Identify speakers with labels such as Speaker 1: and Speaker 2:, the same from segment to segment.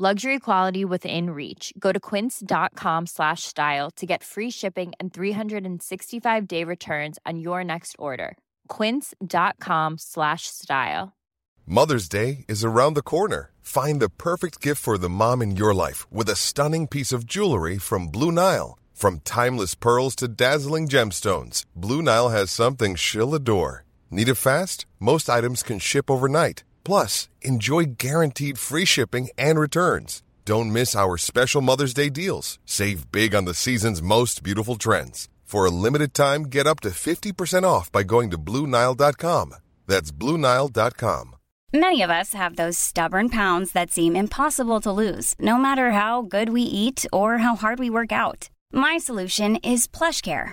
Speaker 1: Luxury quality within reach. Go to quince.com slash style to get free shipping and 365 day returns on your next order. Quince.com slash style.
Speaker 2: Mother's Day is around the corner. Find the perfect gift for the mom in your life with a stunning piece of jewelry from Blue Nile. From timeless pearls to dazzling gemstones, Blue Nile has something she'll adore. Need it fast? Most items can ship overnight. Plus, enjoy guaranteed free shipping and returns. Don't miss our special Mother's Day deals. Save big on the season's most beautiful trends. For a limited time, get up to 50% off by going to BlueNile.com. That's BlueNile.com.
Speaker 3: Many of us have those stubborn pounds that seem impossible to lose, no matter how good we eat or how hard we work out. My solution is PlushCare.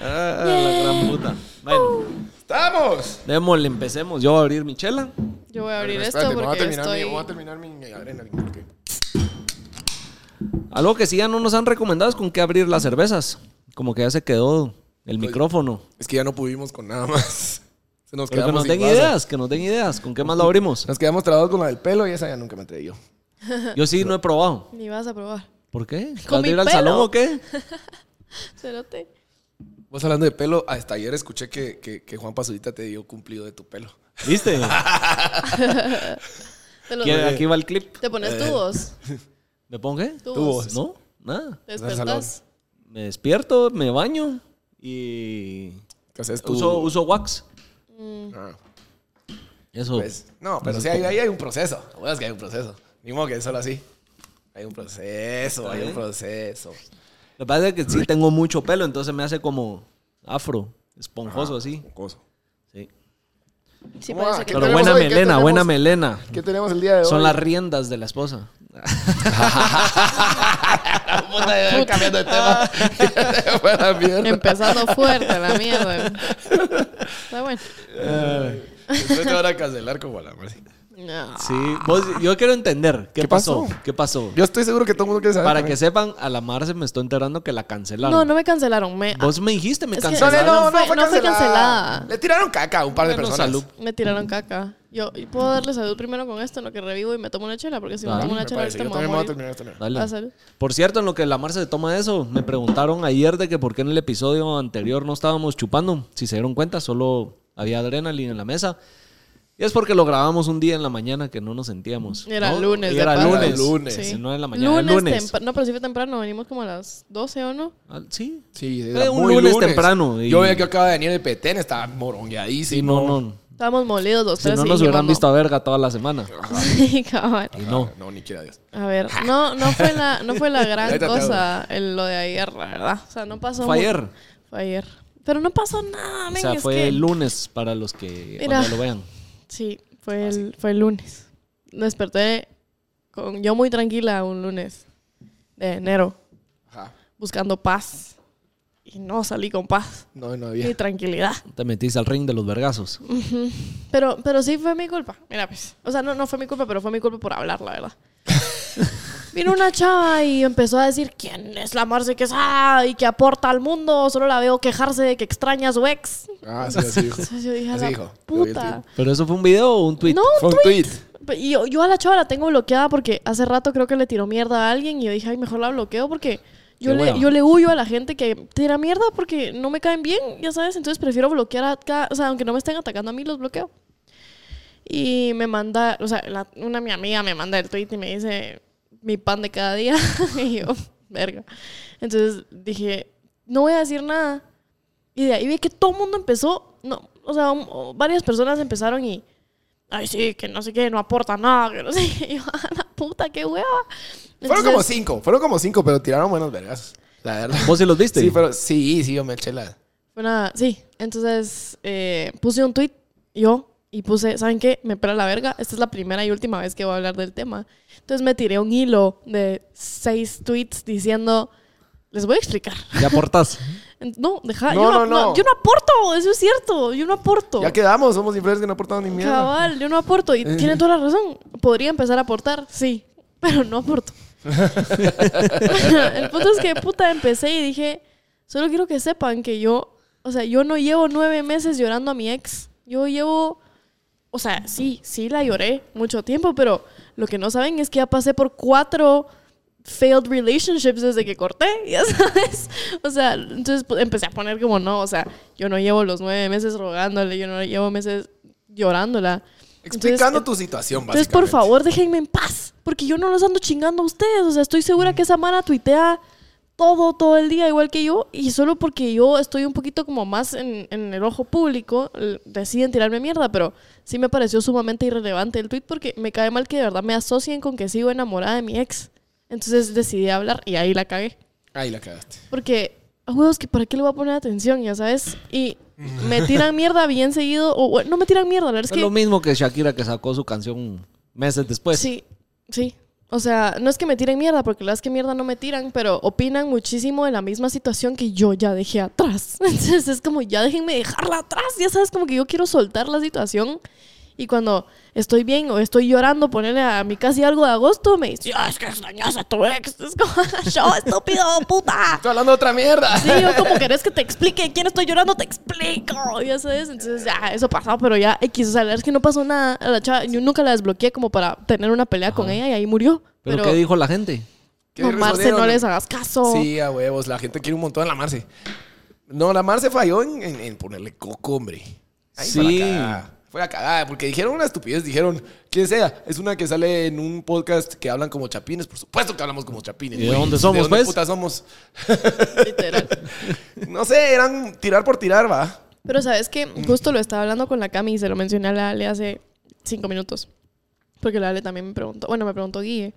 Speaker 4: ah, la gran puta. Bueno,
Speaker 5: ¡Estamos!
Speaker 4: démosle, empecemos. Yo voy a abrir mi chela.
Speaker 6: Yo voy a abrir
Speaker 5: Espérate,
Speaker 6: esto
Speaker 5: voy a
Speaker 6: porque
Speaker 5: terminar
Speaker 6: estoy.
Speaker 5: mi- voy a terminar mi adrenalina, porque-
Speaker 4: Algo que sí ya no nos han recomendado es con qué abrir las cervezas. Como que ya se quedó
Speaker 5: Pues,
Speaker 4: el micrófono.
Speaker 5: Es que ya no pudimos con nada más. Se nos
Speaker 4: Pero que
Speaker 5: quedamos
Speaker 4: nos den
Speaker 5: sin vaso.
Speaker 4: ideas, que nos den ideas. ¿Con qué más lo abrimos?
Speaker 5: Nos quedamos trabados con la del pelo y esa ya nunca me atreví yo.
Speaker 4: Yo sí no he probado.
Speaker 6: Ni vas a probar.
Speaker 4: ¿Por qué? ¿Vas
Speaker 6: Con
Speaker 4: a
Speaker 6: mi
Speaker 4: ir al
Speaker 6: pelo.
Speaker 4: salón o qué?
Speaker 6: Cerote.
Speaker 5: Vos hablando de pelo, hasta ayer escuché que, que, que Juan Pazurita te dio cumplido de tu pelo.
Speaker 4: ¿Viste?
Speaker 6: Te, lo-
Speaker 4: Aquí, aquí va el clip.
Speaker 6: te pones tubos.
Speaker 4: ¿Me pongo qué?
Speaker 6: Tubos.
Speaker 4: ¿No? Nada.
Speaker 6: Te
Speaker 5: Vas al salón.
Speaker 6: despertas.
Speaker 4: Me despierto, me baño y
Speaker 5: Que haces tu...
Speaker 4: uso, uso wax.
Speaker 5: Ah,
Speaker 4: Eso.
Speaker 5: pues, no, pero sí, ahí, ahí hay un proceso. La verdad es que hay un proceso. Ni modo que es solo así. Hay un proceso, hay un
Speaker 4: bien.
Speaker 5: proceso.
Speaker 4: Lo que pasa es que sí tengo mucho pelo, entonces me hace como afro, esponjoso así.
Speaker 5: Mocoso.
Speaker 4: Sí.
Speaker 6: Sí,
Speaker 5: ¿Cómo
Speaker 6: parece
Speaker 5: va?
Speaker 6: que te-
Speaker 4: Pero
Speaker 5: Pero tenemos
Speaker 4: buena
Speaker 5: hoy? ¿Qué
Speaker 4: melena,
Speaker 5: tenemos?
Speaker 4: buena melena.
Speaker 5: ¿Qué tenemos el día de hoy?
Speaker 4: Son las riendas de la esposa.
Speaker 5: Puta, cambiando de tema. Buena mierda.
Speaker 6: Empezando fuerte la mierda. Está bueno.
Speaker 5: Después te van a cancelar como a la Marci.
Speaker 6: No.
Speaker 4: Sí, vos- yo quiero entender qué,
Speaker 5: ¿Qué pasó?
Speaker 4: pasó? ¿Qué pasó?
Speaker 5: Yo estoy seguro que todo el mundo quiere saber.
Speaker 4: Para que
Speaker 5: también.
Speaker 4: sepan, a la Marce me estoy enterando que la cancelaron.
Speaker 6: No, no me cancelaron. Me,
Speaker 4: Vos me dijiste, me
Speaker 6: Es que-
Speaker 5: No,
Speaker 4: cancelaron.
Speaker 5: no, no, no,
Speaker 6: No fue-
Speaker 5: fue,
Speaker 6: no fue
Speaker 5: cancelada.
Speaker 6: cancelada.
Speaker 5: Le tiraron caca a un par de
Speaker 4: Bueno,
Speaker 5: personas.
Speaker 4: salud.
Speaker 6: me tiraron caca. Yo ¿y puedo darle salud primero con esto, en lo que revivo y me tomo una chela, porque si me
Speaker 4: Dale.
Speaker 6: tomo una
Speaker 5: Me
Speaker 6: chela
Speaker 5: parece.
Speaker 6: ahorita
Speaker 5: Yo
Speaker 6: me voy a
Speaker 5: también me voy a
Speaker 6: morir.
Speaker 5: terminar este esta mierda.
Speaker 4: Dale.
Speaker 6: Ah, salud.
Speaker 4: Por cierto, en lo que la Marce se toma eso, me preguntaron ayer de que por qué en el episodio anterior no estábamos chupando. Si se dieron cuenta, solo había adrenalina en la mesa. Y es porque lo grabamos un día en la mañana que no nos sentíamos.
Speaker 6: Era
Speaker 4: ¿no?
Speaker 6: lunes,
Speaker 4: Y
Speaker 6: de
Speaker 4: Era
Speaker 6: paso.
Speaker 4: lunes.
Speaker 5: lunes,
Speaker 4: Sí.
Speaker 6: Sí.
Speaker 4: no en la mañana. Lunes. lunes.
Speaker 6: tempra- No, pero sí fue temprano. Venimos como a las 12 o no.
Speaker 4: Ah, Sí.
Speaker 5: Sí,
Speaker 4: Fue
Speaker 5: era
Speaker 4: un
Speaker 5: muy
Speaker 4: lunes temprano y-
Speaker 5: Yo veía que acaba de venir el Petén, estaba
Speaker 4: Si
Speaker 5: morongueadísimo.
Speaker 4: no, no.
Speaker 6: Estábamos molidos los
Speaker 4: Si
Speaker 6: tres.
Speaker 4: no
Speaker 6: y
Speaker 4: nos hubieran
Speaker 6: dijimos,
Speaker 4: visto a verga toda la semana.
Speaker 6: no. Sí, cabrón.
Speaker 4: Y no.
Speaker 5: No, ni quiera Dios.
Speaker 6: A ver, no, no fue la, no fue la gran
Speaker 5: Ahorita te
Speaker 6: cosa el- lo de ayer, la verdad. O sea, no pasó
Speaker 4: Fue
Speaker 6: mu-
Speaker 4: ayer.
Speaker 6: Fue ayer. Pero no pasó nada,
Speaker 4: O
Speaker 6: men,
Speaker 4: sea,
Speaker 6: es
Speaker 4: fue
Speaker 6: que-
Speaker 4: el lunes para los que
Speaker 6: Mira.
Speaker 4: cuando lo vean.
Speaker 6: Sí, fue el, fue el lunes. Desperté con yo muy tranquila un lunes de enero,
Speaker 5: Ajá.
Speaker 6: buscando paz. Y no salí con paz
Speaker 5: No, no
Speaker 6: ni
Speaker 5: había.
Speaker 6: tranquilidad.
Speaker 4: Te metiste al ring de los vergazos.
Speaker 6: Pero, pero sí fue mi culpa. Mira, pues. O sea, no, no fue mi culpa, pero fue mi culpa por hablar, la verdad. Vino una chava y empezó a decir quién es la Marce que es ah, y que aporta al mundo. Solo la veo quejarse de que extraña a su ex.
Speaker 5: Ah, sí, así dijo.
Speaker 6: Entonces yo dije, a
Speaker 5: Así
Speaker 6: la
Speaker 5: dijo. Lo vi el
Speaker 6: puta.
Speaker 4: ¿Pero eso fue un video o un tweet?
Speaker 6: No,
Speaker 5: Fue un tweet.
Speaker 6: pe- y yo, yo a la chava la tengo bloqueada porque hace rato creo que le tiró mierda a alguien y yo dije, ay, mejor la bloqueo porque yo,
Speaker 4: Qué
Speaker 6: le,
Speaker 4: hueva.
Speaker 6: yo le huyo a la gente que tira mierda porque no me caen bien, ya sabes. Entonces prefiero bloquear a cada. O sea, aunque no me estén atacando a mí, los bloqueo. Y me manda, o sea, la- una mi amiga me manda el tweet y me dice mi pan de cada día. y yo, verga. Entonces dije, no voy a decir nada. Y de ahí vi que todo el mundo empezó, no, o sea, un- o varias personas empezaron y, ay, sí, que no sé qué, no aporta nada, que no sé qué. Y yo, a la puta, qué hueva.
Speaker 5: Fueron
Speaker 6: Entonces,
Speaker 5: como cinco, fueron como cinco, pero tiraron buenas vergas. La verdad.
Speaker 4: ¿Vos sí los viste?
Speaker 5: Sí, pero sí, sí, yo me eché la.
Speaker 6: fue una- sí, entonces eh, puse un tweet yo y puse, ¿saben qué? Me pela la verga. Esta es la primera y última vez que voy a hablar del tema. Entonces me tiré un hilo de seis tweets diciendo, les voy a explicar.
Speaker 4: ¿Ya aportás?
Speaker 6: En- No, deja,
Speaker 5: No,
Speaker 6: yo, no,
Speaker 5: no, no.
Speaker 6: no, yo no aporto, eso es cierto, yo no aporto.
Speaker 5: Ya quedamos, somos influencers que no aportamos ni mierda.
Speaker 6: Cabal, yo no aporto y tiene toda la razón. Podría empezar a aportar, sí, pero no aporto. el punto es que puta empecé y dije, solo quiero que sepan que yo, o sea, yo no llevo nueve meses llorando a mi ex. Yo llevo, o sea, sí, sí la lloré mucho tiempo, pero lo que no saben es que ya pasé por cuatro failed relationships desde que corté, ya sabes. O sea, entonces pues, empecé a poner como no, o sea, yo no llevo los nueve meses rogándole, yo no llevo meses llorándola. Entonces,
Speaker 5: Explicando
Speaker 6: eh,
Speaker 5: tu situación,
Speaker 6: entonces,
Speaker 5: básicamente.
Speaker 6: por favor, déjenme en paz, porque yo no los ando chingando a ustedes. O sea, estoy segura que esa mana tuitea todo, todo el día, igual que yo, y solo porque yo estoy un poquito como más en, en el ojo público, l- deciden tirarme mierda, pero sí me pareció sumamente irrelevante el tweet porque me cae mal que de verdad me asocien con que sigo enamorada de mi ex. Entonces decidí hablar y ahí la cagué.
Speaker 5: Ahí la cagaste.
Speaker 6: Porque, a huevos, que ¿para qué le voy a poner atención? Ya sabes. Y me tiran mierda bien seguido, o bueno, no me tiran mierda, la verdad es
Speaker 4: Es
Speaker 6: que.
Speaker 4: lo mismo que Shakira que sacó su canción meses después.
Speaker 6: Sí, sí. O sea, no es que me tiren mierda, porque las que mierda no me tiran, pero opinan muchísimo de la misma situación que yo ya dejé atrás. Entonces es como, ya déjenme dejarla atrás, ya sabes, como que yo quiero soltar la situación. Y cuando estoy bien o estoy llorando, ponerle a mi casi algo de agosto, me dice, "Ah, es que extrañas a tu ex. Es como, yo, estúpido, puta.
Speaker 5: Estoy hablando de otra mierda.
Speaker 6: Sí, yo como querés que te explique quién estoy llorando, te explico. Ya sabes, entonces ya, eso pasó, pero ya X, o sea, la verdad es que no pasó nada. A la chava, yo nunca la desbloqueé como para tener una pelea con ella y ahí murió.
Speaker 4: ¿Pero,
Speaker 6: Pero,
Speaker 4: qué dijo la gente?
Speaker 5: ¿Qué
Speaker 6: no, Marce,
Speaker 5: respondieron?
Speaker 6: no les hagas caso.
Speaker 5: Sí, a huevos. La gente quiere un montón a la Marce. No, la Marce falló en, en- en ponerle coco, hombre. Ahí Fue
Speaker 4: Sí.
Speaker 5: la cagada. Fue la cagada, porque dijeron una estupidez. Dijeron, quién sea, es una que sale en un podcast que hablan como chapines. Por supuesto que hablamos como chapines.
Speaker 4: ¿Y de
Speaker 5: güey.
Speaker 4: dónde somos,
Speaker 5: ¿De dónde
Speaker 4: pues?
Speaker 5: puta somos?
Speaker 6: Literal.
Speaker 5: No sé, eran tirar por tirar, va.
Speaker 6: Pero sabes que justo lo estaba hablando con la Cami y se lo mencioné a la Ale hace cinco minutos. Porque la Ale también me preguntó, bueno, me preguntó Guille.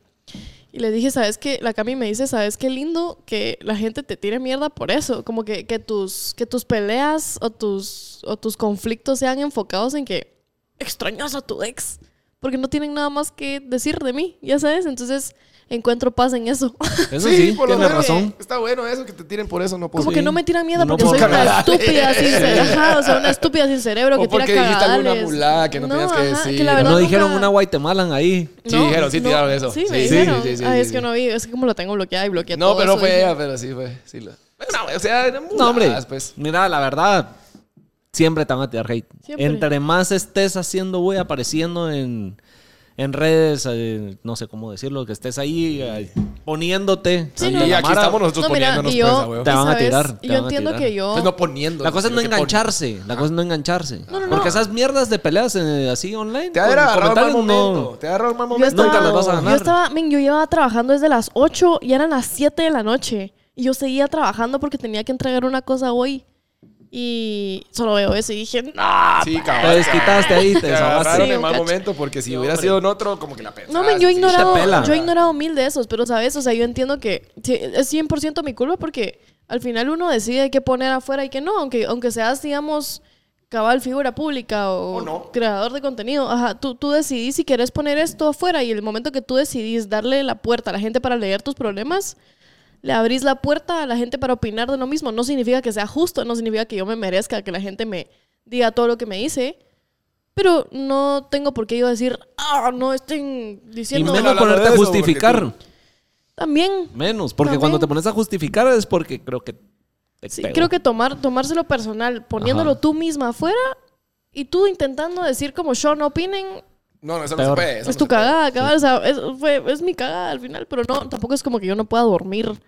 Speaker 6: Y le dije, ¿sabes qué? La Cami me dice, ¿sabes qué lindo que la gente te tire mierda por eso? Como que, que, tus, que tus peleas o tus, o tus conflictos sean enfocados en que extrañas a tu ex. Porque no tienen nada más que decir de mí, ya sabes. Entonces encuentro paz en eso.
Speaker 4: Eso sí,
Speaker 5: por lo
Speaker 4: tiene
Speaker 5: menos. eh,
Speaker 4: razón.
Speaker 5: Está bueno eso, que te tiren por eso, no puedo.
Speaker 6: Como que no me tiran mierda
Speaker 4: No
Speaker 6: porque
Speaker 4: por
Speaker 6: soy una
Speaker 4: cagadales.
Speaker 6: estúpida sin cerebro. Ajá, o sea, una estúpida sin cerebro
Speaker 5: O
Speaker 6: que tira
Speaker 5: porque dijiste alguna
Speaker 6: cagadales.
Speaker 5: mulada que no tenías que decir.
Speaker 6: la
Speaker 4: no
Speaker 6: verdad
Speaker 4: dijeron
Speaker 6: nunca-
Speaker 4: una Guatemalan ahí.
Speaker 5: Sí, dijeron, sí tiraron eso.
Speaker 6: Sí, me
Speaker 5: Sí, sí,
Speaker 6: dijeron.
Speaker 5: sí, sí,
Speaker 6: Ay,
Speaker 5: sí,
Speaker 6: es
Speaker 5: sí.
Speaker 6: que no vi, es que como lo tengo bloqueado y bloqueé
Speaker 5: No,
Speaker 6: todo
Speaker 5: pero
Speaker 6: eso,
Speaker 5: fue
Speaker 6: dije,
Speaker 5: ella, pero sí fue. Sí, la- No, o sea, eran
Speaker 4: No, hombre.
Speaker 5: muladas, pues.
Speaker 4: Mira, la verdad, siempre te van a tirar hate.
Speaker 6: Siempre.
Speaker 4: Entre más estés haciendo, güey, apareciendo en, en redes, eh, no sé cómo decirlo, que estés ahí eh, poniéndote.
Speaker 6: Sí,
Speaker 4: ante
Speaker 6: no.
Speaker 4: la
Speaker 5: Y aquí
Speaker 4: mara.
Speaker 5: estamos nosotros
Speaker 6: No, mira,
Speaker 5: poniéndonos
Speaker 6: y
Speaker 5: pues, a
Speaker 6: yo,
Speaker 5: huevo.
Speaker 4: Te van a
Speaker 6: ¿sabes?
Speaker 4: tirar, te
Speaker 6: Yo
Speaker 4: van a
Speaker 6: entiendo
Speaker 4: tirar.
Speaker 6: que yo...
Speaker 5: Pues no poniendo.
Speaker 4: La cosa es no
Speaker 5: sino que
Speaker 4: engancharse. La cosa es no engancharse. Porque esas mierdas de peleas eh, así online.
Speaker 5: Te
Speaker 4: con
Speaker 5: agarra agarrado el mal
Speaker 4: comentarios, no-
Speaker 5: momento. Te agarra el mal
Speaker 6: Yo
Speaker 5: momento.
Speaker 6: estaba,
Speaker 4: Nunca las vas a ganar.
Speaker 6: Yo estaba, men, yo llevaba trabajando desde las 8 y eran las 7 de la noche. Y yo seguía trabajando porque tenía que entregar una cosa hoy. Y solo veo eso y dije, no.
Speaker 5: Sí,
Speaker 4: Te
Speaker 5: cabrón.
Speaker 4: desquitaste ahí, te
Speaker 5: Te agarraron
Speaker 4: desahogaste.
Speaker 6: Sí,
Speaker 5: en
Speaker 6: un
Speaker 5: mal
Speaker 6: cacho.
Speaker 5: momento porque si
Speaker 4: No,
Speaker 5: hubiera
Speaker 4: hombre.
Speaker 5: sido en otro, como que la pensaste.
Speaker 6: No, men, yo he
Speaker 4: te
Speaker 5: sí.
Speaker 4: pela.
Speaker 6: ignorado, yo he ignorado mil de esos, pero sabes, o sea, yo entiendo que sí, es 100% mi culpa porque al final uno decide qué poner afuera y qué no, aunque, aunque seas, digamos, cabal figura pública o,
Speaker 5: O no.
Speaker 6: creador de contenido, ajá, tú, tú decidís si quieres poner esto afuera y el momento que tú decidís darle la puerta a la gente para leer tus problemas, le abrís la puerta a la gente para opinar de lo mismo. No significa que sea justo, no significa que yo me merezca que la gente me diga todo lo que me dice. Pero no tengo por qué yo decir, ah, no estén
Speaker 4: Y
Speaker 6: diciendo.
Speaker 4: menos
Speaker 5: Hablando
Speaker 4: ponerte
Speaker 5: de
Speaker 4: a
Speaker 5: eso,
Speaker 4: justificar.
Speaker 5: porque
Speaker 6: También,
Speaker 4: Menos. Porque
Speaker 6: También.
Speaker 4: cuando te pones a justificar es porque creo que. te
Speaker 6: sí,
Speaker 4: pegó.
Speaker 6: creo que tomar, tomárselo personal, poniéndolo
Speaker 4: Ajá.
Speaker 6: tú misma afuera y tú intentando decir como yo no opinen,
Speaker 5: No, no, eso no
Speaker 4: Peor.
Speaker 5: se puede. eso
Speaker 6: es
Speaker 5: no
Speaker 6: tu
Speaker 5: se puede.
Speaker 6: cagada, cabal. O sea, es, fue- es mi cagada al final, pero no, tampoco es como que yo no pueda dormir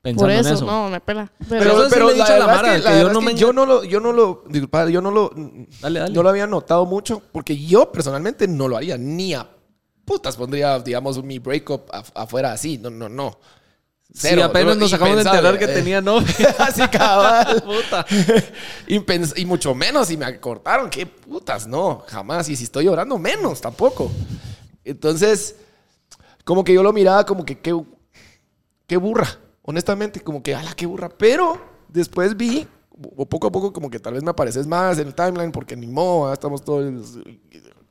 Speaker 4: Pensando
Speaker 6: por
Speaker 4: en
Speaker 6: eso.
Speaker 4: eso.
Speaker 6: No, me pela.
Speaker 4: Pero
Speaker 5: Pero,
Speaker 4: eso sí
Speaker 5: pero
Speaker 4: le he
Speaker 5: la
Speaker 4: dicho a la
Speaker 5: verdad
Speaker 4: Mara,
Speaker 5: es que, la
Speaker 4: que yo
Speaker 5: verdad
Speaker 4: no
Speaker 5: es
Speaker 4: me
Speaker 5: que yo no lo, yo no lo, disculpa, yo no lo,
Speaker 4: Dale, dale.
Speaker 5: no lo había notado mucho porque yo personalmente no lo haría ni a putas pondría, digamos, mi breakup af- afuera así, no, no, no.
Speaker 4: Sí,
Speaker 5: Cero,
Speaker 4: apenas
Speaker 5: ¿no?
Speaker 4: nos acabamos de
Speaker 5: Impensable.
Speaker 4: enterar que
Speaker 5: Eh.
Speaker 4: tenía novia.
Speaker 5: Así cabal.
Speaker 4: Puta.
Speaker 5: Impens- y mucho menos, y me cortaron. Qué putas, no, jamás. Y si estoy llorando, menos tampoco. Entonces, como que yo lo miraba como que qué, qué burra, honestamente, como que, ala, qué burra. Pero después vi, o poco a poco, como que tal vez me apareces más en el timeline, porque ni modo, ah, estamos todos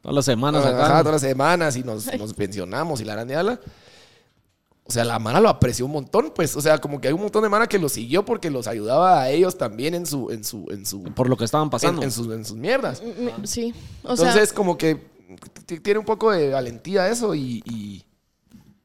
Speaker 4: Todas las semanas
Speaker 5: Ajá,
Speaker 4: acá.
Speaker 5: todas las semanas y nos, nos pensionamos y la arañala. O sea, la Mara lo apreció un montón, pues. O sea, como que hay un montón de Mara que lo siguió porque los ayudaba a ellos también en su, en su, en su.
Speaker 4: Por lo que estaban pasando.
Speaker 5: En, en sus, en sus mierdas.
Speaker 6: Mm, Sí. O sea,
Speaker 5: Entonces, como que t- tiene un poco de valentía eso y. y,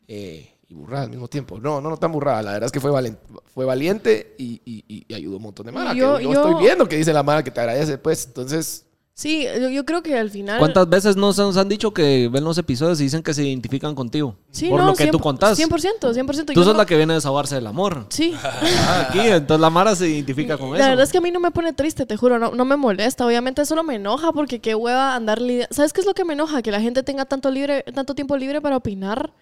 Speaker 5: eh, y burrada al mismo tiempo. No, no, no tan burrada. La verdad es que fue, valen- fue valiente y, y- y- y ayudó un montón de Mara. que
Speaker 6: Yo-
Speaker 5: yo
Speaker 6: yo-
Speaker 5: estoy viendo que dice la Mara que te agradece, pues. Entonces,
Speaker 6: sí, yo, yo creo que al final.
Speaker 4: ¿Cuántas veces nos han, nos han dicho que ven los episodios y dicen que se identifican contigo?
Speaker 6: Sí,
Speaker 4: por
Speaker 6: no,
Speaker 4: lo que tú
Speaker 6: 100%,
Speaker 4: contás.
Speaker 6: 100%, 100%.
Speaker 4: Tú
Speaker 6: yo
Speaker 4: sos
Speaker 6: no-
Speaker 4: la que viene a desahogarse del amor.
Speaker 6: Sí.
Speaker 4: Ah, aquí, entonces la Mara se identifica con
Speaker 6: la
Speaker 4: eso.
Speaker 6: verdad es que a mí no me pone triste, te juro, no, no me molesta, obviamente solo me enoja porque qué hueva andar lidia- ¿Sabes qué es lo que me enoja? Que la gente tenga tanto libre, tanto tiempo libre para opinar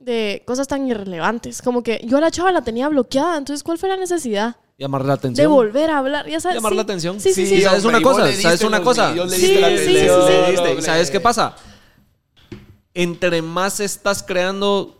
Speaker 6: de cosas tan irrelevantes, como que yo a la chava la tenía bloqueada, entonces ¿cuál fue la necesidad
Speaker 4: Llamar la
Speaker 6: de
Speaker 4: atención.
Speaker 6: volver a hablar? Ya sabes,
Speaker 4: Llamar la
Speaker 6: Ah, sí.
Speaker 4: atención.
Speaker 6: Sí, sí, sí.
Speaker 4: ¿Sabes
Speaker 5: hombre,
Speaker 4: una
Speaker 5: y vos
Speaker 4: cosa?
Speaker 5: le diste
Speaker 4: ¿Sabes una
Speaker 5: los
Speaker 4: cosa?
Speaker 5: millones, le
Speaker 6: Sí,
Speaker 5: diste la
Speaker 6: sí, sí,
Speaker 5: atención,
Speaker 6: sí, sí.
Speaker 4: Le diste. ¿Y
Speaker 5: hombre.
Speaker 4: sabes qué pasa? Entre más estás creando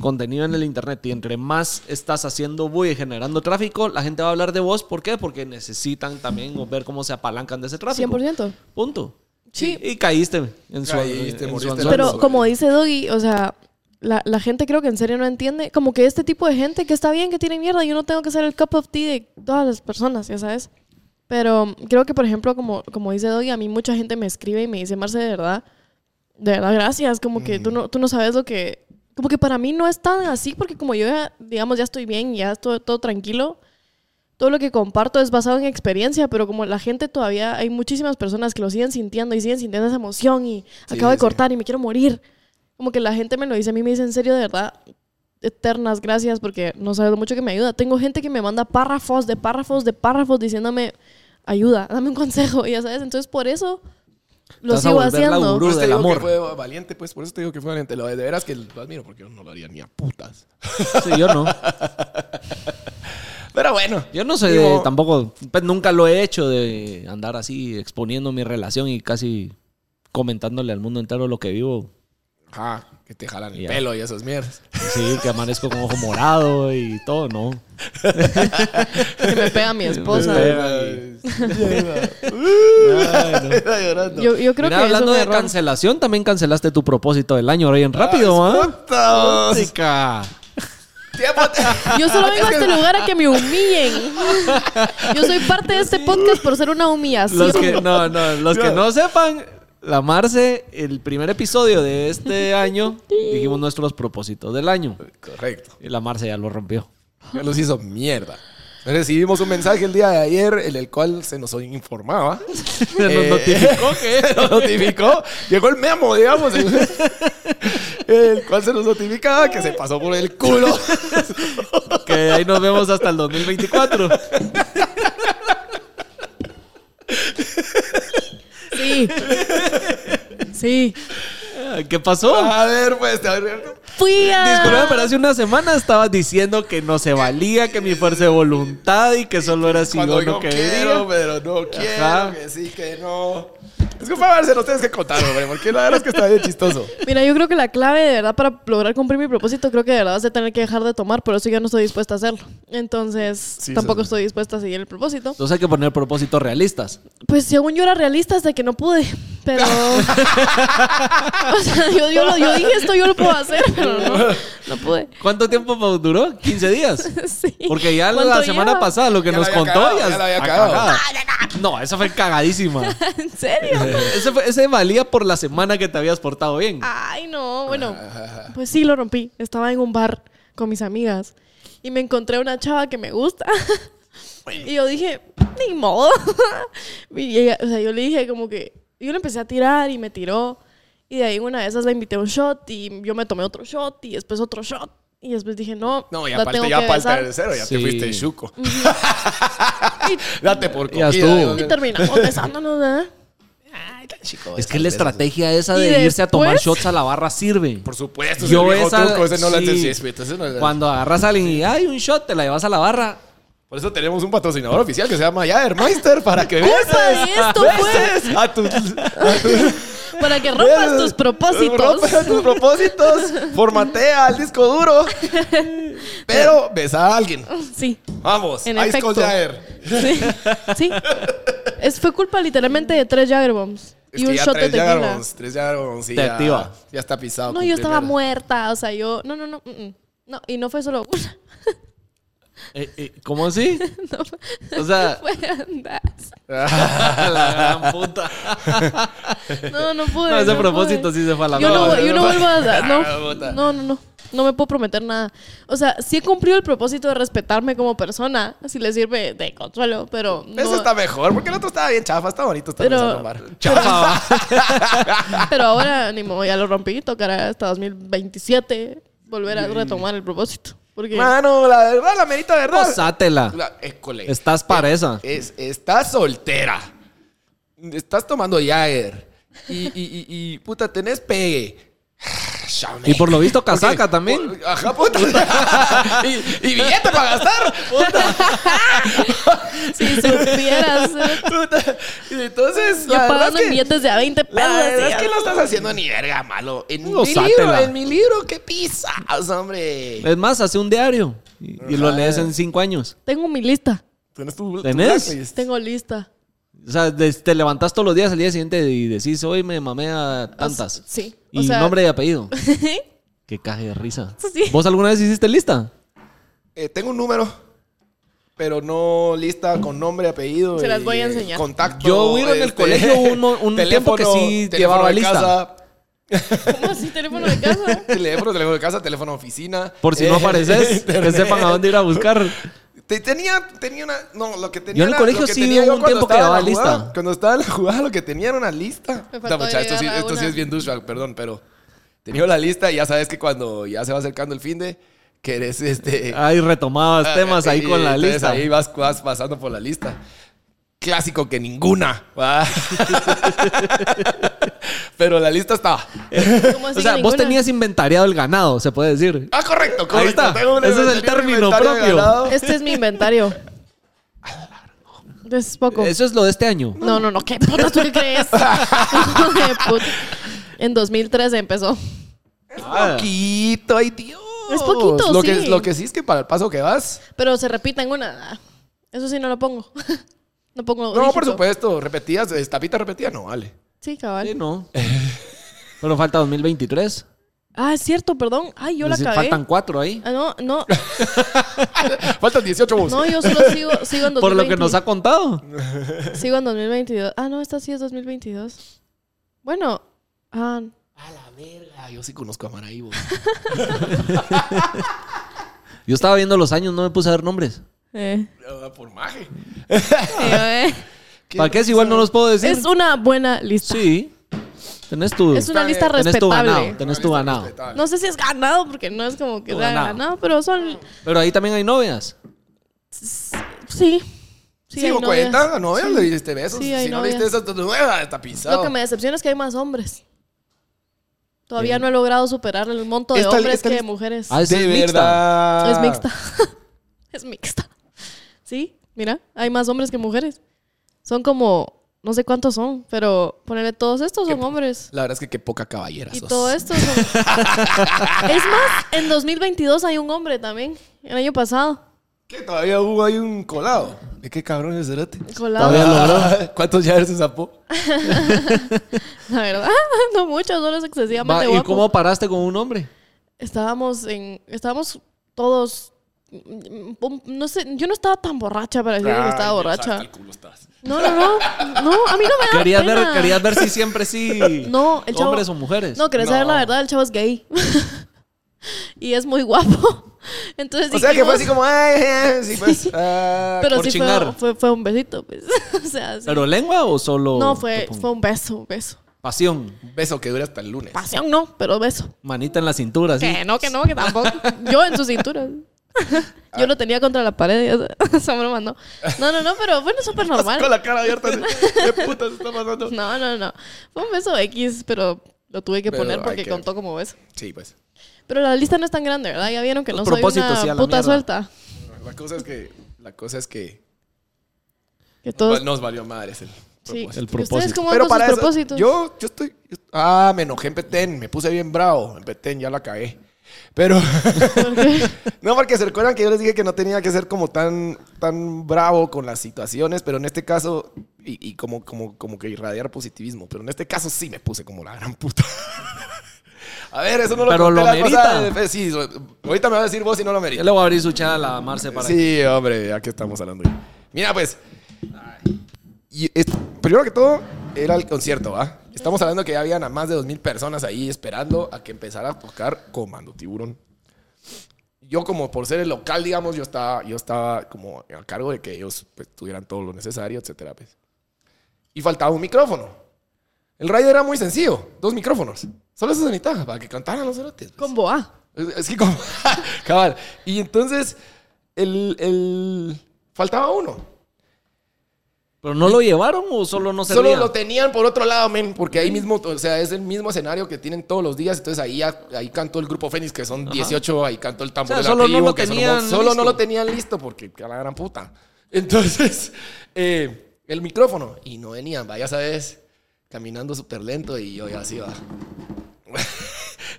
Speaker 4: contenido en el internet y entre más estás haciendo bulla y generando tráfico, la gente va a hablar de vos. ¿Por qué? Porque necesitan también ver cómo se apalancan de ese tráfico.
Speaker 6: 100%.
Speaker 4: Punto.
Speaker 6: Sí.
Speaker 4: Y caíste en su,
Speaker 5: Caíste,
Speaker 4: en su
Speaker 5: moriste.
Speaker 4: anzuelo.
Speaker 6: Pero como dice Doggy, o sea, la, la gente creo que en serio no entiende. Como que este tipo de gente que está bien, que tiene mierda, yo no tengo que ser el cup of tea de todas las personas, ya sabes. Pero creo que, por ejemplo, como, como dice Doggy, a mí mucha gente me escribe y me dice, Marce, de verdad, de verdad, gracias. Como que tú, no, tú no sabes lo que... Como que para mí no es tan así, porque como yo ya, digamos, ya estoy bien, ya estoy todo tranquilo, todo lo que comparto es basado en experiencia, pero como la gente todavía, hay muchísimas personas que lo siguen sintiendo y siguen sintiendo esa emoción y
Speaker 5: Sí,
Speaker 6: acabo
Speaker 5: sí,
Speaker 6: de
Speaker 5: sí.
Speaker 6: cortar y me quiero morir. Como que la gente me lo dice, a mí me dice en serio, de verdad, eternas gracias porque no sabes lo mucho que me ayuda. Tengo gente que me manda párrafos de párrafos de párrafos diciéndome, ayuda, dame un consejo, ya sabes. Entonces por eso lo
Speaker 4: Vas a
Speaker 6: sigo
Speaker 4: volver la
Speaker 6: haciendo.
Speaker 4: gurú.
Speaker 5: Por eso te
Speaker 4: del
Speaker 5: digo que
Speaker 4: amor.
Speaker 5: fue valiente, pues, por eso te digo que fue valiente. Lo de, de veras que lo admiro, porque yo no lo haría ni a putas.
Speaker 4: Sí, yo no.
Speaker 5: Pero bueno.
Speaker 4: Yo no soy
Speaker 5: Digo-
Speaker 4: de, tampoco, pues nunca lo he hecho de andar así exponiendo mi relación y casi comentándole al mundo entero lo que vivo.
Speaker 5: Ajá, que te jalan el
Speaker 4: Ya.
Speaker 5: pelo y esas mierdas.
Speaker 4: Sí, que amanezco con ojo morado y todo, ¿no?
Speaker 6: Que me pega mi esposa.
Speaker 4: Ay, no.
Speaker 5: Está llorando.
Speaker 6: Yo, yo creo
Speaker 4: Mira,
Speaker 6: que
Speaker 4: hablando
Speaker 6: eso
Speaker 4: de cancelación, también cancelaste tu propósito del año bien rápido, ¿ah?
Speaker 5: Puta,
Speaker 4: Chica.
Speaker 5: tiempo.
Speaker 6: Yo solo vengo a este lugar a que me humillen. Yo soy parte de este podcast por ser una humillación.
Speaker 4: Los que, no, no, los que no sepan, la Marce, el primer episodio de este año, dijimos nuestros propósitos del año.
Speaker 5: Correcto.
Speaker 4: Y la Marce ya lo rompió.
Speaker 5: Ya los hizo mierda. Recibimos un mensaje el día de ayer en el cual se nos informaba. Eh,
Speaker 4: Nos notificó que-
Speaker 5: nos notificó. Llegó el memo, digamos. el cual se nos notificaba que se pasó por el culo.
Speaker 4: Que de ahí nos vemos hasta el 2024.
Speaker 6: Sí. Sí.
Speaker 4: ¿Qué pasó?
Speaker 5: A ver, pues, a ver.
Speaker 6: Fui a...
Speaker 4: Disculpa, pero hace una semana estabas diciendo que no se valía, que mi fuerza de voluntad y que solo era si
Speaker 5: Cuando
Speaker 4: yo
Speaker 5: yo
Speaker 4: no quería.
Speaker 5: quiero, pero no quiero,
Speaker 4: Ajá.
Speaker 5: que sí, que no. Disculpa, Marce, no tienes que contar, hombre, porque la verdad es que está bien chistoso.
Speaker 6: Mira, yo creo que la clave de verdad para lograr cumplir mi propósito, creo que de verdad vas a tener que dejar de tomar, pero eso yo no estoy dispuesta a hacerlo. Entonces, tampoco
Speaker 5: sí.
Speaker 6: estoy dispuesta a seguir el propósito.
Speaker 4: Entonces hay que poner propósitos realistas.
Speaker 6: Pues según yo era realista hasta que no pude, pero... o sea, yo, yo, lo- yo dije esto, yo lo puedo hacer, pero no, no pude.
Speaker 4: ¿Cuánto tiempo duró? ¿15 días?
Speaker 6: Sí.
Speaker 4: Porque ya
Speaker 6: ¿Cuánto
Speaker 4: la semana
Speaker 6: lleva?
Speaker 4: pasada lo que
Speaker 5: Ya la
Speaker 4: nos
Speaker 5: había
Speaker 4: contó
Speaker 5: cagado,
Speaker 4: ya,
Speaker 5: ya la había
Speaker 4: está
Speaker 5: cagado.
Speaker 4: cagada. No, esa fue cagadísima.
Speaker 6: ¿En serio?
Speaker 4: ese, fue- ese valía por la semana que te habías portado bien.
Speaker 6: Ay, no, bueno, pues sí lo rompí. Estaba en un bar con mis amigas y me encontré una chava que me gusta. y yo dije, ni modo. y ella- o sea, yo le dije como que, yo le empecé a tirar y me tiró. Y de ahí una de esas la invité a un shot y yo me tomé otro shot y después otro shot. Y después dije, no,
Speaker 5: No, ya
Speaker 6: la
Speaker 5: aparte,
Speaker 6: tengo
Speaker 5: ya
Speaker 6: que
Speaker 5: para el
Speaker 6: besar.
Speaker 5: tercero, ya te
Speaker 4: Sí.
Speaker 5: fuiste de chuco. Date por
Speaker 4: Ya
Speaker 5: cogida.
Speaker 4: estuvo.
Speaker 6: Y terminamos besándonos, ¿verdad?
Speaker 5: chico.
Speaker 4: Es que
Speaker 5: esas
Speaker 4: la
Speaker 5: veces-
Speaker 4: estrategia esa de
Speaker 6: ¿Y
Speaker 4: irse a tomar
Speaker 6: después?
Speaker 4: shots a la barra sirve.
Speaker 5: Por supuesto,
Speaker 4: Yo
Speaker 5: yo es el viejo
Speaker 4: esa-
Speaker 5: truco, ese no lo
Speaker 4: sí.
Speaker 5: haces, ese no lo-
Speaker 4: Cuando agarras a alguien y hay un shot, te la llevas a la barra.
Speaker 5: Por eso tenemos un patrocinador oficial que se llama Jadermeister para que veas.
Speaker 6: Culpa de esto fue
Speaker 5: A tus, a tus
Speaker 6: para que rompas tus propósitos.
Speaker 5: rompas tus propósitos. Formatea el disco duro. Pero besa a alguien.
Speaker 6: Sí,
Speaker 5: Vamos.
Speaker 6: En
Speaker 5: Ice Cold
Speaker 6: efecto.
Speaker 5: Jagger.
Speaker 6: sí, sí. Es, fue culpa literalmente de tres Jagger Bombs
Speaker 5: Es
Speaker 6: y
Speaker 5: que
Speaker 6: un
Speaker 5: ya
Speaker 6: shot de
Speaker 5: tres
Speaker 6: tequila.
Speaker 5: Jagger Bombs, Tres Jagger Bombs, sí,
Speaker 4: Te
Speaker 5: ya,
Speaker 4: activa.
Speaker 5: Ya está pisado.
Speaker 6: No,
Speaker 5: con
Speaker 6: yo estaba
Speaker 5: primera.
Speaker 6: muerta, o sea, yo... No, no, no, mm, mm. no, y no fue solo una.
Speaker 4: Eh, eh, ¿Cómo así?
Speaker 6: No, fue-
Speaker 4: O sea,
Speaker 6: fueron das.
Speaker 4: la gran puta.
Speaker 6: No, no pude.
Speaker 4: No, ese
Speaker 6: no
Speaker 4: propósito
Speaker 6: pude.
Speaker 4: sí se fue a la
Speaker 6: Yo no,
Speaker 4: mierda.
Speaker 6: voy- yo no vuelvo a.
Speaker 5: Ah,
Speaker 6: No,
Speaker 5: puta.
Speaker 6: no, no, no. No me puedo prometer nada. O sea, sí he cumplido el propósito de respetarme como persona, si le sirve de consuelo, pero. No,
Speaker 5: Eso está mejor, porque el otro estaba bien chafa, está bonito, está
Speaker 6: Pero-
Speaker 5: empezando a amar.
Speaker 4: Chafa.
Speaker 6: Pero ahora, ni modo, ya lo rompí, tocará hasta 2027 volver a retomar el propósito. Porque.
Speaker 5: Mano, la verdad, la merita verdad.
Speaker 4: Posátela.
Speaker 5: La- Eh, école.
Speaker 4: Estás para esa.
Speaker 5: Es, estás soltera. Estás tomando Jagger. Y, y, y, y, puta, tenés pegue. Chame.
Speaker 4: Y por lo visto, casaca
Speaker 5: Porque-
Speaker 4: también.
Speaker 5: por- Ajá, puta. y, y billete para gastar.
Speaker 6: Si supieras. eh,
Speaker 5: Puta. Y entonces,
Speaker 6: Yo
Speaker 5: la verdad
Speaker 6: pagando
Speaker 5: es que,
Speaker 6: en billetes de a 20 pesos.
Speaker 5: la verdad
Speaker 6: así,
Speaker 5: es que
Speaker 6: ya.
Speaker 5: no estás haciendo ni verga, malo. En mi
Speaker 4: Gozátela.
Speaker 5: libro, en mi libro, qué pisas, hombre.
Speaker 4: Es más, hace un diario y, y lo
Speaker 5: Ajá.
Speaker 4: lees en cinco años.
Speaker 6: Tengo mi lista.
Speaker 5: ¿Tenés? tu- tu
Speaker 4: ¿Tenés?
Speaker 5: blacklist?
Speaker 6: Tengo lista.
Speaker 4: O sea, des- te levantas todos los días al día siguiente y decís, hoy me mamé a tantas.
Speaker 6: sí, o
Speaker 4: Y
Speaker 6: sea-
Speaker 4: nombre y apellido. Qué caja de risa.
Speaker 6: Sí.
Speaker 4: ¿Vos alguna vez hiciste lista?
Speaker 5: Eh, tengo un número, pero no lista con nombre, apellido.
Speaker 6: Se
Speaker 5: y
Speaker 6: las voy a enseñar.
Speaker 5: Contacto. este,
Speaker 4: Yo, güey, en el colegio hubo un mo- un tiempo que sí llevaba
Speaker 5: de
Speaker 4: lista.
Speaker 5: Casa,
Speaker 6: ¿Cómo así teléfono de casa?
Speaker 5: teléfono, teléfono de casa, teléfono de oficina.
Speaker 4: Por si no
Speaker 5: eh,
Speaker 4: apareces, que
Speaker 5: internet.
Speaker 4: sepan a dónde ir a buscar.
Speaker 5: Te- tenía, tenía una. No, lo que tenía.
Speaker 4: Yo en el
Speaker 5: era-
Speaker 4: colegio
Speaker 5: lo que
Speaker 4: sí
Speaker 5: tenía
Speaker 4: hubo
Speaker 5: yo
Speaker 4: un
Speaker 5: cuando
Speaker 4: tiempo que
Speaker 5: estaba en la
Speaker 4: llevaba
Speaker 5: jugada-
Speaker 4: lista.
Speaker 5: Cuando estaba en la jugada, lo que tenía era una lista.
Speaker 6: Me
Speaker 5: Puta,
Speaker 6: faltó
Speaker 5: mucha, esto sí,
Speaker 6: agregar a
Speaker 5: esto sí
Speaker 6: una.
Speaker 5: es bien douchebag, perdón, pero. Tenía la lista y ya sabes que cuando ya se va acercando el fin de. Que eres este.
Speaker 4: Ay, retomabas temas ahí
Speaker 5: Y
Speaker 4: con la
Speaker 5: entonces
Speaker 4: lista.
Speaker 5: Ahí vas, vas pasando por la lista. Clásico que ninguna. ¿va? Pero la lista estaba.
Speaker 6: ¿Cómo así
Speaker 4: O sea,
Speaker 6: que
Speaker 4: vos
Speaker 6: ninguna?
Speaker 4: tenías inventariado el ganado, se puede decir.
Speaker 5: Ah, correcto, correcto.
Speaker 4: Ahí está.
Speaker 5: Tengo un
Speaker 4: Ese es el
Speaker 5: inventario
Speaker 4: término
Speaker 5: inventario
Speaker 4: propio.
Speaker 5: ganado.
Speaker 6: Este es mi inventario. Es poco.
Speaker 4: Eso es lo de este año.
Speaker 6: No, no, no. ¿Qué putas tú qué crees? Hijo de puta. En 2013 empezó.
Speaker 4: Ah.
Speaker 5: Poquito, ay Dios.
Speaker 6: Es poquito,
Speaker 5: lo Que,
Speaker 6: sí.
Speaker 5: lo que sí es que para el paso que vas.
Speaker 6: Pero se repita en una. Eso sí no lo pongo. No pongo
Speaker 5: No,
Speaker 6: dígito.
Speaker 5: por supuesto. Repetías, eh, tapita repetida, no vale.
Speaker 6: Sí,
Speaker 4: Sí,
Speaker 6: cabal.
Speaker 4: no. Pero falta 2023.
Speaker 6: Ah, es cierto, perdón. Ay, yo la
Speaker 4: Es decir,
Speaker 6: cagué.
Speaker 4: Faltan cuatro ahí.
Speaker 6: Ah, no, no.
Speaker 5: Faltan 18 votos.
Speaker 6: No, yo solo sigo, sigo en 2020.
Speaker 4: Por lo que nos ha contado.
Speaker 6: Sigo en 2022. Ah, no, esta sí es 2022. Bueno. Ah,
Speaker 5: A la verga, yo sí conozco a Maraibo.
Speaker 4: Yo estaba viendo los años, no me puse a ver nombres.
Speaker 6: eh.
Speaker 5: Ah, por maje.
Speaker 4: Ah.
Speaker 6: Eh, eh.
Speaker 4: ¿Para qué? Si igual no los puedo decir.
Speaker 6: Es una buena lista.
Speaker 4: Sí. Tenés tu.
Speaker 6: Es una lista
Speaker 4: tenés tu
Speaker 6: respetable.
Speaker 4: ganado. Tenés tu ganado.
Speaker 6: No sé si es ganado, porque no es como que
Speaker 4: O
Speaker 6: sea
Speaker 4: ganado.
Speaker 6: ganado. pero son.
Speaker 4: Pero ahí también hay novias.
Speaker 6: Sí.
Speaker 5: Sí,
Speaker 6: hay
Speaker 5: o
Speaker 6: novias.
Speaker 5: 40 novias le diste besos.
Speaker 6: Sí, hay
Speaker 5: si no le
Speaker 6: novias.
Speaker 5: diste esas, pues, nueva, está pisado.
Speaker 6: Lo que me decepciona es que hay más hombres. Todavía no he logrado superar el monto de
Speaker 5: Esta-
Speaker 6: hombres
Speaker 5: esta
Speaker 6: que de
Speaker 5: lista-
Speaker 6: mujeres.
Speaker 4: Ah, es
Speaker 5: De
Speaker 4: mixta.
Speaker 5: verdad.
Speaker 6: Es mixta. es mixta. Sí, mira, hay más hombres que mujeres. Son como, no sé cuántos son, pero ponerle todos estos son hombres.
Speaker 5: La verdad es que qué poca caballera
Speaker 6: Y
Speaker 5: sos.
Speaker 6: todo esto son- es más, en 2022 hay un hombre también, el año pasado.
Speaker 5: ¿Qué? Todavía hubo ahí un colado. ¿De qué cabrón es Cerote?
Speaker 6: Colado.
Speaker 4: Todavía lo-
Speaker 5: ¿Cuántos ya se zapó?
Speaker 6: La verdad, no mucho, solo es
Speaker 4: Va,
Speaker 6: excesivamente
Speaker 4: ¿Y
Speaker 6: guapo.
Speaker 4: cómo paraste con un hombre?
Speaker 6: Estábamos en, estábamos todos, mm, mm, no sé, yo no estaba tan borracha para decir que estaba borracha. No, no, no, no, a mí no me da
Speaker 4: Querías
Speaker 6: pena.
Speaker 4: ver, querías ver si siempre sí.
Speaker 6: Ah, No, el chavo-
Speaker 4: Hombres o mujeres.
Speaker 6: No, querés saber la verdad, el chavo es gay. y es muy guapo. Entonces
Speaker 5: O sea que
Speaker 6: dijimos-
Speaker 5: fue así como, ay, eh, sí, pues. ah,
Speaker 6: Pero
Speaker 4: por
Speaker 6: sí fue,
Speaker 4: chingar.
Speaker 6: fue, fue un besito, pues. o sea, sí.
Speaker 4: ¿Pero lengua o solo.?
Speaker 6: no, fue,
Speaker 4: pum?
Speaker 6: fue un beso, un beso.
Speaker 4: Pasión.
Speaker 5: Beso que dura hasta el lunes.
Speaker 6: Pasión no, pero beso.
Speaker 4: Manita en la cintura, sí.
Speaker 6: Que no, que no, que tampoco. Yo en su cintura. Yo lo tenía contra la pared. y Eso me lo mandó. No, no, no, pero bueno, súper normal.
Speaker 5: Con la cara abierta. así, ¿Qué puta se está pasando?
Speaker 6: No, no, no. Fue un beso X, pero lo tuve que
Speaker 5: Pero
Speaker 6: poner
Speaker 5: hay
Speaker 6: porque
Speaker 5: que-
Speaker 6: contó como beso.
Speaker 5: Sí, pues.
Speaker 6: Pero la lista no es tan grande, ¿verdad? Ya vieron que
Speaker 4: Los
Speaker 6: no soy
Speaker 4: propósitos,
Speaker 6: una
Speaker 4: sí, a la
Speaker 6: puta
Speaker 4: mierda.
Speaker 6: suelta.
Speaker 5: La cosa es que. La cosa es que.
Speaker 6: Que todos...
Speaker 5: Nos valió madres el.
Speaker 6: sí.
Speaker 4: El
Speaker 6: ¿Y ¿Ustedes
Speaker 4: propósito.
Speaker 6: cómo van con sus propósitos?
Speaker 5: yo, yo estoy. yo- ah, me enojé en Petén, me puse bien bravo. En Petén ya la cagué. Pero. no, porque se recuerdan que yo les dije que no tenía que ser como tan, tan bravo con las situaciones, pero en este caso. Y, y como, como, como que irradiar positivismo. Pero en este caso sí me puse como la gran puta. a ver, eso no lo
Speaker 4: Pero
Speaker 5: conté
Speaker 4: lo
Speaker 5: la
Speaker 4: merita.
Speaker 5: pasada. eh, Sí, lo- ahorita me va a decir vos si no lo merita.
Speaker 4: Ya le voy a abrir su chat a la Marce para que-
Speaker 5: Sí, hombre, ya que estamos hablando. ya. Mira, pues. y es- primero que todo, era el concierto, ¿va? Estamos hablando que ya habían a más de 2.000 personas ahí esperando a que empezara a tocar Comando Tiburón. Yo, como por ser el local, digamos, yo estaba, yo estaba como a cargo de que ellos pues, tuvieran todo lo necesario, etcétera. pues. Y faltaba un micrófono. El radio era muy sencillo: dos micrófonos. Solo eso se necesitaba para que cantaran los cerotes. pues.
Speaker 6: Con Boa.
Speaker 5: Es es que como... Cabal. Y entonces, el, el- Faltaba uno.
Speaker 4: ¿Pero no lo llevaron o solo no servía?
Speaker 5: Solo lo tenían por otro lado, men, porque ahí mismo, o sea, es el mismo escenario que tienen todos los días. Entonces ahí, ya- ahí cantó el grupo Fénix, que son 18, ahí cantó el
Speaker 4: O
Speaker 5: tambor
Speaker 4: sea,
Speaker 5: de la
Speaker 4: solo no
Speaker 5: tribu,
Speaker 4: lo
Speaker 5: que son un
Speaker 4: tenían
Speaker 5: mon- Solo no
Speaker 4: listo.
Speaker 5: lo tenían listo, porque que la gran puta. Entonces, eh, el micrófono. Y no venían, vaya, sabes, caminando súper lento y yo ya así va.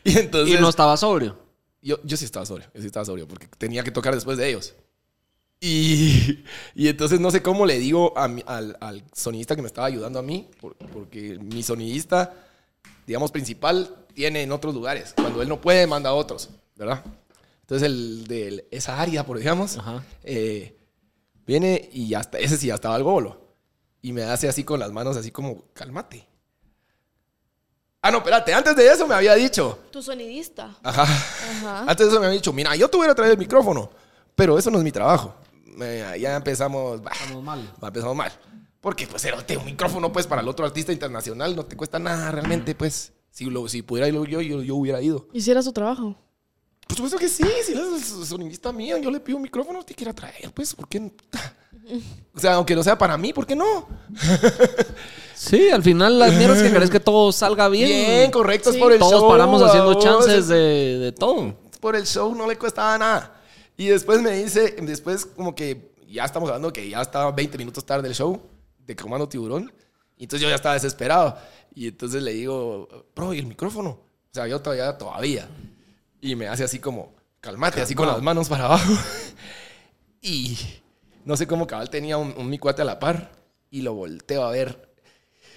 Speaker 5: y entonces.
Speaker 4: Y no estaba sobrio.
Speaker 5: Yo, yo sí estaba sobrio, yo sí estaba sobrio, porque tenía que tocar después de ellos. Y, y entonces no sé cómo le digo a mi- al, al sonidista que me estaba ayudando a mí, por- porque mi sonidista, digamos, principal, tiene en otros lugares. Cuando él no puede, manda a otros, ¿verdad? Entonces el de el- esa área, por digamos,
Speaker 4: Ajá.
Speaker 5: eh, viene y ya está, ese sí ya estaba al golo. Y me hace así con las manos, así como, cálmate. Ah, no, espérate, antes de eso me había dicho.
Speaker 6: Tu sonidista.
Speaker 5: Ajá.
Speaker 6: Ajá.
Speaker 5: Antes de eso me habían dicho, mira, yo te voy a traer el micrófono, pero eso no es mi trabajo. Me- ya empezamos, bah,
Speaker 4: Estamos mal.
Speaker 5: empezamos mal. Porque, pues, erote, un micrófono, pues, para el otro artista internacional no te cuesta nada realmente, pues. Si, lo, si pudiera ir yo, yo, yo hubiera ido.
Speaker 6: Hiciera su trabajo.
Speaker 5: Por supuesto que sí, si no es el sonidista mío, yo le pido un micrófono, te quiera traer, pues, ¿por qué? no? O sea, aunque no sea para mí, ¿por qué no?
Speaker 4: Sí, al final las mierdas que querés que todo salga bien.
Speaker 5: Bien, correcto, es
Speaker 6: Sí.
Speaker 5: por el
Speaker 4: Todos
Speaker 5: show,
Speaker 4: paramos haciendo
Speaker 5: babos,
Speaker 4: chances de, de todo.
Speaker 5: por el show no le costaba nada. Y después me dice, después como que ya estamos hablando que ya estaba 20 minutos tarde el show de Comando Tiburón. Y entonces yo ya estaba desesperado. Y entonces le digo, bro, ¿y el micrófono? O sea, yo todavía, todavía. Y me hace así como, calmate, así con las manos para abajo. y no sé cómo cabal tenía un, un mi cuate a la par. Y lo volteo a ver.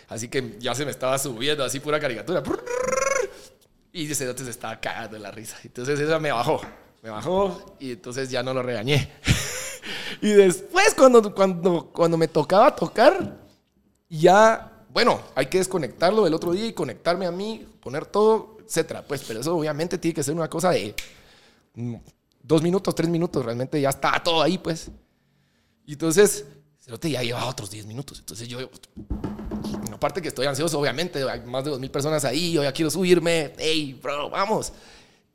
Speaker 5: Así que ya se me estaba subiendo, así pura caricatura. Y ese cerote se estaba cagando de la risa. Entonces eso me bajó. Me bajó y entonces ya no lo regañé. y después cuando, cuando, cuando me tocaba tocar, ya, bueno, hay que desconectarlo del otro día y conectarme a mí, poner todo, etcétera. Pues, pero eso obviamente tiene que ser una cosa de mm, dos minutos, tres minutos. Realmente ya está todo ahí, pues. Y entonces, cerote ya llevaba otros diez minutos. Entonces yo Aparte que estoy ansioso, obviamente, hay más de 2.000 personas ahí, yo ya quiero subirme, hey, bro, vamos.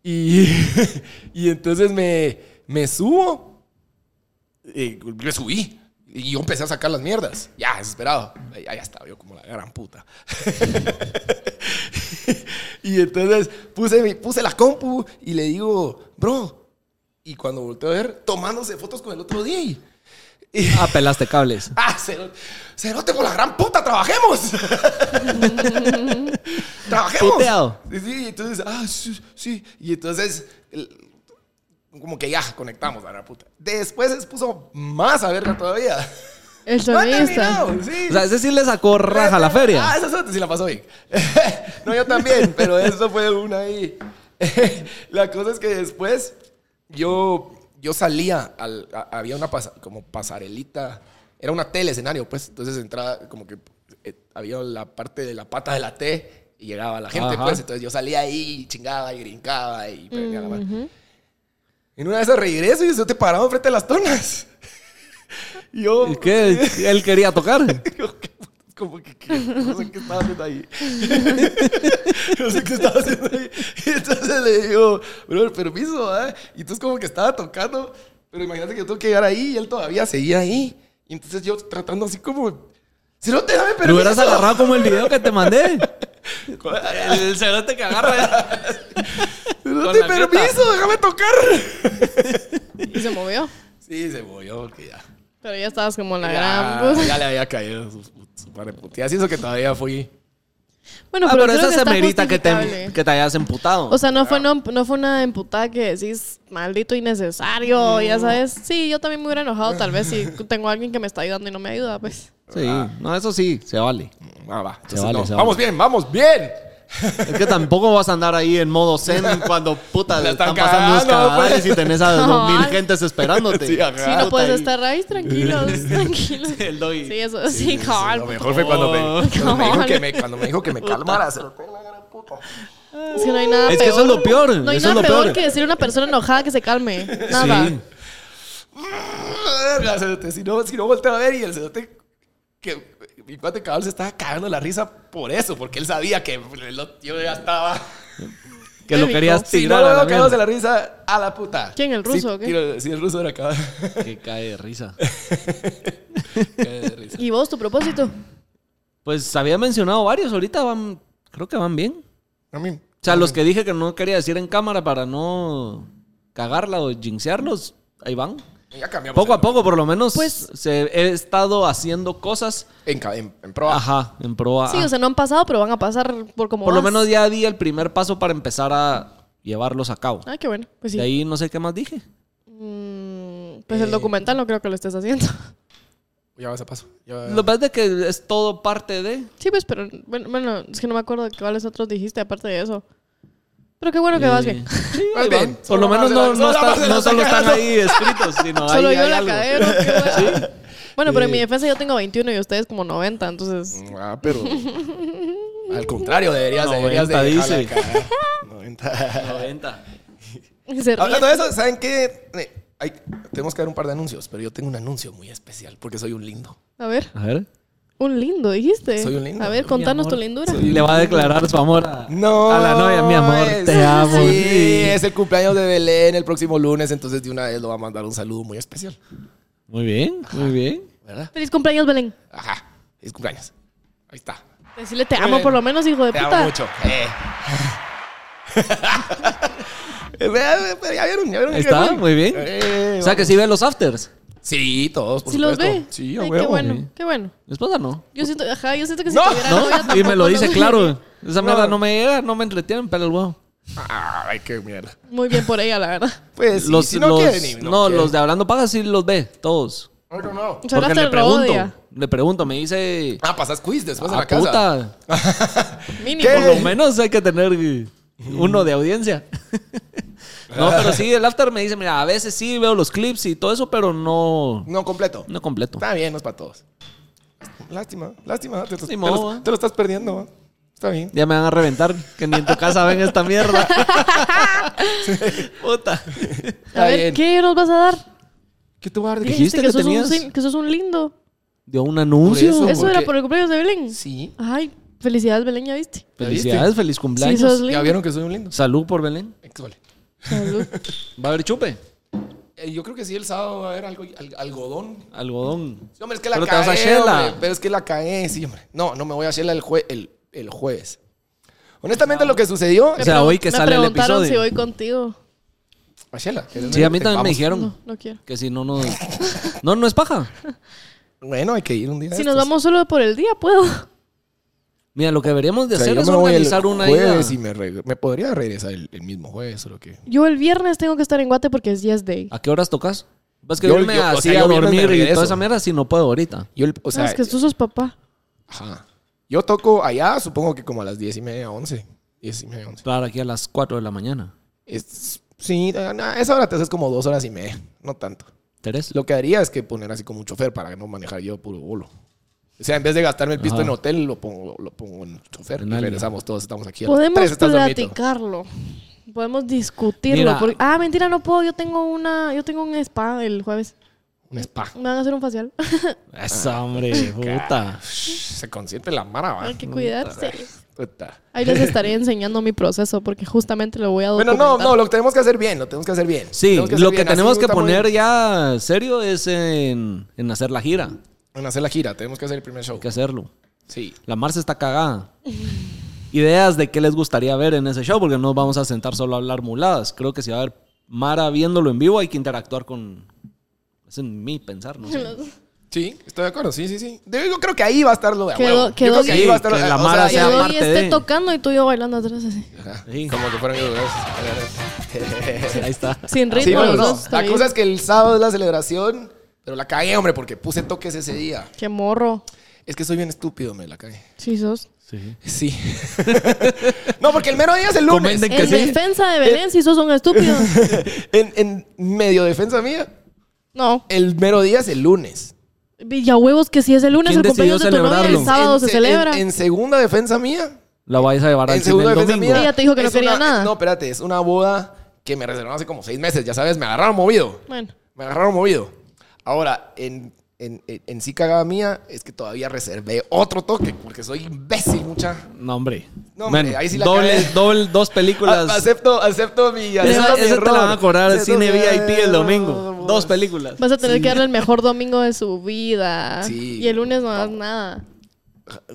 Speaker 5: Y, y entonces me, me subo, eh, me subí y yo empecé a sacar las mierdas, ya, desesperado. Ahí ahí estaba yo como la gran puta. y entonces puse, mi- puse la compu y le digo, bro, y cuando volteo a ver, tomándose fotos con el otro DJ. Y-
Speaker 4: Ah, pelaste cables.
Speaker 5: Ah, cero- cerote por la gran puta, trabajemos. trabajemos.
Speaker 4: Puteado.
Speaker 5: Sí, sí, entonces, ah, sí, sí. Y entonces, el- como que ya conectamos la gran puta. Después se puso más a verga todavía.
Speaker 6: El
Speaker 5: No ha
Speaker 6: sonidista.
Speaker 5: terminado, sí.
Speaker 4: O sea, ese sí le sacó raja a la
Speaker 5: Ah,
Speaker 4: feria.
Speaker 5: esa suerte sí la pasó bien. no, yo también, pero eso fue una ahí. la cosa es que después yo, yo salía, al, a- había una pasa- como pasarelita, era una tele escenario, pues, entonces entraba como que eh, había la parte de la pata de la T y llegaba la gente,
Speaker 4: Ajá.
Speaker 5: pues, entonces yo salía ahí, chingaba y brincaba y perdía la mano. En una de esas regreso y yo te paraba enfrente de las tonas. yo...
Speaker 4: ¿Y ¿Qué? ¿Él quería tocar?
Speaker 5: Yo, ¿qué putas? Como que, que no sé qué estaba haciendo ahí. no sé qué estaba haciendo ahí. Y entonces le digo, bro, permiso, ¿ah? Y entonces como que estaba tocando, pero imagínate que yo tengo que llegar ahí y él todavía seguía ahí. Y entonces yo tratando así como, si no te dame
Speaker 4: Pero
Speaker 5: permiso.
Speaker 4: hubieras agarrado como el video que te mandé. Ah,
Speaker 5: Cerote,
Speaker 4: El cerote que agarra. eh. con la
Speaker 5: permiso,
Speaker 4: fiesta.
Speaker 5: déjame tocar.
Speaker 6: Y se movió.
Speaker 5: Sí, se movió, que ya.
Speaker 6: Pero ya estabas como en la
Speaker 5: Ya,
Speaker 6: gran.
Speaker 5: Ah,
Speaker 6: pues.
Speaker 5: ya le había caído su, su par de puteadas. Y eso que todavía fui.
Speaker 6: Bueno,
Speaker 4: Ah,
Speaker 6: pero,
Speaker 4: pero
Speaker 6: creo
Speaker 4: esa
Speaker 6: que
Speaker 4: se
Speaker 6: está
Speaker 4: merita que te,
Speaker 6: justificable.
Speaker 4: que te hayas emputado.
Speaker 6: O sea, no fue, no, no fue una emputada que decís, maldito innecesario, ya sabes. Sí, yo también me hubiera enojado tal vez si tengo a alguien que me está ayudando y no me ayuda, pues.
Speaker 4: sí, no, eso sí, se vale.
Speaker 5: Ah, va. Entonces,
Speaker 4: vale,
Speaker 5: no.
Speaker 4: se vale.
Speaker 5: Vamos bien, vamos bien.
Speaker 4: Es que tampoco vas a andar ahí en modo zen cuando puta
Speaker 5: La
Speaker 4: le
Speaker 5: están
Speaker 4: están pasando los
Speaker 5: cagando, pues.
Speaker 4: cadáveres y tenés a
Speaker 6: No,
Speaker 4: dos mil
Speaker 6: ay.
Speaker 4: gentes esperándote.
Speaker 5: Sí, ajá.
Speaker 6: Sí, no puedes
Speaker 4: ahí.
Speaker 6: estar ahí, tranquilos, tranquilos.
Speaker 4: El doy.
Speaker 6: Sí, eso, sí, cabal.
Speaker 5: Lo mejor fue cuando me, cuando me dijo, que me, cuando me dijo que me calmara. cerote.
Speaker 6: Es que no hay nada peor.
Speaker 4: Es que eso es lo peor,
Speaker 6: No hay
Speaker 4: eso
Speaker 6: nada
Speaker 4: es lo
Speaker 6: peor
Speaker 4: peor.
Speaker 6: que decirle a una persona enojada que se calme. Nada.
Speaker 4: Sí.
Speaker 5: Verga, cerote, Si no, si no volteo a ver y el cerote que mi cuate cabal se estaba cagando la risa por eso, porque él sabía que el otro- yo ya estaba.
Speaker 4: Que lo
Speaker 6: Épico.
Speaker 4: querías
Speaker 5: Si
Speaker 4: tirar
Speaker 5: no lo
Speaker 4: a la
Speaker 5: veo cagándose
Speaker 4: mierda.
Speaker 5: la risa, a la puta.
Speaker 6: ¿Quién, el
Speaker 5: Sí,
Speaker 6: ruso o qué?
Speaker 5: tiro- Sí, el ruso era cabal.
Speaker 4: Que cae de risa.
Speaker 5: Qué de risa.
Speaker 6: ¿Y vos, tu propósito?
Speaker 4: Pues había mencionado varios, ahorita van, creo que van bien.
Speaker 2: I mean,
Speaker 4: O sea, los que dije que no quería decir en cámara para no cagarla o jinxearlos, ahí van.
Speaker 5: Ya cambiamos.
Speaker 4: Poco a
Speaker 5: de-
Speaker 4: poco, por lo menos, pues se, he estado haciendo cosas.
Speaker 5: En, ca- en, en proa.
Speaker 4: Ajá, en pro a-
Speaker 6: Sí, o sea, no han pasado, pero van a pasar por como.
Speaker 4: Ah. por lo
Speaker 6: vas.
Speaker 4: menos ya di el primer paso para empezar a llevarlos a cabo.
Speaker 6: Ah, qué bueno. Pues sí.
Speaker 4: De ahí Eh. no sé qué más dije.
Speaker 6: Mm, pues el documental no creo que lo estés haciendo.
Speaker 5: Ya vas a paso. Ya-
Speaker 4: Lo que pasa es que es todo parte de...
Speaker 6: Sí, pues, pero bueno, bueno, es que no me acuerdo de cuáles otros dijiste aparte de eso. Pero qué bueno que vas bien.
Speaker 4: Sí,
Speaker 5: Vas
Speaker 4: ahí
Speaker 5: bien.
Speaker 4: van. Por lo
Speaker 5: Solo
Speaker 4: menos
Speaker 5: más
Speaker 4: no,
Speaker 5: de la-
Speaker 4: no
Speaker 5: solo
Speaker 4: está-
Speaker 5: más de la
Speaker 4: no solo
Speaker 5: sacada.
Speaker 4: están ahí escritos, sino
Speaker 6: Solo
Speaker 4: ahí
Speaker 6: yo
Speaker 4: hay
Speaker 6: la
Speaker 4: algo. Eh.
Speaker 6: cadera. qué bueno. Bueno, pero en mi defensa yo tengo 21 y ustedes como 90, entonces.
Speaker 5: Ah, pero. Al contrario, deberías, deberías de
Speaker 4: 90
Speaker 5: dejarla
Speaker 4: dice.
Speaker 5: caer. 90.
Speaker 4: 90. Mm.
Speaker 6: se ríen.
Speaker 5: Hablando de eso, Ah, ¿saben qué? Eh, hay- tenemos que dar un par de anuncios, pero yo tengo un anuncio muy especial porque soy un lindo.
Speaker 6: A ver,
Speaker 4: A ver.
Speaker 6: un lindo, dijiste.
Speaker 5: Soy un lindo.
Speaker 6: A ver, contanos
Speaker 4: amor,
Speaker 6: tu lindura.
Speaker 4: Y le va a declarar su amor a,
Speaker 5: No.
Speaker 4: a la novia, mi amor,
Speaker 5: es-
Speaker 4: te amo.
Speaker 5: Sí, es el cumpleaños de Belén el próximo lunes, entonces de una vez lo va a mandar un saludo muy especial,
Speaker 4: Muy bien, muy bien.
Speaker 5: ¿verdad?
Speaker 6: Feliz cumpleaños, Belén.
Speaker 5: Ajá, es cumpleaños. Ahí está.
Speaker 6: Decirle te amo por lo menos, hijo de
Speaker 5: Te
Speaker 6: puta.
Speaker 5: amo mucho. Eh. eh, ya vieron, ya vieron.
Speaker 4: Ahí está, muy bien.
Speaker 5: Eh,
Speaker 4: O sea que sí ve los afters.
Speaker 5: Sí, todos, por
Speaker 6: Si los
Speaker 5: supuesto.
Speaker 6: ve.
Speaker 5: Sí, a
Speaker 6: Ay, Qué
Speaker 5: huevo.
Speaker 6: bueno, qué bueno.
Speaker 4: Mi esposa no.
Speaker 6: Yo siento, ajá, yo siento que si
Speaker 5: No,
Speaker 6: tuviera novia
Speaker 4: ¿No? Y
Speaker 6: tampoco
Speaker 4: me lo dice
Speaker 6: nos-
Speaker 4: claro. Esa mierda no me llega, no me entretienen, pero el huevo.
Speaker 5: Ay, qué mierda.
Speaker 6: Muy bien por ella, la verdad.
Speaker 5: Pues sí,
Speaker 4: Los,
Speaker 5: si no
Speaker 4: los-
Speaker 5: quieren y
Speaker 4: no,
Speaker 5: quieren.
Speaker 4: los de Hablando Paja sí los ve, todos.
Speaker 5: Ay, no, no.
Speaker 6: O sea,
Speaker 4: Porque
Speaker 6: hasta
Speaker 4: le
Speaker 6: el robo de
Speaker 4: pregunto,
Speaker 6: ella.
Speaker 4: le pregunto, me dice...
Speaker 5: Ah, pasas quiz después de
Speaker 4: Ah,
Speaker 5: la casa.
Speaker 4: puta,
Speaker 6: Mínimo.
Speaker 4: por lo menos hay que tener eh, uno de audiencia. no, pero sí, el after me dice, mira, a veces sí veo los clips y todo eso, pero no,
Speaker 5: No completo.
Speaker 4: no completo.
Speaker 5: Está bien, no es para todos. Lástima, lástima. Te,
Speaker 4: Ni
Speaker 5: te
Speaker 4: modo,
Speaker 5: los-
Speaker 4: ¿eh?
Speaker 5: te lo estás perdiendo. ¿va? Está bien.
Speaker 4: Ya me van a reventar, que ni en tu casa ven esta mierda. Puta.
Speaker 6: A
Speaker 5: Está
Speaker 6: ver,
Speaker 5: bien.
Speaker 6: ¿qué nos vas a dar?
Speaker 5: ¿Qué te guardes?
Speaker 6: Dijiste
Speaker 4: Dijiste que
Speaker 6: que, sos un,
Speaker 4: tenías-
Speaker 6: sin- que sos un lindo.
Speaker 4: Dio un anuncio.
Speaker 5: Por
Speaker 6: Eso
Speaker 5: porque-
Speaker 6: era por el cumpleaños de Belén.
Speaker 5: Sí.
Speaker 6: Ay, felicidades, Belén, ya viste.
Speaker 4: Felicidades, feliz cumpleaños.
Speaker 6: Sí, sos lindo.
Speaker 5: Ya vieron que soy un lindo.
Speaker 4: Salud por Belén.
Speaker 5: Exole.
Speaker 6: Salud.
Speaker 4: Va a haber chupe.
Speaker 5: Eh, yo creo que sí, el sábado va a haber algo, al- algodón.
Speaker 4: Algodón.
Speaker 5: Sí, hombre, es que la
Speaker 4: Pero te
Speaker 5: cagué,
Speaker 4: vas a Shela.
Speaker 5: hombre, Pero es que la cagué, sí, hombre. No, no me voy a Shela el, jue- el, el jueves.
Speaker 4: Ah.
Speaker 5: Honestamente, lo que sucedió...
Speaker 4: O sea, hoy que
Speaker 6: Me
Speaker 4: sale el
Speaker 6: preguntaron
Speaker 4: episodio.
Speaker 6: si voy contigo.
Speaker 5: A Shela.
Speaker 4: Sí, a mí también me dijeron
Speaker 6: No, no quiero.
Speaker 4: que si no, no. No, no es paja.
Speaker 5: Bueno, hay que ir un día de
Speaker 6: Si nos
Speaker 5: estos.
Speaker 6: vamos solo por el día, puedo.
Speaker 4: Mira, lo que deberíamos de
Speaker 5: O sea,
Speaker 4: hacer
Speaker 5: yo
Speaker 4: es
Speaker 5: me voy el
Speaker 4: organizar una
Speaker 5: jueves
Speaker 4: ida.
Speaker 5: y me, reg- me podría regresar el, el mismo jueves o lo que...
Speaker 6: Yo el viernes tengo que estar en Guate porque es Yes Day.
Speaker 4: ¿A qué horas tocas? Pues que
Speaker 5: Yo-
Speaker 4: yo, me
Speaker 5: yo- o sea,
Speaker 4: hacía
Speaker 5: yo viernes me
Speaker 4: dormir y
Speaker 5: regreso.
Speaker 4: toda esa mierda si no puedo ahorita.
Speaker 5: Yo, el- o
Speaker 6: Ah,
Speaker 5: sea,
Speaker 6: es que tú sos papá.
Speaker 5: ajá. yo toco allá, supongo que como a las 10 y media, 11. 10 y media, 11.
Speaker 4: Claro, aquí a las 4 de la mañana.
Speaker 5: Es- sí, a a esa hora te haces como dos horas y media, no tanto.
Speaker 4: ¿Tres?
Speaker 5: Lo que haría es que poner así como un chofer para no manejar yo puro bolo. O sea, en vez de gastarme el pisto
Speaker 4: Ajá.
Speaker 5: en hotel, lo pongo, lo pongo en chofer.
Speaker 4: En
Speaker 5: Y
Speaker 4: algo.
Speaker 5: regresamos todos, estamos aquí. A las
Speaker 6: Podemos
Speaker 5: tres, estás dormido.
Speaker 6: platicarlo. Podemos discutirlo.
Speaker 4: Mira.
Speaker 6: porque- ah, mentira, no puedo. Yo tengo una, yo tengo un spa el jueves.
Speaker 5: Un spa.
Speaker 6: Me van a hacer un facial.
Speaker 4: Esa,
Speaker 5: Ah.
Speaker 4: hombre, puta.
Speaker 5: Se consiente la mara, ¿va?
Speaker 6: Hay que cuidarse.
Speaker 5: Puta.
Speaker 6: Ahí les estaré enseñando mi proceso porque justamente lo voy a
Speaker 5: Bueno,
Speaker 6: documentar.
Speaker 5: no, no, lo tenemos que hacer bien, lo tenemos que hacer bien.
Speaker 4: Sí,
Speaker 5: Tenemos hacer
Speaker 4: lo que
Speaker 5: bien, así
Speaker 4: tenemos que
Speaker 5: está muy-
Speaker 4: poner ya serio es en, en hacer la gira. Hay
Speaker 5: En hacer la gira, tenemos que hacer el primer show.
Speaker 4: que hacerlo.
Speaker 5: Sí.
Speaker 4: La Marce está cagada. Ideas de qué les gustaría ver en ese show, porque no nos vamos a sentar solo a hablar muladas. Creo que si va a haber Mara viéndolo en vivo, hay que interactuar con. Es en mí pensar, ¿no? sé.
Speaker 5: Sí, estoy de acuerdo, sí, sí, sí. Yo, yo creo que ahí va a estar lo de a
Speaker 6: Quedó-
Speaker 5: huevo. Yo
Speaker 6: quedó
Speaker 5: creo que ahí
Speaker 4: bien.
Speaker 5: va a estar lo
Speaker 4: Que la
Speaker 5: o
Speaker 4: mara
Speaker 6: Que
Speaker 4: sea
Speaker 6: Doggy
Speaker 4: parte
Speaker 6: esté
Speaker 4: de-
Speaker 6: tocando y tú y yo bailando atrás así.
Speaker 4: Sí.
Speaker 5: Como que fueron los dos.
Speaker 4: Ahí está.
Speaker 6: Sin ritmo.
Speaker 5: Sí, bueno,
Speaker 6: los
Speaker 5: no.
Speaker 6: dos,
Speaker 5: La
Speaker 6: está
Speaker 5: cosa
Speaker 6: bien.
Speaker 5: es que el sábado es la celebración, pero la cagué, hombre, porque puse toques ese día.
Speaker 6: Qué morro.
Speaker 5: Es que soy bien estúpido, me la cagué.
Speaker 6: Sí, sos.
Speaker 5: Sí. no, porque el mero día es el lunes.
Speaker 4: Comenten que
Speaker 6: En
Speaker 4: sí.
Speaker 6: defensa de Belén, si sos un estúpido.
Speaker 5: En, en medio defensa mía,
Speaker 6: No.
Speaker 5: el mero día es el lunes.
Speaker 6: Villahuevos que si es el lunes
Speaker 4: ¿Quién
Speaker 6: el cumpleaños de
Speaker 4: decidió
Speaker 6: tu novia, el
Speaker 4: celebrarlo?
Speaker 6: sábado
Speaker 5: En
Speaker 6: se
Speaker 5: se-
Speaker 6: celebra.
Speaker 5: En, en segunda defensa mía.
Speaker 4: La vais a llevar al
Speaker 5: En
Speaker 4: cine
Speaker 5: segunda
Speaker 4: el
Speaker 5: defensa
Speaker 4: domingo.
Speaker 5: mía.
Speaker 6: Ella te dijo que no
Speaker 5: es
Speaker 6: quería
Speaker 5: una-
Speaker 6: nada.
Speaker 5: No, espérate, es una boda que me reservaron hace como seis meses. Ya sabes, me agarraron movido.
Speaker 6: Bueno.
Speaker 5: Me agarraron movido. Ahora, en, en, en, en sí cagada mía, es que todavía reservé otro toque, porque soy imbécil, mucha.
Speaker 4: No, hombre.
Speaker 5: No, hombre,
Speaker 4: Bueno,
Speaker 5: ahí sí la
Speaker 4: doble,
Speaker 5: cagué.
Speaker 4: doble- dos películas.
Speaker 5: A- acepto, acepto mi.
Speaker 4: esa
Speaker 5: acepto
Speaker 4: esa
Speaker 5: mi
Speaker 4: te la
Speaker 5: error.
Speaker 4: van a cobrar al
Speaker 5: Acepto
Speaker 4: cine
Speaker 5: mi
Speaker 4: VIP el
Speaker 5: error.
Speaker 4: domingo. Dos películas.
Speaker 6: Vas a tener que darle el mejor domingo de su vida.
Speaker 5: Sí.
Speaker 6: Y el lunes no das nada.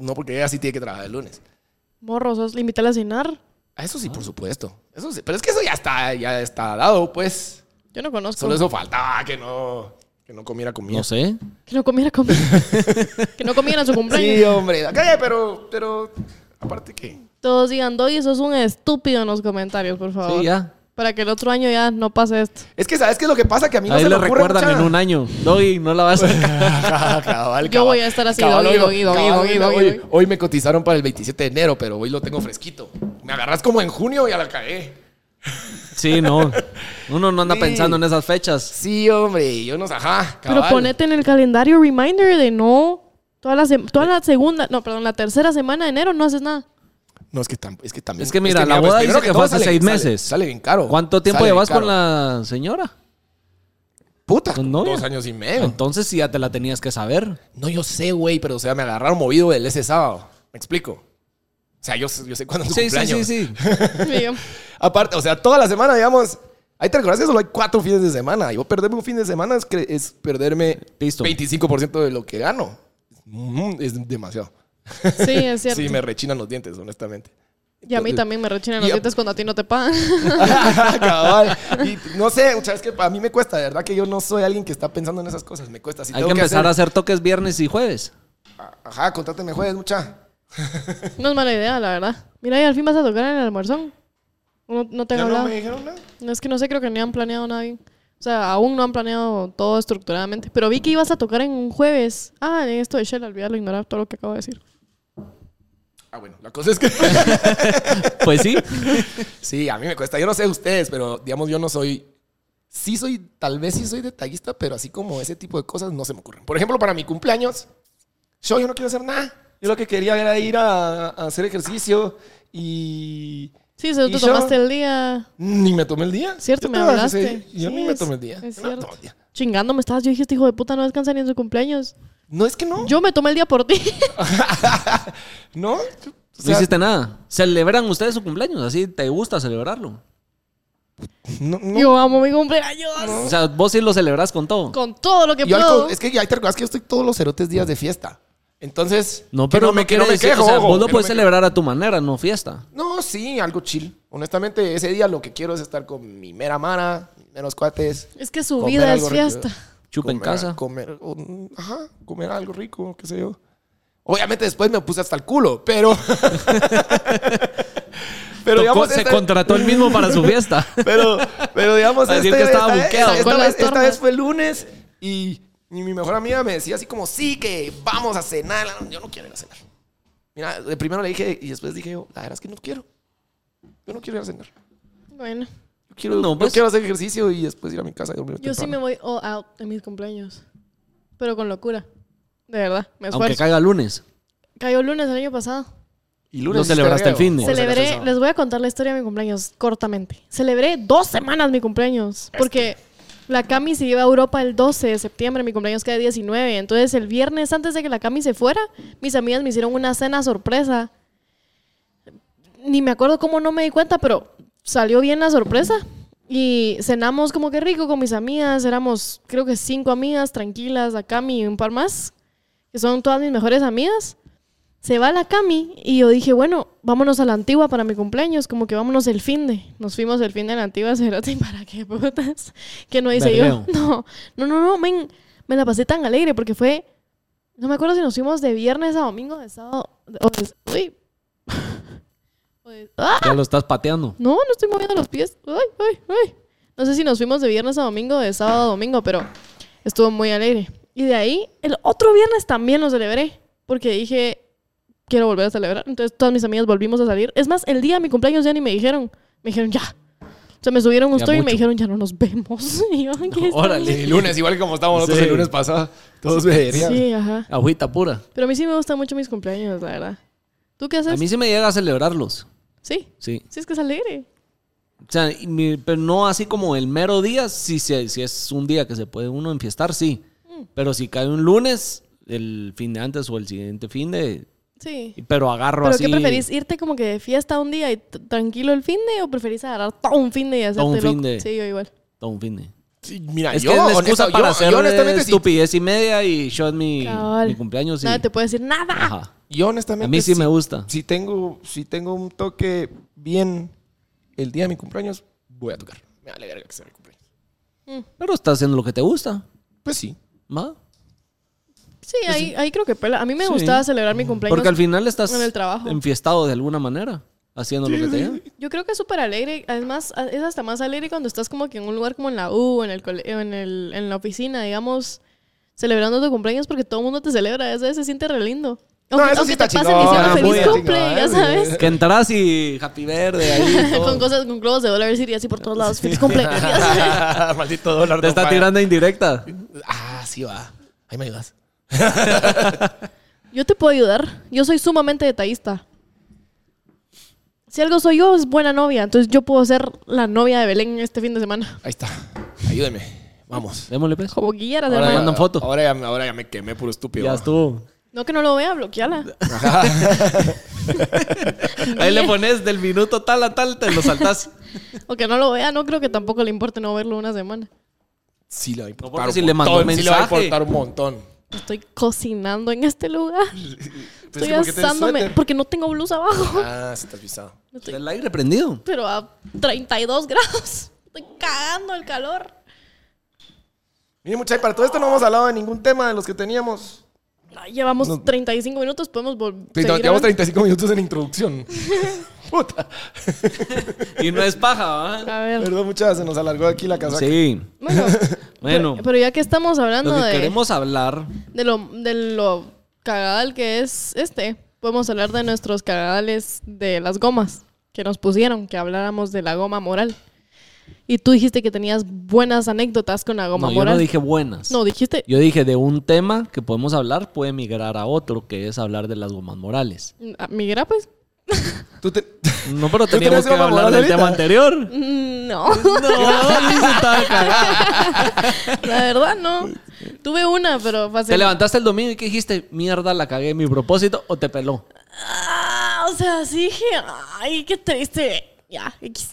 Speaker 5: No, porque ella sí tiene que trabajar el lunes.
Speaker 6: Morro, sos. Le invítala a cenar.
Speaker 5: Ah, Eso sí, por supuesto. Eso sí. Pero es que eso ya está, ya está dado, pues.
Speaker 6: Yo no conozco.
Speaker 5: Solo eso faltaba que no, que no comiera comida.
Speaker 4: No sé.
Speaker 6: Que no comiera comida. que no comiera su cumpleaños.
Speaker 5: Sí, hombre, la calle, pero, pero aparte que.
Speaker 6: Todos digan, Doggy, sos un estúpido en los comentarios, por favor.
Speaker 4: Sí, ya.
Speaker 6: Para que el otro año ya no pase esto.
Speaker 5: Es que sabes qué es lo que pasa que a mí no
Speaker 4: Ahí
Speaker 5: se
Speaker 4: le
Speaker 5: me ocurre
Speaker 4: recuerdan
Speaker 5: mucha-
Speaker 4: en un año. Doggy, no la vas a.
Speaker 5: Cabal, cabal.
Speaker 6: Yo voy a estar así,
Speaker 5: Cabal,
Speaker 6: doggy, doggy,
Speaker 5: hoy- cabal,
Speaker 6: doggy,
Speaker 5: hoy-
Speaker 6: doggy,
Speaker 5: hoy-
Speaker 6: doggy.
Speaker 5: Hoy me cotizaron para el 27 de enero, pero hoy lo tengo fresquito. Me agarras como en junio y a la cagué.
Speaker 4: Sí, no. Uno no anda
Speaker 5: Sí.
Speaker 4: pensando en esas fechas.
Speaker 5: Sí, hombre, yo no sé, ajá.
Speaker 6: Pero
Speaker 5: cabal.
Speaker 6: ponete en el calendario reminder de no. Toda la, sem- toda la segunda, no, perdón, la tercera semana de enero no haces nada.
Speaker 5: No, es que, tam- es que también.
Speaker 4: Es que mira, la
Speaker 5: pues,
Speaker 4: boda
Speaker 5: primero
Speaker 4: dice que fue
Speaker 5: todo
Speaker 4: hace
Speaker 5: sale-
Speaker 4: seis
Speaker 5: sale-
Speaker 4: meses.
Speaker 5: Sale bien caro.
Speaker 4: ¿Cuánto tiempo
Speaker 5: Sale bien
Speaker 4: llevas con
Speaker 5: caro.
Speaker 4: la señora?
Speaker 5: Puta,
Speaker 4: con novia?
Speaker 5: dos años y medio.
Speaker 4: Entonces sí ya te la tenías que saber.
Speaker 5: No, yo sé, güey, pero o sea, me agarraron movido el ese sábado. ¿Me explico? O sea, yo, yo sé cuándo es su
Speaker 4: Sí, sí,
Speaker 5: cumpleaños.
Speaker 4: sí, sí.
Speaker 6: Digo,
Speaker 5: Aparte, o sea, toda la semana, digamos. Ahí te recordás que solo hay cuatro fines de semana. Yo perderme un fin de semana es, que- es perderme
Speaker 4: Listo.
Speaker 5: 25% de lo que gano. Mm, Es demasiado.
Speaker 6: sí, es cierto.
Speaker 5: Sí, me rechinan los dientes, honestamente.
Speaker 6: Y a mí también me rechinan los
Speaker 5: Y a-
Speaker 6: dientes cuando a ti no te pagan.
Speaker 5: Cabal. Y no sé, o sea, es que a mí me cuesta, de verdad que yo no soy alguien que está pensando en esas cosas. Me cuesta. Si
Speaker 4: Hay que
Speaker 5: tengo
Speaker 4: empezar a
Speaker 5: hacer-
Speaker 4: hacer toques viernes y jueves.
Speaker 5: Ajá, contráteme jueves, mucha.
Speaker 6: no es mala idea, la verdad. Mira, y al fin vas a tocar en el almuerzón. No, no te han
Speaker 5: Ya no
Speaker 6: hablado.
Speaker 5: me dijeron nada.
Speaker 6: No, Es que no sé, creo que ni han planeado nada bien. O sea, aún no han planeado todo estructuradamente. Pero vi que ibas a tocar en un jueves. Ah, en esto de Shell, olvidarlo, ignorar todo lo que acabo de decir.
Speaker 5: Ah, bueno, la cosa es que.
Speaker 4: Pues sí.
Speaker 5: Sí, a mí me cuesta. Yo no sé ustedes, pero digamos, yo no soy. Sí, soy, tal vez sí soy detallista, pero así como ese tipo de cosas no se me ocurren. Por ejemplo, para mi cumpleaños, yo, yo no quiero hacer nada. Yo lo que quería era ir a, a hacer ejercicio y.
Speaker 6: Sí, se
Speaker 5: ¿Y
Speaker 6: tú
Speaker 5: yo?
Speaker 6: tomaste el día
Speaker 5: Ni me tomé el día.
Speaker 6: Cierto,
Speaker 5: Yo
Speaker 6: me
Speaker 5: te voy a decir,
Speaker 6: hablaste.
Speaker 5: sí, Yo
Speaker 6: Sí,
Speaker 5: ni me
Speaker 6: es-
Speaker 5: tomé el día.
Speaker 6: es
Speaker 5: Yo no me
Speaker 6: cierto.
Speaker 5: tomé el día.
Speaker 6: chingándome, estabas. Yo dije, este hijo de puta no descansa ni en su cumpleaños.
Speaker 5: No es que no.
Speaker 6: Yo me tomé el día por ti.
Speaker 5: No. yo- o
Speaker 4: No
Speaker 5: sea,
Speaker 4: hiciste nada. Celebran ustedes su cumpleaños, así te gusta celebrarlo.
Speaker 5: no- no.
Speaker 6: Yo amo mi cumpleaños.
Speaker 4: O sea, vos sí lo celebrás con todo.
Speaker 6: Con todo lo que
Speaker 5: Yo al
Speaker 6: puedo.
Speaker 5: co- es que ya te acuerdas que yo estoy todos los cerotes días de fiesta. Entonces.
Speaker 4: No,
Speaker 5: que
Speaker 4: pero no
Speaker 5: me, que
Speaker 4: quiere
Speaker 5: me
Speaker 4: decir-
Speaker 5: quejo.
Speaker 4: o sea,
Speaker 5: ojo,
Speaker 4: vos lo
Speaker 5: que no
Speaker 4: puedes
Speaker 5: me quejo.
Speaker 4: celebrar a tu manera, no fiesta.
Speaker 5: No, sí, algo chill. Honestamente, ese día lo que quiero es estar con mi mera mara, mis meros cuates.
Speaker 6: Es que su
Speaker 5: comer
Speaker 6: vida
Speaker 5: algo
Speaker 6: es
Speaker 5: rico.
Speaker 6: fiesta.
Speaker 4: Chupa en
Speaker 5: Comer-
Speaker 4: casa.
Speaker 5: Comer, um, ajá, comer algo rico, qué sé yo. Obviamente después me puse hasta el culo, pero... pero
Speaker 4: Tocó-
Speaker 5: digamos...
Speaker 4: se
Speaker 5: esta-
Speaker 4: contrató el mismo para su fiesta.
Speaker 5: Pero, pero digamos...
Speaker 4: A decir que estaba
Speaker 5: esta,
Speaker 4: buqueado.
Speaker 5: esta- esta
Speaker 6: Con las
Speaker 5: vez, esta
Speaker 6: tornas.
Speaker 5: vez fue el lunes y, y mi mejor amiga me decía así como, sí, que vamos a cenar. Yo no quiero ir a cenar. Mira, de primero le dije y después dije yo, la verdad es que no quiero. Yo no quiero ir a cenar.
Speaker 6: Bueno,
Speaker 5: Yo quiero,
Speaker 4: No,
Speaker 5: yo
Speaker 4: pues.
Speaker 5: quiero hacer ejercicio y después ir a mi casa y dormir
Speaker 6: yo sí me
Speaker 5: temprano.
Speaker 6: voy all out en mis cumpleaños. Pero con locura. De verdad, me esfuerzo.
Speaker 4: Aunque caiga lunes.
Speaker 6: Cayó el lunes el año pasado.
Speaker 5: Y
Speaker 4: No
Speaker 5: hiciste
Speaker 4: celebraste el
Speaker 5: vergueo.
Speaker 4: fin de-
Speaker 5: ¿O celebraste
Speaker 6: Celebré,
Speaker 5: el
Speaker 6: les
Speaker 5: sábado?
Speaker 6: voy a contar la historia de mi cumpleaños cortamente. Celebré dos semanas mi cumpleaños porque La Cami se iba a Europa el 12 de septiembre, mi cumpleaños queda 19. Entonces, el viernes antes de que la Cami se fuera, mis amigas me hicieron una cena sorpresa. Ni me acuerdo cómo no me di cuenta, pero salió bien la sorpresa. Y cenamos como que rico con mis amigas. Éramos, creo que cinco amigas tranquilas, la Cami y un par más, que son todas mis mejores amigas. Se va la Cami y yo dije, bueno, vámonos a la antigua para mi cumpleaños, como que vámonos el fin de. Nos fuimos el fin de la antigua, Cerote, ¿para qué putas? Que no hice yo.
Speaker 4: Berreo.
Speaker 6: No, no, no, no, men, me la pasé tan alegre porque fue, no me acuerdo si nos fuimos de viernes a domingo, de sábado, o de- uy. O de- ¡Ah!
Speaker 4: Ya lo estás pateando.
Speaker 6: No, no estoy moviendo los pies. Ay, ay, ay. No sé si nos fuimos de viernes a domingo o de sábado a domingo, pero estuvo muy alegre. Y de ahí, el otro viernes también lo celebré, porque dije, quiero volver a celebrar. Entonces todas mis amigas volvimos a salir. Es más, el día de mi cumpleaños ya ni me dijeron. Me dijeron, ya. O sea, me subieron un
Speaker 4: Ya
Speaker 6: story y me
Speaker 4: mucho.
Speaker 6: dijeron, ya no nos vemos. Y yo, ¿qué está
Speaker 4: Órale.
Speaker 5: El lunes, igual que como estábamos nosotros
Speaker 4: Sí.
Speaker 5: el lunes pasado. Todos me
Speaker 6: bien?
Speaker 5: dirían.
Speaker 6: Sí, ajá.
Speaker 4: Agüita pura.
Speaker 6: Pero a mí sí me gustan mucho mis cumpleaños, la verdad. ¿Tú qué haces?
Speaker 4: A mí sí me llega a celebrarlos.
Speaker 6: Sí.
Speaker 4: Sí.
Speaker 6: Sí, es que es alegre.
Speaker 4: O sea, y mi- pero no así como el mero día, si, se- si es un día que se puede uno enfiestar, sí.
Speaker 5: Mm.
Speaker 4: Pero si cae un lunes, el fin de antes o el siguiente fin de...
Speaker 6: Sí.
Speaker 4: Pero agarro
Speaker 6: ¿Pero
Speaker 4: así...
Speaker 6: qué preferís? ¿Irte como que de fiesta un día y t- tranquilo el fin de o preferís agarrar todo un fin de y hacerte
Speaker 4: un fin
Speaker 6: loco?
Speaker 4: de.
Speaker 6: Sí, yo igual.
Speaker 4: Todo un fin de...
Speaker 5: Sí, mira,
Speaker 4: Es
Speaker 5: Ah, yo,
Speaker 4: que es la
Speaker 5: honesta-
Speaker 4: excusa
Speaker 5: yo-
Speaker 4: para hacer
Speaker 5: yo honestamente sí-
Speaker 4: estupidez y media y yo en mi,
Speaker 6: Cabal.
Speaker 4: mi cumpleaños y...
Speaker 6: Nadie te puede decir nada.
Speaker 4: Ajá.
Speaker 5: Yo honestamente
Speaker 4: A mí sí me gusta.
Speaker 5: Si tengo, si tengo un toque bien el día de mi cumpleaños, voy a tocar. Me vale verga que sea mi cumpleaños.
Speaker 4: Pero estás haciendo lo que te gusta,
Speaker 5: Pues sí.
Speaker 4: ¿va?
Speaker 6: Sí, ahí, ahí creo que pela. A mí me
Speaker 4: Pues Sí.
Speaker 6: gustaba celebrar mi cumpleaños.
Speaker 4: Porque al final estás
Speaker 6: en el trabajo.
Speaker 4: enfiestado de alguna manera, haciendo lo que te llena.
Speaker 6: Yo creo que es súper alegre. Además, a- es hasta más alegre cuando estás como que en un lugar como en la U, en el cole- o en, el, en la oficina, digamos, celebrando tu cumpleaños porque todo el mundo te celebra. Ese se siente re lindo.
Speaker 5: No, eso sí
Speaker 6: te
Speaker 5: está
Speaker 6: pasen
Speaker 5: chingón.
Speaker 6: diciendo
Speaker 4: Ah, muy
Speaker 6: feliz
Speaker 4: chingón,
Speaker 6: cumple, ya
Speaker 5: eh,
Speaker 6: sabes.
Speaker 4: Que entras y happy verde ahí. todo.
Speaker 6: Con cosas, con globos de dólares y así por todos lados. Feliz cumple. ya sabes.
Speaker 5: Maldito dólar.
Speaker 4: Te
Speaker 5: no
Speaker 4: está
Speaker 5: paga.
Speaker 4: tirando indirecta.
Speaker 5: Ah, sí va. Ahí me ayudas.
Speaker 6: Yo te puedo ayudar. Yo soy sumamente detallista. Si algo soy yo, es buena novia. Entonces yo puedo ser la novia de Belén este fin de semana.
Speaker 5: Ahí está. Ayúdeme. Vamos.
Speaker 4: Démosle pues.
Speaker 6: Como quieras,
Speaker 4: Ahora
Speaker 6: hermano.
Speaker 4: mandan foto.
Speaker 5: Ahora ya, ahora ya me quemé puro estúpido.
Speaker 4: Ya estuvo.
Speaker 6: No que no lo vea, bloqueala.
Speaker 4: Ahí le pones del minuto tal a tal, te lo saltas.
Speaker 6: O que no lo vea, no creo que tampoco le importe no verlo una semana.
Speaker 5: Sí le va a
Speaker 4: porque
Speaker 5: importar un
Speaker 4: si le mandó
Speaker 5: montón, Sí le va a
Speaker 4: mensaje.
Speaker 5: importar un montón.
Speaker 6: Estoy cocinando en este lugar.
Speaker 5: Pues
Speaker 6: Estoy
Speaker 5: es que, ¿por qué tenés
Speaker 6: asándome.
Speaker 5: suéter?
Speaker 6: Porque no tengo blusa abajo.
Speaker 5: Ah, sí estás pisado.
Speaker 4: El aire prendido.
Speaker 6: Pero a 32 grados. Estoy cagando el calor.
Speaker 5: Miren, muchachos, para todo esto no hemos hablado de ningún tema de los que teníamos.
Speaker 6: Ay, Llevamos
Speaker 5: No.
Speaker 6: 35 minutos, podemos volver.
Speaker 5: Sí, no, Llevamos 35 minutos en introducción. Puta.
Speaker 4: Y no es paja, ¿verdad?
Speaker 6: A ver.
Speaker 5: Perdón, muchachas, se nos alargó aquí la casaca.
Speaker 4: Sí.
Speaker 6: Bueno,
Speaker 4: Bueno,
Speaker 6: pero, pero ya que estamos hablando
Speaker 4: lo que
Speaker 6: de.
Speaker 4: queremos hablar.
Speaker 6: de lo, de lo cagadal que es este, podemos hablar de nuestros cagadales de las gomas que nos pusieron, que habláramos de la goma moral. Y tú dijiste que tenías buenas anécdotas con la goma
Speaker 4: No, yo
Speaker 6: moral.
Speaker 4: no dije buenas.
Speaker 6: No, dijiste.
Speaker 4: Yo dije de un tema que podemos hablar puede migrar a otro, que es hablar de las gomas morales.
Speaker 6: Ah, ¿Migra, pues?
Speaker 5: Tú te-
Speaker 4: No, pero
Speaker 5: ¿Tú
Speaker 4: teníamos
Speaker 5: tenías
Speaker 4: que
Speaker 5: goma
Speaker 4: hablar
Speaker 5: moral
Speaker 4: del
Speaker 5: ahorita?
Speaker 4: tema anterior.
Speaker 6: Mm, No,
Speaker 4: No, dice tal cagada.
Speaker 6: la verdad no. Tuve una, pero fácil.
Speaker 4: Te levantaste el domingo y ¿qué dijiste? Mierda, la cagué mi propósito o te peló.
Speaker 6: Ah, o sea, sí dije, ay, qué triste. Ya, X.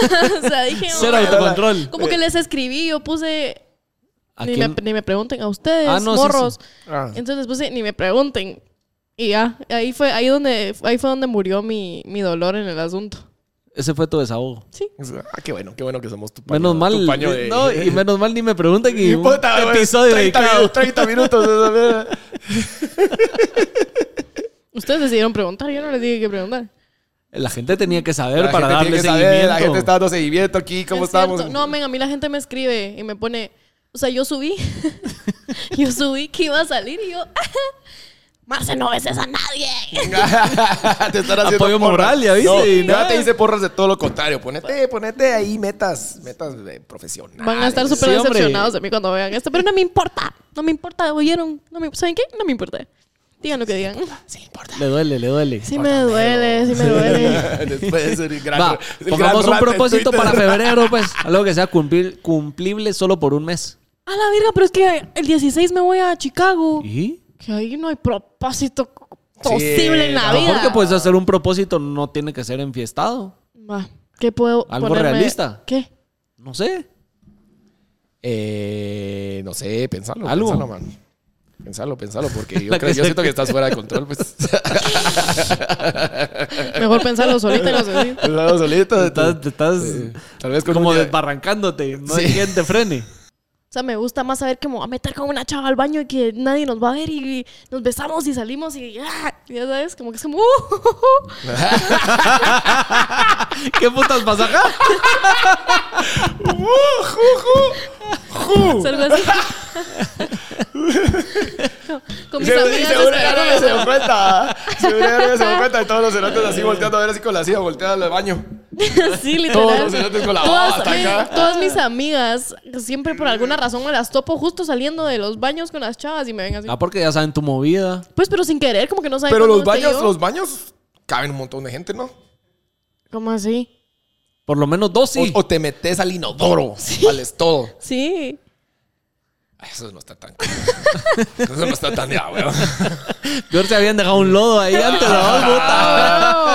Speaker 6: o sea, dije,
Speaker 4: Cero
Speaker 6: "Ay".
Speaker 4: autocontrol.
Speaker 6: como que les escribí, yo puse,
Speaker 4: ¿A
Speaker 6: ni me,
Speaker 4: quién?
Speaker 6: ni me pregunten a ustedes,
Speaker 4: Ah, no, sí,
Speaker 6: morros.
Speaker 4: sí.
Speaker 5: Ah.
Speaker 6: Entonces les puse, ni me pregunten. Y ya, ahí fue, ahí donde, ahí fue donde murió mi, mi dolor en el asunto.
Speaker 4: Ese fue tu desahogo.
Speaker 5: Ah, qué bueno, qué bueno que somos tu paño.
Speaker 4: Menos mal.
Speaker 5: Tu paño de...
Speaker 4: No, y menos mal ni me preguntan que
Speaker 5: Y
Speaker 4: un
Speaker 5: puta, güey,
Speaker 4: episodio
Speaker 5: 30,
Speaker 4: dedicado.
Speaker 5: minutos, 30 minutos. esa mierda.
Speaker 6: Ustedes decidieron preguntar, yo no les dije que preguntar.
Speaker 4: La gente tenía que saber para
Speaker 5: gente
Speaker 4: darle
Speaker 5: tiene que
Speaker 4: seguimiento.
Speaker 5: saber, la gente está dando seguimiento aquí, cómo
Speaker 6: Es cierto.
Speaker 5: estamos.
Speaker 6: No, men, a mí la gente me escribe y me pone, o sea, yo subí, yo subí que iba a salir y yo, Marce, no beses a nadie.
Speaker 5: te están haciendo
Speaker 4: Apoyo moral, ya viste,
Speaker 5: No,
Speaker 4: y
Speaker 5: nada,
Speaker 4: nada.
Speaker 5: te dice porras de todo lo contrario. Ponete, ponete ahí metas, metas de profesionales.
Speaker 6: Van a estar súper
Speaker 4: Ah, Sí, hombre.
Speaker 6: decepcionados de mí cuando vean esto, pero no me importa, no me importa, oyeron, no me- ¿saben qué? No me importa. Digan lo que digan.
Speaker 5: Sí, le importa.
Speaker 4: Le duele, le duele.
Speaker 6: Sí me duele, sí me duele.
Speaker 5: Después es el gran.
Speaker 4: Va,
Speaker 5: el gran
Speaker 4: pongamos un
Speaker 5: rant en
Speaker 4: propósito
Speaker 5: Twitter.
Speaker 4: para febrero, pues. Algo que sea cumplir- cumplible solo por un mes.
Speaker 6: A la verga, pero es que el 16 me voy a Chicago.
Speaker 4: ¿Y?
Speaker 6: Que ahí no hay propósito posible en la
Speaker 4: A lo
Speaker 6: vida.
Speaker 4: mejor que puedes hacer un propósito no tiene que ser enfiestado.
Speaker 6: Va, ¿Qué puedo
Speaker 4: Algo
Speaker 6: ponerme?
Speaker 4: realista.
Speaker 6: ¿Qué?
Speaker 4: No sé.
Speaker 5: Eh, no sé, pensalo.
Speaker 4: Algo.
Speaker 5: Pensalo, man. Pensalo, pensalo, porque yo,
Speaker 4: La
Speaker 5: creo,
Speaker 4: que
Speaker 5: yo
Speaker 4: se-
Speaker 5: siento que estás fuera de control. Pues.
Speaker 6: Mejor pensarlo solita y lo sé.
Speaker 5: Pensalo solito.
Speaker 4: Estás, te estás
Speaker 5: Tal vez con
Speaker 4: como
Speaker 5: un día-
Speaker 4: desbarrancándote. No hay
Speaker 5: Sí.
Speaker 4: quien te frene.
Speaker 6: O sea, me gusta más saber que me voy a meter con una chava al baño y que nadie nos va a ver y, y nos besamos y salimos y ¡ah! ya sabes, como que es como... ¡uh!
Speaker 4: ¿Qué putas pasa acá? Uh".
Speaker 6: Es algo así. Con- con mis
Speaker 5: Seguro-
Speaker 6: amigas
Speaker 5: seguro ya no
Speaker 6: esperando-
Speaker 5: se dio cuenta. Seguro ya no se dio cuenta de todos los cerotes así volteando a ver así con la silla, volteando al baño.
Speaker 6: sí,
Speaker 5: Todos
Speaker 6: literal.
Speaker 5: los cerotes con la boca
Speaker 6: Todas,
Speaker 5: hasta
Speaker 6: mi-
Speaker 5: acá.
Speaker 6: todas mis amigas, siempre por alguna razón me las topo justo saliendo de los baños con las chavas y me ven así.
Speaker 4: Ah, porque ya saben tu movida.
Speaker 6: Pues, pero sin querer, como que no saben
Speaker 5: Pero los
Speaker 6: cuándo pues, te
Speaker 5: baños,
Speaker 6: yo.
Speaker 5: los baños caben un montón de gente, ¿no?
Speaker 6: ¿Cómo así?
Speaker 4: Por lo menos dos sí.
Speaker 5: O, o te metes al inodoro, vales todo.
Speaker 6: Sí.
Speaker 5: Ay, Eso no está tan. Eso no está tan ya, weón.
Speaker 4: Peor te habían dejado un lodo ahí antes.
Speaker 5: Ah,
Speaker 4: ¿no?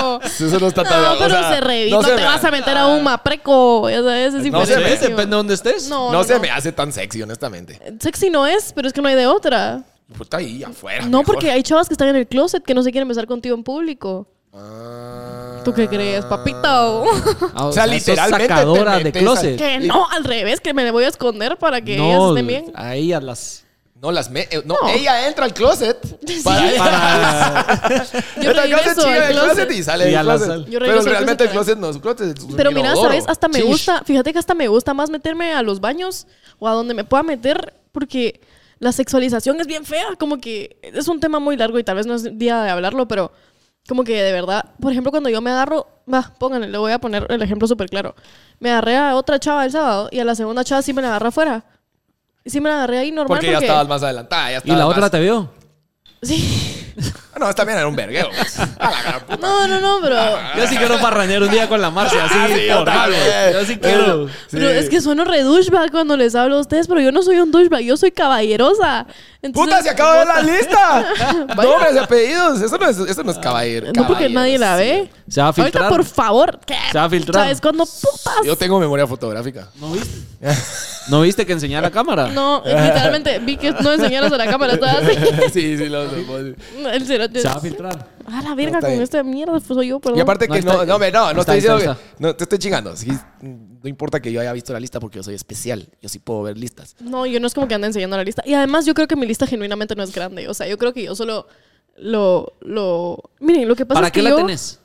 Speaker 6: No,
Speaker 5: Eso Ah. no está tan
Speaker 6: No, pero
Speaker 5: o sea,
Speaker 6: se revisa.
Speaker 5: no
Speaker 6: No,
Speaker 5: se
Speaker 6: te
Speaker 5: me-
Speaker 6: vas a meter a un mapreco. Ya sabes, es
Speaker 5: No se
Speaker 4: Sí,
Speaker 5: ve,
Speaker 6: diferente.
Speaker 4: depende de dónde estés.
Speaker 6: No,
Speaker 5: No,
Speaker 6: no,
Speaker 5: se
Speaker 6: no.
Speaker 5: me hace tan sexy, honestamente.
Speaker 6: Sexy no es, pero es que no hay de otra.
Speaker 5: Puta ahí afuera.
Speaker 6: No,
Speaker 5: Ah, mejor.
Speaker 6: porque hay chavas que están en el closet que no se quieren besar contigo en público.
Speaker 5: Ah.
Speaker 6: ¿Tú qué crees, papito?
Speaker 4: Ah,
Speaker 5: O sea,
Speaker 4: sos
Speaker 5: literalmente te
Speaker 4: sacadora de
Speaker 5: metes
Speaker 4: closet.
Speaker 6: que no, al revés, que me le voy a esconder para que ellas estén bien.
Speaker 4: a ellas las...
Speaker 5: No, las me- eh, no, ella entra al closet. Para Ah,
Speaker 6: Yo
Speaker 5: entra al closet,
Speaker 6: regreso
Speaker 5: chica
Speaker 6: al
Speaker 5: del closet
Speaker 6: closet.
Speaker 5: y sale
Speaker 4: Y a
Speaker 5: del
Speaker 4: la
Speaker 5: closet.
Speaker 4: sal.
Speaker 6: Yo
Speaker 5: Pero
Speaker 6: regreso al
Speaker 5: realmente el
Speaker 6: closet
Speaker 5: closet no es un closet. es un
Speaker 6: Pero mira,
Speaker 5: inodoro.
Speaker 6: ¿sabes? Hasta me
Speaker 5: Chish.
Speaker 6: gusta, fíjate que hasta me gusta más meterme a los baños o a donde me pueda meter porque la sexualización es bien fea, como que es un tema muy largo y tal vez no es día de hablarlo, pero como que de verdad, por ejemplo, cuando yo me agarro, va, pónganle, le voy a poner el ejemplo súper claro. Me agarré a otra chava el sábado y a la segunda chava sí me la agarré afuera. Sí me la agarré ahí normal
Speaker 5: Porque
Speaker 6: porque...
Speaker 5: ya estabas más adelantada. Ya
Speaker 4: Y la
Speaker 5: estabas
Speaker 4: otra
Speaker 5: más-
Speaker 4: te vio.
Speaker 6: Sí.
Speaker 5: Ah, No, también era un vergueo. pues. A la gran puta.
Speaker 6: No, no, no, pero...
Speaker 5: Ah.
Speaker 4: Yo sí quiero parrañar un día con la Marcia, así por malo. Ah,
Speaker 5: Eh,
Speaker 4: Yo sí quiero.
Speaker 6: Pero es que sueno re douchebag cuando les hablo a ustedes, pero yo no soy un douchebag, yo soy caballerosa. Entonces-
Speaker 5: ¡Puta, se acaba de ver la lista! ¡Nombres y apellidos! Eso no es, eso no es caballero.
Speaker 6: No porque
Speaker 5: caballero,
Speaker 6: nadie la
Speaker 5: sí.
Speaker 6: ve.
Speaker 4: Se va a filtrar.
Speaker 6: Ahorita, por favor. ¿qué?
Speaker 4: Se va a filtrar.
Speaker 6: ¿Sabes cuándo putas?
Speaker 5: Yo tengo memoria fotográfica.
Speaker 4: ¿No viste? ¿No viste que enseñé a la cámara?
Speaker 6: No, literalmente vi que no enseñaras a la cámara. Estaba así.
Speaker 5: sí, sí, lo sé.
Speaker 6: El cerote.
Speaker 4: Se va a filtrar.
Speaker 6: A la verga
Speaker 5: está
Speaker 6: con
Speaker 5: bien.
Speaker 6: esta mierda. pues, soy yo, perdón.
Speaker 5: Y aparte
Speaker 4: No,
Speaker 5: que
Speaker 4: está-
Speaker 5: no, no, hombre, no, no
Speaker 4: está,
Speaker 5: estoy diciendo
Speaker 4: está,
Speaker 5: que- No, te estoy chingando. Sí, no importa que yo haya visto la lista porque yo soy especial. Yo sí puedo ver listas.
Speaker 6: No, yo no es como que ande enseñando la lista. Y además, yo creo que mi lista genuinamente no es grande. O sea, yo creo que yo solo lo. lo... Miren, lo que pasa
Speaker 4: ¿Para
Speaker 6: es que.
Speaker 4: qué la
Speaker 6: yo-
Speaker 4: tenés?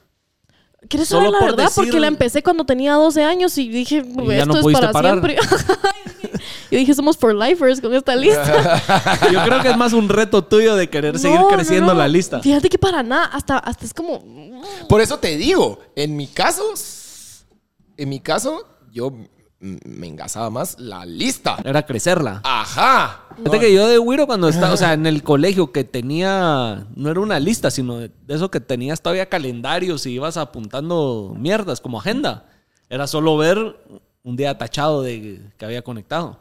Speaker 6: ¿Quieres
Speaker 4: Solo
Speaker 6: saber la
Speaker 4: por
Speaker 6: verdad?
Speaker 4: decir-
Speaker 6: Porque la empecé cuando tenía 12 años y dije, "Pues,
Speaker 4: Y ya
Speaker 6: esto
Speaker 4: no
Speaker 6: es
Speaker 4: pudiste
Speaker 6: para
Speaker 4: parar.
Speaker 6: siempre. yo dije, somos for lifers con esta lista.
Speaker 4: Yo creo que es más un reto tuyo de querer seguir
Speaker 6: No, no,
Speaker 4: creciendo
Speaker 6: no.
Speaker 4: la lista.
Speaker 6: Fíjate que para nada, hasta, hasta es como.
Speaker 5: Por eso te digo, en mi caso, en mi caso, yo m- me engasaba más la lista.
Speaker 4: Era crecerla.
Speaker 5: Ajá.
Speaker 4: Fíjate que yo de Wiro cuando estaba, o sea, en el colegio que tenía, no era una lista, sino de eso que tenías todavía calendarios y ibas apuntando mierdas como agenda. Era solo ver un día tachado de que había conectado.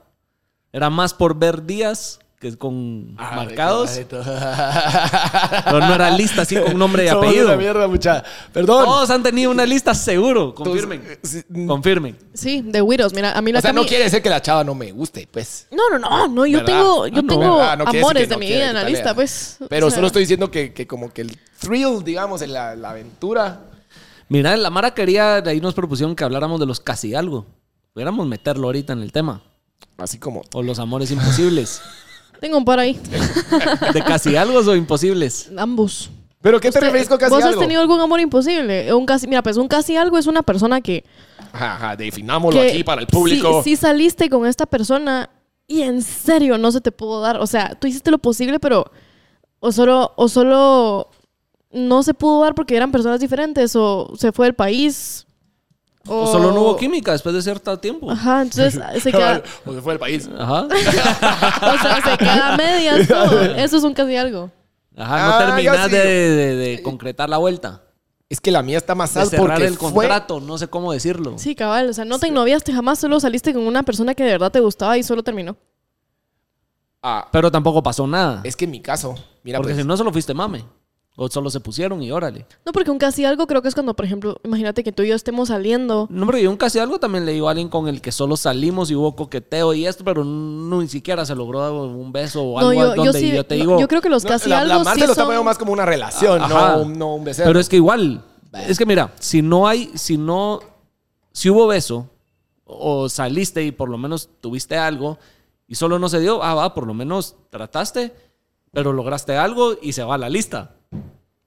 Speaker 4: Era más por ver días que con
Speaker 5: Ah,
Speaker 4: marcados, pero no era lista así con nombre y
Speaker 5: Somos una
Speaker 4: apellido.
Speaker 5: mierda, mucha. Perdón.
Speaker 4: Todos han tenido una lista seguro, confirmen.
Speaker 5: Sí,
Speaker 4: Confirmen.
Speaker 6: Sí, de Widows, mira, a mí la
Speaker 5: O sea, no
Speaker 6: Cami-
Speaker 4: eh,
Speaker 5: quiere decir que la chava no me guste, pues.
Speaker 6: No, no, no, no, yo
Speaker 5: ¿Verdad?
Speaker 6: tengo, yo
Speaker 4: Ah, no.
Speaker 6: tengo
Speaker 5: ¿Verdad? No quiere decir
Speaker 6: amores
Speaker 5: que
Speaker 6: de
Speaker 5: no
Speaker 6: mi
Speaker 5: quiere
Speaker 6: vida en la
Speaker 5: que
Speaker 6: lista,
Speaker 5: tarea.
Speaker 6: pues.
Speaker 5: Pero
Speaker 6: O sea,
Speaker 5: solo estoy diciendo que, que como que el thrill, digamos, en la, la aventura.
Speaker 4: Mira, la Mara quería, de ahí nos propusieron que habláramos de los casi algo. Pudiéramos meterlo ahorita en el tema.
Speaker 5: Así como.
Speaker 4: O los amores imposibles.
Speaker 6: Tengo un par ahí.
Speaker 4: De casi algo o imposibles.
Speaker 6: Ambos.
Speaker 5: ¿Pero qué te
Speaker 6: Usted-
Speaker 5: refieres con casi
Speaker 6: ¿Vos has
Speaker 5: algo?
Speaker 6: tenido algún amor imposible? Un casi, mira, pues un casi algo es una persona que.
Speaker 5: Ajá, ajá, definámoslo
Speaker 6: que
Speaker 5: aquí para el público.
Speaker 6: Si, si saliste con esta persona y en serio no se te pudo dar. O sea, tú hiciste lo posible, pero. O solo. O solo no se pudo dar porque eran personas diferentes. O se fue del país.
Speaker 4: O solo no hubo química después de cierto tiempo.
Speaker 6: Ajá, entonces se queda.
Speaker 5: o se fue del país.
Speaker 4: Ajá.
Speaker 6: O sea, se queda a medias todo. Eso es un casi algo.
Speaker 4: Ajá, no
Speaker 5: Ah,
Speaker 4: terminás
Speaker 5: ya sí.
Speaker 4: de, de- de concretar la vuelta.
Speaker 5: Es que la mía está más
Speaker 4: De
Speaker 5: alta
Speaker 4: cerrar
Speaker 5: porque
Speaker 4: el
Speaker 5: fue-
Speaker 4: contrato, no sé cómo decirlo.
Speaker 6: Sí, cabal. O sea, no te noviaste jamás, solo saliste con una persona que de verdad te gustaba y solo terminó.
Speaker 5: Ah,
Speaker 4: Pero tampoco pasó nada.
Speaker 5: es que en mi caso, mira,
Speaker 4: porque
Speaker 5: pues,
Speaker 4: si no, solo fuiste mame. O solo se pusieron y órale.
Speaker 6: No, porque un casi algo creo que es cuando, por ejemplo, imagínate que tú y yo estemos saliendo.
Speaker 4: No, pero yo un casi algo también le digo a alguien con el que solo salimos y hubo coqueteo y esto, pero no, ni siquiera se logró un beso o algo
Speaker 6: No, yo, yo
Speaker 4: donde
Speaker 6: sí.
Speaker 4: yo te
Speaker 6: no,
Speaker 4: digo.
Speaker 6: yo creo que los
Speaker 5: no,
Speaker 6: casi
Speaker 5: la, la
Speaker 6: algo
Speaker 5: Marce
Speaker 6: sí
Speaker 5: lo está
Speaker 6: son...
Speaker 5: poniendo más como una relación,
Speaker 4: Ah, Ajá.
Speaker 5: no, un- no un becerro.
Speaker 4: Pero es que igual, es que mira, si no hay, si no, si hubo beso o saliste y por lo menos tuviste algo y solo no se dio, ah, va, por lo menos trataste, pero lograste algo y se va a la lista.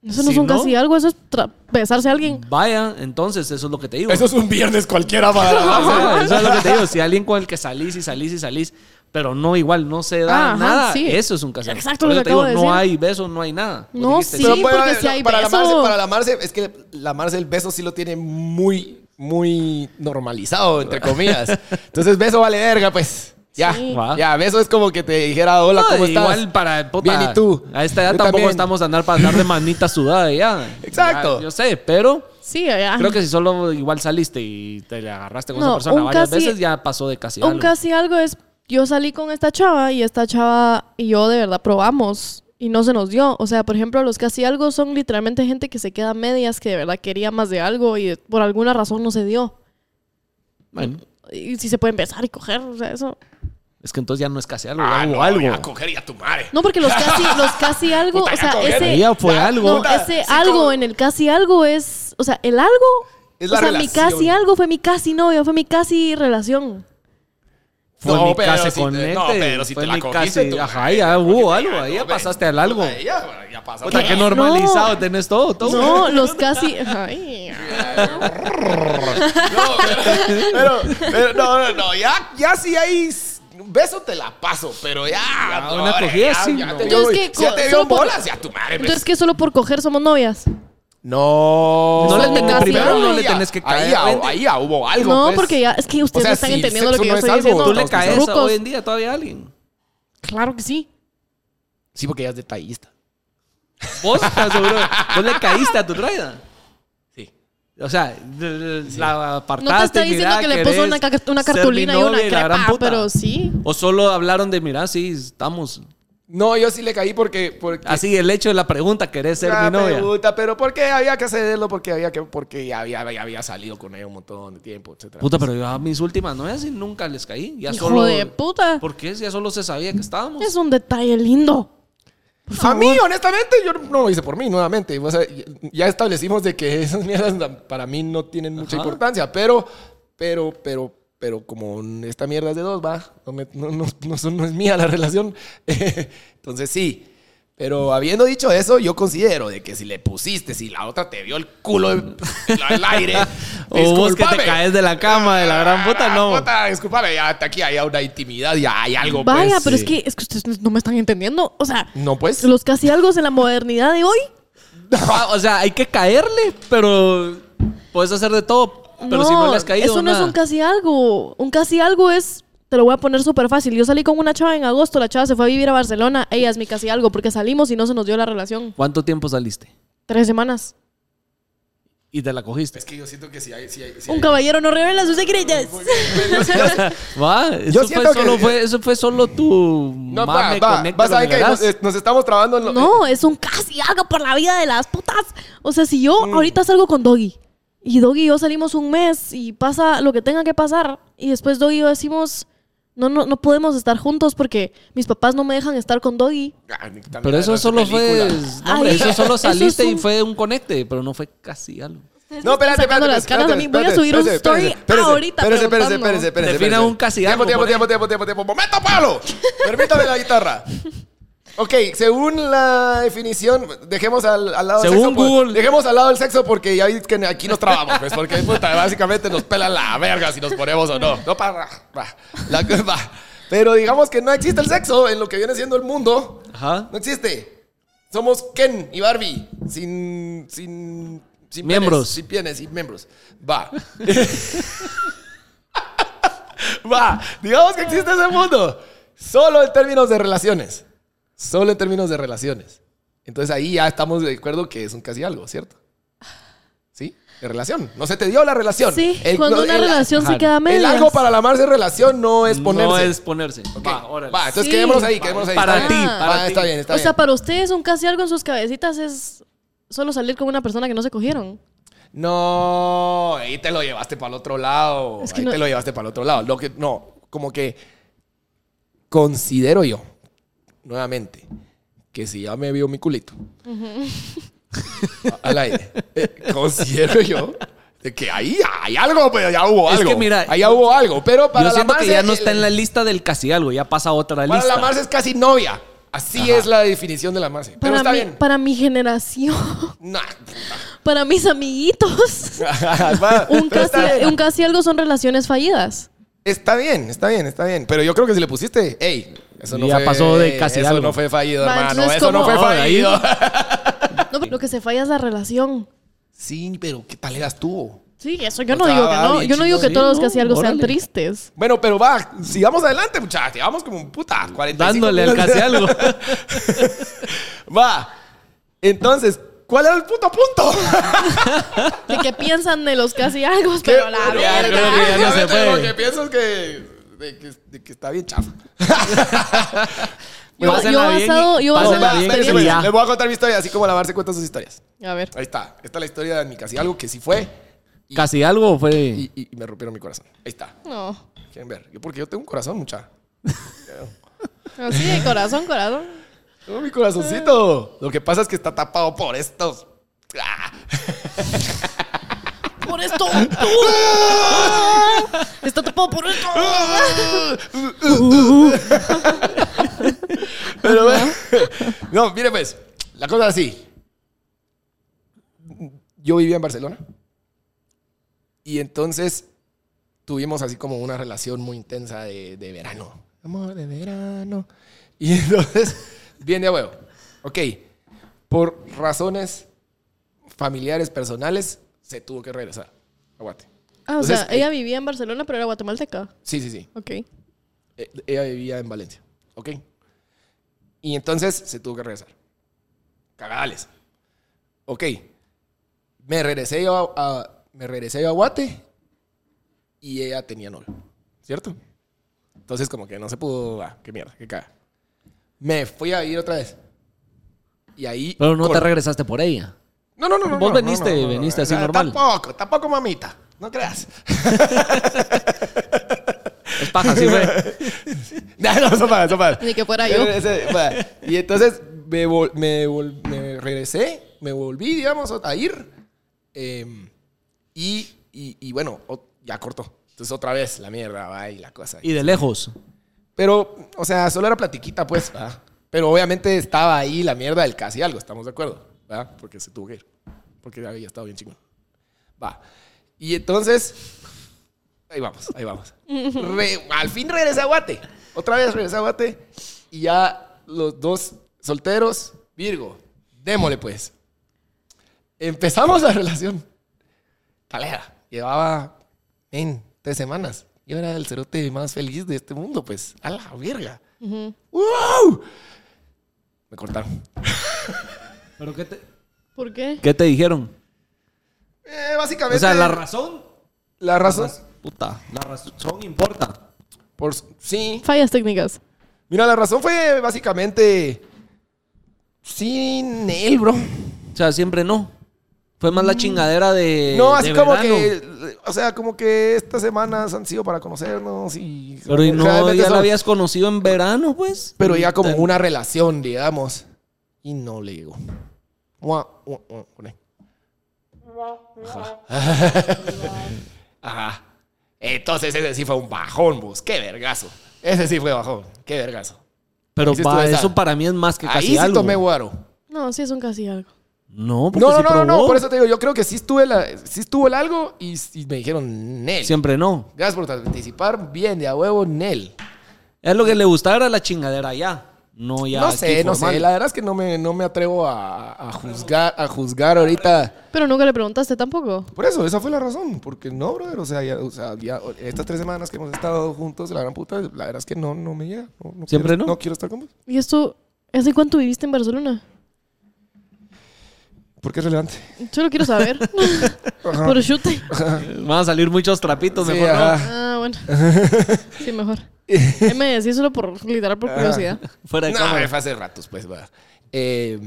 Speaker 6: Eso no
Speaker 4: Si
Speaker 6: es un
Speaker 4: no-
Speaker 6: casi algo, eso es tra- besarse a alguien.
Speaker 4: Vaya, entonces eso es lo que te digo.
Speaker 5: Eso es un viernes cualquiera para
Speaker 4: Ajá, eso es lo que te digo. Si alguien con el que salís y salís y salís, pero no igual, no se da
Speaker 6: Ajá,
Speaker 4: nada,
Speaker 6: sí.
Speaker 4: eso es un caso.
Speaker 6: Exacto lo
Speaker 4: Por eso
Speaker 6: que
Speaker 4: te digo,
Speaker 6: acabo de
Speaker 4: no
Speaker 6: decir.
Speaker 4: hay beso, no hay nada. Vos
Speaker 6: No,
Speaker 4: dijiste,
Speaker 6: sí,
Speaker 5: Pero para-
Speaker 6: porque si
Speaker 5: no,
Speaker 6: hay
Speaker 5: para la
Speaker 6: beso-
Speaker 5: Marce, para la Marce, es que la Marce el beso sí lo tiene muy, muy normalizado, entre comillas. Entonces, beso vale verga, pues. Ya,
Speaker 6: Sí.
Speaker 5: ya, beso es como que te dijera, hola,
Speaker 4: No,
Speaker 5: ¿cómo estás?
Speaker 4: Igual para puta,
Speaker 5: Bien, ¿y tú?
Speaker 4: A esta edad
Speaker 5: Yo
Speaker 4: tampoco
Speaker 5: también.
Speaker 4: estamos a andar para andar de manita sudada ya.
Speaker 5: Exacto.
Speaker 4: Ya, yo sé, pero
Speaker 6: Sí, ya.
Speaker 4: creo que si solo igual saliste y te le agarraste con
Speaker 6: No,
Speaker 4: esa persona
Speaker 6: un
Speaker 4: varias
Speaker 6: casi-
Speaker 4: veces, ya pasó de casi
Speaker 6: un
Speaker 4: algo.
Speaker 6: casi algo es yo salí con esta chava y esta chava y yo de verdad probamos y no se nos dio. O sea, por ejemplo, los casi algo son literalmente gente que se queda a medias que de verdad quería más de algo y por alguna razón no se dio.
Speaker 4: Bueno,
Speaker 6: Y si se pueden besar y coger, o sea, eso.
Speaker 4: es que entonces ya no es casi algo, ya
Speaker 5: Ah,
Speaker 4: hubo
Speaker 5: no,
Speaker 4: algo.
Speaker 5: ya a coger y a eh. tu madre.
Speaker 6: No, porque los casi, los casi algo,
Speaker 5: Puta,
Speaker 6: o
Speaker 5: ya
Speaker 6: sea,
Speaker 5: coger.
Speaker 6: ese,
Speaker 4: Ya fue algo.
Speaker 6: no,
Speaker 5: puta,
Speaker 6: ese
Speaker 5: sí,
Speaker 6: algo
Speaker 5: como-
Speaker 6: en el casi algo es, o sea, el algo,
Speaker 5: Es
Speaker 6: o
Speaker 5: la
Speaker 6: sea, mi
Speaker 5: relación.
Speaker 6: casi algo fue mi casi novia, fue mi casi relación.
Speaker 4: Fue
Speaker 5: No,
Speaker 4: mi
Speaker 5: pero
Speaker 4: casa
Speaker 5: si te-
Speaker 4: conecte,
Speaker 5: no, pero si
Speaker 4: fue
Speaker 5: te la
Speaker 4: mi
Speaker 5: cogiste
Speaker 4: casa-
Speaker 5: tú,
Speaker 4: Ajá, ya hubo algo, ahí ya pasaste al algo.
Speaker 5: Puta, Ya, ya pasaste.
Speaker 4: Puta,
Speaker 5: al
Speaker 4: que
Speaker 5: algo.
Speaker 4: normalizado
Speaker 6: No.
Speaker 4: tenés todo, todo.
Speaker 6: No, los casi, ay,
Speaker 5: No, pero, pero- pero no, no, no, ya, ya si hay s- un beso te la paso, pero ya. no,
Speaker 4: una
Speaker 5: hombre,
Speaker 4: cogida
Speaker 5: ya,
Speaker 4: sí,
Speaker 5: ya
Speaker 4: no.
Speaker 5: te
Speaker 6: Entonces,
Speaker 5: dio,
Speaker 6: ¿qué?
Speaker 5: si ya te
Speaker 6: Solo
Speaker 5: dio
Speaker 6: por-
Speaker 5: bolas, ya tu madre. pues.
Speaker 6: entonces que solo por coger somos novias.
Speaker 5: No.
Speaker 4: No le
Speaker 6: Son
Speaker 4: tenés,
Speaker 6: casi
Speaker 4: primero
Speaker 6: algo.
Speaker 4: no le tenés que
Speaker 5: Ahí
Speaker 4: caer.
Speaker 5: ya,
Speaker 4: vente.
Speaker 5: ahí ya hubo algo.
Speaker 6: No,
Speaker 5: pues.
Speaker 6: porque ya, es que ustedes
Speaker 5: sea,
Speaker 6: no están
Speaker 5: si
Speaker 6: entendiendo lo
Speaker 5: sexo
Speaker 6: que yo
Speaker 5: no es
Speaker 6: estoy
Speaker 5: algo,
Speaker 6: diciendo.
Speaker 4: Tú le
Speaker 5: Todos
Speaker 4: caes
Speaker 6: rucos.
Speaker 4: hoy en día todavía a alguien.
Speaker 6: Claro que sí.
Speaker 5: Sí, porque ya es detallista.
Speaker 4: ¿Vos estás seguro? ¿Vos le caíste a tu traida?
Speaker 5: Sí.
Speaker 4: O sea, de- de- la apartaste.
Speaker 6: No te estoy diciendo
Speaker 4: mirá,
Speaker 6: que le puso
Speaker 4: querés
Speaker 6: una, ca- una
Speaker 4: ser mi
Speaker 6: cartulina y una
Speaker 4: novia la gran
Speaker 6: crepa,
Speaker 4: puta.
Speaker 6: pero sí.
Speaker 4: O solo hablaron de, mira, sí, estamos.
Speaker 5: No, yo sí le caí porque. porque
Speaker 4: Así, el hecho de la pregunta, ¿querés Ah, ser mi
Speaker 5: Ah,
Speaker 4: novia?
Speaker 5: puta, pero ¿por qué había que hacerlo? Porque había que. Porque ya había, ya había salido con ella un montón de tiempo, etcétera.
Speaker 4: Puta, pero yo a mis últimas novias y nunca les caí. Ya
Speaker 6: Hijo
Speaker 4: solo,
Speaker 6: de puta.
Speaker 4: ¿Por qué? Si Ya solo se sabía que estábamos.
Speaker 6: Es un detalle lindo.
Speaker 5: A mí, honestamente, yo no lo hice por mí, nuevamente. O sea, ya establecimos de que esas mierdas para mí no tienen mucha
Speaker 4: Ajá.
Speaker 5: importancia, pero, pero, pero, pero como esta mierda es de dos, va, no, me- no, no- no son- no es mía la relación. Entonces sí, pero habiendo dicho eso, yo considero de que si le pusiste, si la otra te vio el culo en- al aire,
Speaker 4: O vos que te
Speaker 5: discúlpame. Ah,
Speaker 4: caes de la cama, de la gran puta, no.
Speaker 5: Puta, discúlpame, ya hasta aquí hay una intimidad, ya hay algo.
Speaker 6: Vaya,
Speaker 5: pues.
Speaker 6: pero es que, es que ustedes no me están entendiendo. O sea,
Speaker 5: No, pues.
Speaker 6: los casi algo en la modernidad de hoy.
Speaker 4: Ah, o sea, hay que caerle, pero puedes hacer de todo. Pero
Speaker 6: no,
Speaker 4: si no le has caído,
Speaker 6: eso no
Speaker 4: nada.
Speaker 6: es un casi algo. Un casi algo es, te lo voy a poner súper fácil. Yo salí con una chava en agosto, la chava se fue a vivir a Barcelona. Ella es mi casi algo porque salimos y no se nos dio la relación.
Speaker 4: ¿Cuánto tiempo saliste?
Speaker 6: Tres semanas.
Speaker 4: Y te la cogiste.
Speaker 5: Es que yo siento que si hay... Si hay si
Speaker 6: Un caballero no revela sus secretos.
Speaker 4: Va, eso,
Speaker 5: siento
Speaker 4: fue
Speaker 5: que-
Speaker 4: solo, fue, eso fue solo tu
Speaker 5: No, va,
Speaker 4: mame
Speaker 5: va,
Speaker 4: conecta
Speaker 5: vas a ver
Speaker 4: lo
Speaker 5: que
Speaker 4: verás.
Speaker 5: nos, eh, nos estamos trabando en lo...
Speaker 6: No, es un casi algo por la vida de las putas. O sea, si
Speaker 4: Mm.
Speaker 6: yo ahorita salgo con Doggy y Doggy y yo salimos un mes y pasa lo que tenga que pasar y después Doggy y yo decimos, no, no, no podemos estar juntos porque mis papás no me dejan estar con Doggy.
Speaker 5: Ah, ni tan-
Speaker 4: Pero eso
Speaker 5: no,
Speaker 4: solo fue.
Speaker 5: película.
Speaker 4: no, hombre,
Speaker 6: Ay,
Speaker 4: eso
Speaker 6: eso
Speaker 4: solo
Speaker 6: es
Speaker 4: saliste
Speaker 6: un-
Speaker 4: y fue un conecte, pero no fue casi algo.
Speaker 5: No, espérate,
Speaker 6: sacando
Speaker 5: espérate.
Speaker 6: las caras a mí. Voy a subir un story ahorita
Speaker 5: Espérate, espérate,
Speaker 6: preguntando.
Speaker 5: espérate. espérate,
Speaker 4: Defina
Speaker 5: espérate.
Speaker 4: un casi
Speaker 5: Tiempo,
Speaker 4: algo
Speaker 5: tiempo,
Speaker 4: por
Speaker 5: tiempo, tiempo, tiempo, tiempo. ¡Momento, Pablo! Permítame la guitarra. Ok, según la definición, dejemos al, al lado
Speaker 4: Según
Speaker 5: el sexo. por-
Speaker 4: Google.
Speaker 5: dejemos al lado el sexo porque ya veis que aquí nos trabamos, pues, porque puta, básicamente nos pela la verga si nos ponemos o no. No para. va, la- va. Pero digamos que no existe el sexo en lo que viene siendo el mundo.
Speaker 4: Ajá.
Speaker 5: No existe. Somos Ken y Barbie. Sin. Sin. sin
Speaker 4: Miembros.
Speaker 5: penes, sin pienes, sin miembros. Va. Va. Digamos que existe ese mundo. Solo en términos de relaciones. Solo en términos de relaciones. Entonces ahí ya estamos de acuerdo que es un casi algo, ¿cierto? ¿Sí? De relación. No se te dio la relación.
Speaker 6: Sí,
Speaker 5: El-
Speaker 6: cuando
Speaker 5: no,
Speaker 6: una
Speaker 5: el-
Speaker 6: relación se
Speaker 4: ajá,
Speaker 6: queda
Speaker 5: El
Speaker 6: media.
Speaker 5: algo para la amarse relación no es ponerse.
Speaker 4: No es ponerse.
Speaker 5: Ok.
Speaker 4: Va, órale.
Speaker 5: Va, entonces
Speaker 6: Sí.
Speaker 5: quedémonos ahí, quedémonos ahí.
Speaker 4: Para
Speaker 5: Está
Speaker 4: ti,
Speaker 5: bien.
Speaker 4: para
Speaker 5: Va,
Speaker 4: ti.
Speaker 5: Ah, está bien, está
Speaker 6: Ah. o
Speaker 5: bien.
Speaker 6: sea, para ustedes un casi algo en sus cabecitas es solo salir con una persona que no se cogieron.
Speaker 5: No, ahí te lo llevaste para el otro lado.
Speaker 6: Es que
Speaker 5: ahí
Speaker 6: no-
Speaker 5: te lo llevaste para el otro lado. Lo que, no, como que considero yo, nuevamente, que si ya me vio mi culito a- al aire, eh, considero yo de que ahí hay algo, pero ya hubo
Speaker 4: Es
Speaker 5: algo.
Speaker 4: que mira,
Speaker 5: ahí ya hubo algo, pero para
Speaker 4: Yo siento
Speaker 5: la
Speaker 4: que
Speaker 5: Marce,
Speaker 4: ya no
Speaker 5: el-
Speaker 4: está en la lista del casi algo, ya pasa a otra
Speaker 5: Para
Speaker 4: lista.
Speaker 5: la Marce es casi novia. Así es la definición de la Marce. Pero
Speaker 6: Para
Speaker 5: está
Speaker 6: mi,
Speaker 5: bien.
Speaker 6: para mi generación,
Speaker 5: Nah.
Speaker 6: para mis amiguitos.
Speaker 5: Va,
Speaker 6: Un
Speaker 5: pero está
Speaker 6: casi,
Speaker 5: bien.
Speaker 6: un casi algo son relaciones fallidas.
Speaker 5: Está bien, está bien, está bien. Pero yo creo que si le pusiste, hey, eso no
Speaker 4: Ya
Speaker 5: fue.
Speaker 4: pasó de casi
Speaker 5: Eso
Speaker 4: algo.
Speaker 5: no fue fallido,
Speaker 6: Va,
Speaker 5: hermano.
Speaker 6: entonces,
Speaker 5: Eso no
Speaker 6: ¿cómo?
Speaker 5: fue
Speaker 4: No, de ahí-
Speaker 5: fallido.
Speaker 6: No, lo que se falla es la relación.
Speaker 5: sí, pero ¿qué tal eras tú?
Speaker 6: Sí, eso yo
Speaker 5: O
Speaker 6: no
Speaker 5: sea,
Speaker 6: digo que
Speaker 5: va
Speaker 6: no.
Speaker 5: bien
Speaker 6: Yo no digo que
Speaker 5: chingón.
Speaker 6: todos los
Speaker 4: Sí,
Speaker 6: casi
Speaker 4: no,
Speaker 6: algo sean
Speaker 4: órale.
Speaker 6: tristes.
Speaker 5: Bueno, pero va, sigamos adelante, muchachos. Llevamos como un puta 45
Speaker 4: Dándole al
Speaker 5: minutos.
Speaker 4: casi algo.
Speaker 5: Va. Entonces, ¿cuál era el puto punto?
Speaker 6: De que piensan de los casi algo, pero la verga.
Speaker 4: Ya, creo que ya no se puede.
Speaker 5: Porque piensas que, de que, de que está bien chafa.
Speaker 6: Yo- yo
Speaker 4: Pásenla bien y-
Speaker 6: basado- yo basado en
Speaker 4: pásenla
Speaker 6: la
Speaker 4: bien y
Speaker 6: experiencia.
Speaker 4: ya.
Speaker 5: Les voy a contar mi historia, así como la Marce cuenta sus historias.
Speaker 6: A ver.
Speaker 5: Ahí está. Esta es la historia de mi casi algo que sí fue
Speaker 4: Casi algo fue.
Speaker 5: y, y- y me rompieron mi corazón. Ahí está.
Speaker 6: No.
Speaker 5: Quieren ver. Yo- Porque yo tengo un corazón, mucha.
Speaker 6: Así de corazón, corazón.
Speaker 5: Tengo mi corazoncito. Lo que pasa es que está tapado por estos. Ah.
Speaker 6: Por esto. Está tapado por esto.
Speaker 5: Pero bueno. No, mire pues. La cosa es así. Yo vivía en Barcelona. Y entonces tuvimos así como una relación muy intensa de, de verano. Amor de verano. Y entonces, bien de huevo. Ok, por razones familiares, personales, se tuvo que regresar. Aguate.
Speaker 6: Ah, o
Speaker 5: Entonces,
Speaker 6: sea,
Speaker 5: eh,
Speaker 6: ella vivía en Barcelona, pero era guatemalteca.
Speaker 5: Sí, sí, sí.
Speaker 6: Ok.
Speaker 5: Eh, Ella vivía en Valencia, ¿ok? Y entonces se tuvo que regresar. Cagales. Ok. Me regresé yo a, a- me regresé yo a Guate y ella tenía novio, ¿cierto? Entonces como que no se pudo, ah, qué mierda, qué caga. Me fui a ir otra vez. Y ahí...
Speaker 4: Pero no te
Speaker 5: cor-
Speaker 4: regresaste por ella.
Speaker 5: no, no, no, no.
Speaker 4: Vos
Speaker 5: no,
Speaker 4: veniste, veniste así
Speaker 5: Ah,
Speaker 4: normal.
Speaker 5: Tampoco, tampoco mamita, no creas.
Speaker 4: Es paja, sí fue.
Speaker 5: No, no, son malas, son malas.
Speaker 6: Ni que fuera yo.
Speaker 5: Ese, va. Y entonces me, vol- me, vol- me regresé, me volví, digamos, a ir. Em, y, y- y bueno, o- ya cortó. Entonces otra vez la mierda, va y la cosa.
Speaker 4: Y de lejos.
Speaker 5: Pero, o sea, solo era platiquita, pues. ¿verdad? Pero obviamente estaba ahí la mierda del casi algo, estamos de acuerdo. ¿verdad? Porque se tuvo que ir. Porque había estado bien chingón. Va. Y entonces, ahí vamos, ahí vamos. Re- al fin regresé a Guate. Otra vez regresé a Guate. Y ya los dos solteros, Virgo, démosle pues. Empezamos la relación. Talera. Llevaba en tres semanas. Yo era el cerote más feliz de este mundo, pues. A la verga. ¡Wow! Me cortaron.
Speaker 4: ¿Pero qué te,
Speaker 6: ¿Por qué?
Speaker 4: qué te dijeron?
Speaker 5: Eh, básicamente.
Speaker 4: O sea, la razón.
Speaker 5: la razón.
Speaker 4: Puta, la razón importa.
Speaker 5: Por, sí.
Speaker 6: Fallas técnicas.
Speaker 5: Mira, la razón fue básicamente. Sin él, bro.
Speaker 4: O sea, siempre no. Fue más la chingadera de.
Speaker 5: Mm. No, así
Speaker 4: Eh, de
Speaker 5: como
Speaker 4: verano.
Speaker 5: que. O sea, como que estas semanas han sido para conocernos y.
Speaker 4: Pero y no,
Speaker 5: realmente
Speaker 4: ya
Speaker 5: son-
Speaker 4: la habías conocido en verano, pues.
Speaker 5: Pero ya como una relación, digamos. Y no le llegó. Mua, mua, mua, poné. Ajá. Ajá. Entonces ese sí fue un bajón, vos. Qué vergazo. Ese sí fue bajón. Qué vergazo.
Speaker 4: Pero
Speaker 5: Sí,
Speaker 4: va,
Speaker 5: estuve esa.
Speaker 4: eso para mí es más que casi
Speaker 5: Ahí sí
Speaker 4: algo.
Speaker 5: tomé guaro.
Speaker 6: No, sí es un casi algo.
Speaker 4: No, porque
Speaker 5: No, no,
Speaker 4: sí
Speaker 5: no, no, no,
Speaker 4: probó.
Speaker 5: Por eso te digo, yo creo que sí estuve la, sí estuvo el algo y, y me dijeron Nel.
Speaker 4: Siempre no.
Speaker 5: Gracias por participar. Bien, de a huevo, Nel.
Speaker 4: Es lo que le gustaba era la chingadera ya. No ya.
Speaker 5: no
Speaker 4: aquí
Speaker 5: sé, no sé.
Speaker 4: formal.
Speaker 5: La verdad es que no me, no me atrevo a, a juzgar, a juzgar ahorita.
Speaker 6: Pero nunca le preguntaste tampoco.
Speaker 5: Por eso, esa fue la razón. Porque no, brother. O sea, ya, o sea, ya estas tres semanas que hemos estado juntos, la gran puta, la verdad es que no, no me llega. No, no
Speaker 4: ¿Siempre
Speaker 5: quiero-
Speaker 4: no?
Speaker 5: quiero estar con vos.
Speaker 6: ¿Y esto? ¿Hace cuánto viviste en Barcelona?
Speaker 5: ¿Por qué es relevante?
Speaker 6: Solo quiero saber. Por chute.
Speaker 4: Van a salir muchos trapitos,
Speaker 5: Sí,
Speaker 4: mejor no.
Speaker 5: ajá.
Speaker 6: Ah, bueno. Sí, mejor. Ahí Me decís solo por literal
Speaker 5: Ah.
Speaker 6: por curiosidad.
Speaker 4: Fuera de
Speaker 5: No,
Speaker 4: cámara.
Speaker 5: me fue hace ratos, pues. va. Eh,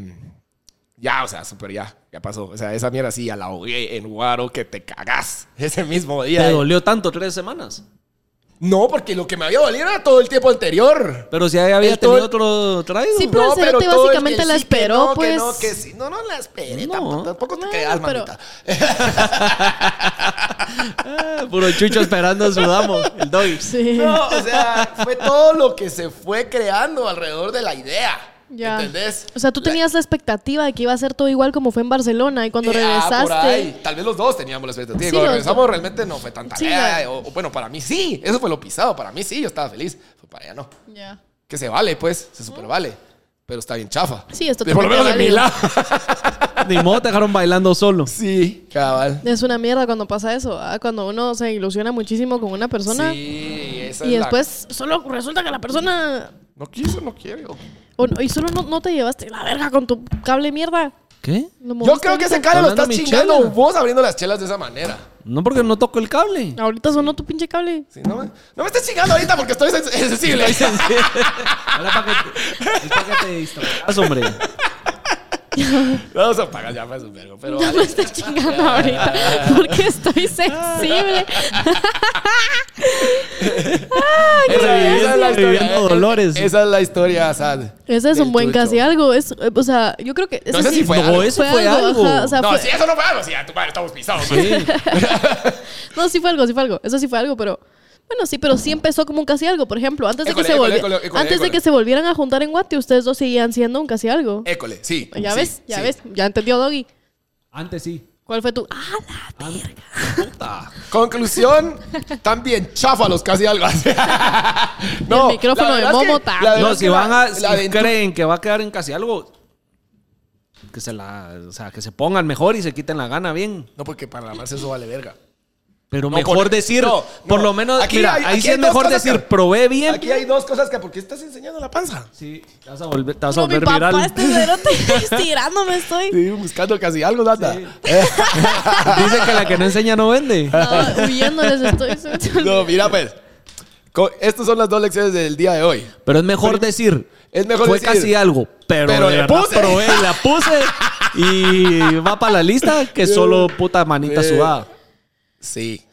Speaker 5: ya, o sea, súper ya. Ya pasó. O sea, esa mierda sí, ya la ahogué en Guaro que te cagás. Ese mismo día.
Speaker 4: Te dolió tanto tres semanas.
Speaker 5: No, porque lo que me había dolido era todo el tiempo anterior.
Speaker 4: Pero si ahí había
Speaker 5: El todo-
Speaker 4: tenido otro traído.
Speaker 6: Sí, pero el cerote
Speaker 5: todo el
Speaker 6: básicamente
Speaker 5: que
Speaker 6: la
Speaker 5: sí, que
Speaker 6: esperó,
Speaker 5: no, que
Speaker 6: pues.
Speaker 5: no, que sí. No, no la esperé.
Speaker 4: No.
Speaker 5: Tampoco, tampoco te
Speaker 6: No,
Speaker 5: creas,
Speaker 6: pero-
Speaker 5: mamita.
Speaker 4: Ah, Puro chucho esperando a su damo, el doggy.
Speaker 6: Sí.
Speaker 5: No, o sea, fue todo lo que se fue creando alrededor de la idea.
Speaker 6: Ya.
Speaker 5: ¿Entendés?
Speaker 6: O sea, tú tenías la expectativa de que iba a ser todo igual como fue en Barcelona y cuando
Speaker 5: Ah, por
Speaker 6: regresaste.
Speaker 5: ahí. Tal vez los dos teníamos la expectativa.
Speaker 6: Sí,
Speaker 5: Cuando
Speaker 6: los
Speaker 5: regresamos realmente no fue tanta
Speaker 6: Sí,
Speaker 5: tarea.
Speaker 6: la-
Speaker 5: O, o bueno, para mí sí. Eso fue lo pisado. Para mí sí, yo estaba feliz. Pero para ella no.
Speaker 6: Ya.
Speaker 5: Que se vale, pues. Se super vale. Pero está bien chafa.
Speaker 6: Sí, es
Speaker 5: Por lo menos de
Speaker 6: totalmente
Speaker 5: mi
Speaker 6: válido.
Speaker 5: lado.
Speaker 4: Ni modo, te dejaron bailando solo.
Speaker 5: Sí, cabal.
Speaker 6: Es una mierda cuando pasa eso, ¿ah? cuando uno se ilusiona muchísimo con una persona
Speaker 5: Sí, esa
Speaker 6: y
Speaker 5: es la-
Speaker 6: después solo resulta que la persona
Speaker 5: No quiso, no quiere. o-
Speaker 6: o no- y solo no, no te llevaste la verga con tu cable mierda.
Speaker 4: ¿Qué?
Speaker 6: Lo
Speaker 5: Yo
Speaker 6: moviste
Speaker 5: creo que
Speaker 6: ahorita.
Speaker 5: ese cara lo
Speaker 4: Hablando
Speaker 5: estás
Speaker 4: de mi
Speaker 5: chingando
Speaker 4: chela.
Speaker 5: vos abriendo las chelas de esa manera.
Speaker 4: No, porque no tocó el cable.
Speaker 6: Ahorita sonó tu pinche cable.
Speaker 5: Sí, no, me, no me estés chingando ahorita porque estoy sen- sensible.
Speaker 4: Era para que te, es para que te distrajeras, hombre.
Speaker 5: no, se apaga ya, pues, un vergo. Pero
Speaker 6: Ya me
Speaker 5: vale.
Speaker 6: estás chingando ahorita porque estoy sensible.
Speaker 5: Esa es la historia. eh,
Speaker 4: Reviviendo dolores.
Speaker 5: Esa es la historia, Asad.
Speaker 6: Ese es
Speaker 5: Del
Speaker 6: un buen
Speaker 5: chucho.
Speaker 6: casi algo. Es, eh, o sea, yo creo que.
Speaker 5: sé
Speaker 6: ese
Speaker 5: si fue
Speaker 4: no,
Speaker 5: algo.
Speaker 4: eso fue algo.
Speaker 6: ajá, o sea,
Speaker 5: No,
Speaker 6: fue-
Speaker 5: si eso no fue algo, si a tu madre estamos pisados. man.
Speaker 6: No, sí fue algo, sí fue algo. Eso sí fue algo, pero. Bueno, sí, pero sí empezó como un casi algo. Por ejemplo, antes de,
Speaker 5: École,
Speaker 6: que, se
Speaker 5: école,
Speaker 6: volvi-
Speaker 5: école, école,
Speaker 6: antes
Speaker 5: école.
Speaker 6: de que se volvieran a juntar en Guate, ustedes dos seguían siendo un casi algo.
Speaker 5: École, sí.
Speaker 6: ya
Speaker 5: Eh, sí,
Speaker 6: ves, ya
Speaker 5: sí.
Speaker 6: ves, ya entendió Doggy.
Speaker 4: Antes sí.
Speaker 6: ¿Cuál fue tu.? ¡Ah!
Speaker 5: Conclusión, también chafa los casi algo. no,
Speaker 6: el micrófono
Speaker 5: la
Speaker 6: de
Speaker 5: verdad es
Speaker 6: Momo
Speaker 5: que-
Speaker 6: también.
Speaker 5: la verdad
Speaker 4: No,
Speaker 5: es que
Speaker 4: si van
Speaker 5: la-
Speaker 4: a. Si
Speaker 5: la aventu-
Speaker 4: creen que va a quedar en casi algo. Que se la. O sea, que se pongan mejor y se quiten la gana bien.
Speaker 5: No, porque para la marcha eso vale verga.
Speaker 4: Pero
Speaker 5: No,
Speaker 4: mejor
Speaker 5: con-
Speaker 4: decir.
Speaker 5: no,
Speaker 4: Por
Speaker 5: no.
Speaker 4: lo menos.
Speaker 5: Aquí
Speaker 4: mira,
Speaker 5: hay-
Speaker 4: ahí
Speaker 5: aquí
Speaker 4: sí
Speaker 5: hay
Speaker 4: es
Speaker 5: dos
Speaker 4: mejor
Speaker 5: cosas
Speaker 4: decir,
Speaker 5: que-
Speaker 4: probé bien.
Speaker 5: Aquí hay dos cosas que, ¿por qué estás enseñando la panza?
Speaker 4: Sí, te vas a volver, te vas a
Speaker 6: No, mi
Speaker 4: volver
Speaker 6: papá,
Speaker 4: viral.
Speaker 6: este cerote estirándome estoy.
Speaker 5: Sí, buscando casi algo, Eh, data.
Speaker 4: Dice que la que no enseña no vende.
Speaker 6: Ah, huyéndoles estoy.
Speaker 5: No, mira, pues. co- Estas son las dos lecciones del día de hoy.
Speaker 4: Pero es mejor decir.
Speaker 5: Es mejor
Speaker 4: fue
Speaker 5: decir,
Speaker 4: casi algo, pero,
Speaker 5: pero
Speaker 4: de
Speaker 5: le
Speaker 4: verdad
Speaker 5: puse.
Speaker 4: probé y la puse. Y va para la lista que solo puta manita
Speaker 5: Sí.
Speaker 4: sudada.
Speaker 5: Sí.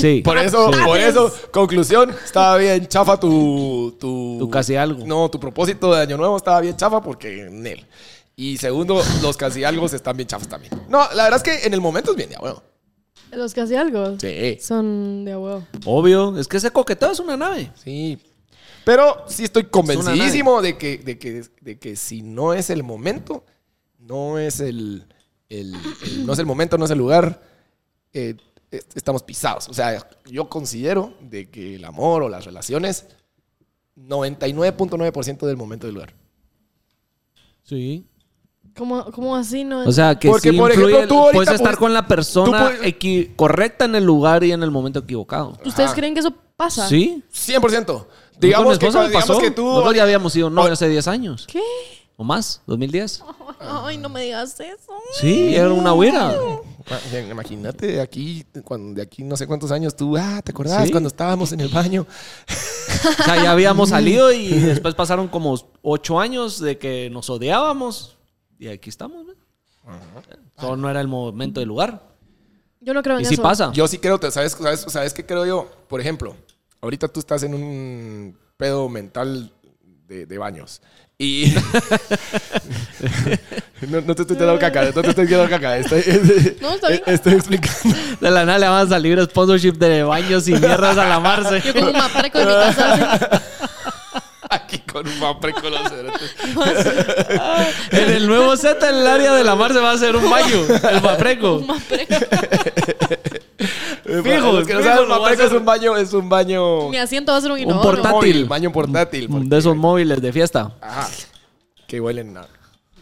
Speaker 4: Sí.
Speaker 5: Por e- eso,
Speaker 4: Sí.
Speaker 5: por eso, conclusión, estaba bien chafa tu, tu...
Speaker 4: Tu casi algo.
Speaker 5: No, tu propósito de Año Nuevo estaba bien chafa porque en él. Y segundo, los casi algo están bien chafas también. No, la verdad es que en el momento es bien de a huevo.
Speaker 6: Los casi algo.
Speaker 5: Sí.
Speaker 6: Son de a huevo.
Speaker 4: Obvio. Es que ese coqueteo es una nave.
Speaker 5: Sí. Pero sí estoy convencidísimo de que, de, que, de que si no es el momento, no es el, el- el- no es el momento, no es el lugar, eh, es- estamos pisados. O sea, yo considero de que el amor o las relaciones, 99.9% del momento del lugar.
Speaker 4: Sí.
Speaker 6: ¿Cómo, cómo así no?
Speaker 4: O sea, que
Speaker 5: Porque,
Speaker 4: sí
Speaker 5: por ejemplo,
Speaker 4: influye el-
Speaker 5: tú ahorita
Speaker 4: puedes estar
Speaker 5: puedes-
Speaker 4: con la persona
Speaker 5: tú puedes-
Speaker 4: equi- correcta en el lugar y en el momento equivocado.
Speaker 6: ¿Ustedes
Speaker 5: Ajá.
Speaker 6: creen que eso pasa?
Speaker 4: Sí. Con
Speaker 5: 100%.
Speaker 4: mi
Speaker 5: Digamos que,
Speaker 4: esposa me
Speaker 5: digamos
Speaker 4: pasó.
Speaker 5: que tú...
Speaker 4: Nosotros ya habíamos sido novios
Speaker 5: o-
Speaker 4: hace 10 años.
Speaker 6: ¿Qué?
Speaker 4: O más, 2010.
Speaker 6: Ay, no me digas eso.
Speaker 4: Sí, era una huira.
Speaker 5: Ah, Imagínate, de aquí, cuando, de aquí no sé cuántos años tú, ah, ¿te acordás
Speaker 4: Sí.
Speaker 5: cuando estábamos en el baño?
Speaker 4: O sea, ya habíamos salido y después pasaron como ocho años de que nos odiábamos. Y aquí estamos, ¿no? Solo no era el momento del lugar.
Speaker 6: Yo no creo en
Speaker 4: Y
Speaker 6: eso.
Speaker 4: si pasa.
Speaker 5: Yo sí creo, te- ¿sabes, sabes, ¿sabes qué creo yo? Por ejemplo, ahorita tú estás en un pedo mental de, de baños. Y. no, no te estoy tirando caca, no te estoy tirando caca. Estoy,
Speaker 6: No, está bien.
Speaker 5: estoy explicando.
Speaker 4: De la nada le van a salir sponsorship de baños y mierdas a la Marce.
Speaker 6: Yo como un mapreco en mi casa. así.
Speaker 5: Aquí con un mapre con los cerotes.
Speaker 4: En el nuevo set, en el área de la Marce va a ser un baño. El mapreco.
Speaker 6: Un mapreco.
Speaker 5: Para los que no
Speaker 4: fijo,
Speaker 5: saben,
Speaker 4: lo voy a
Speaker 5: mapreco es
Speaker 4: hacer.
Speaker 5: un baño, es un baño.
Speaker 6: Mi asiento va a ser un inodoro.
Speaker 4: portátil. Mm,
Speaker 5: Móvil, baño portátil. porque-
Speaker 4: De esos móviles de fiesta.
Speaker 5: Ajá. Que huelen a.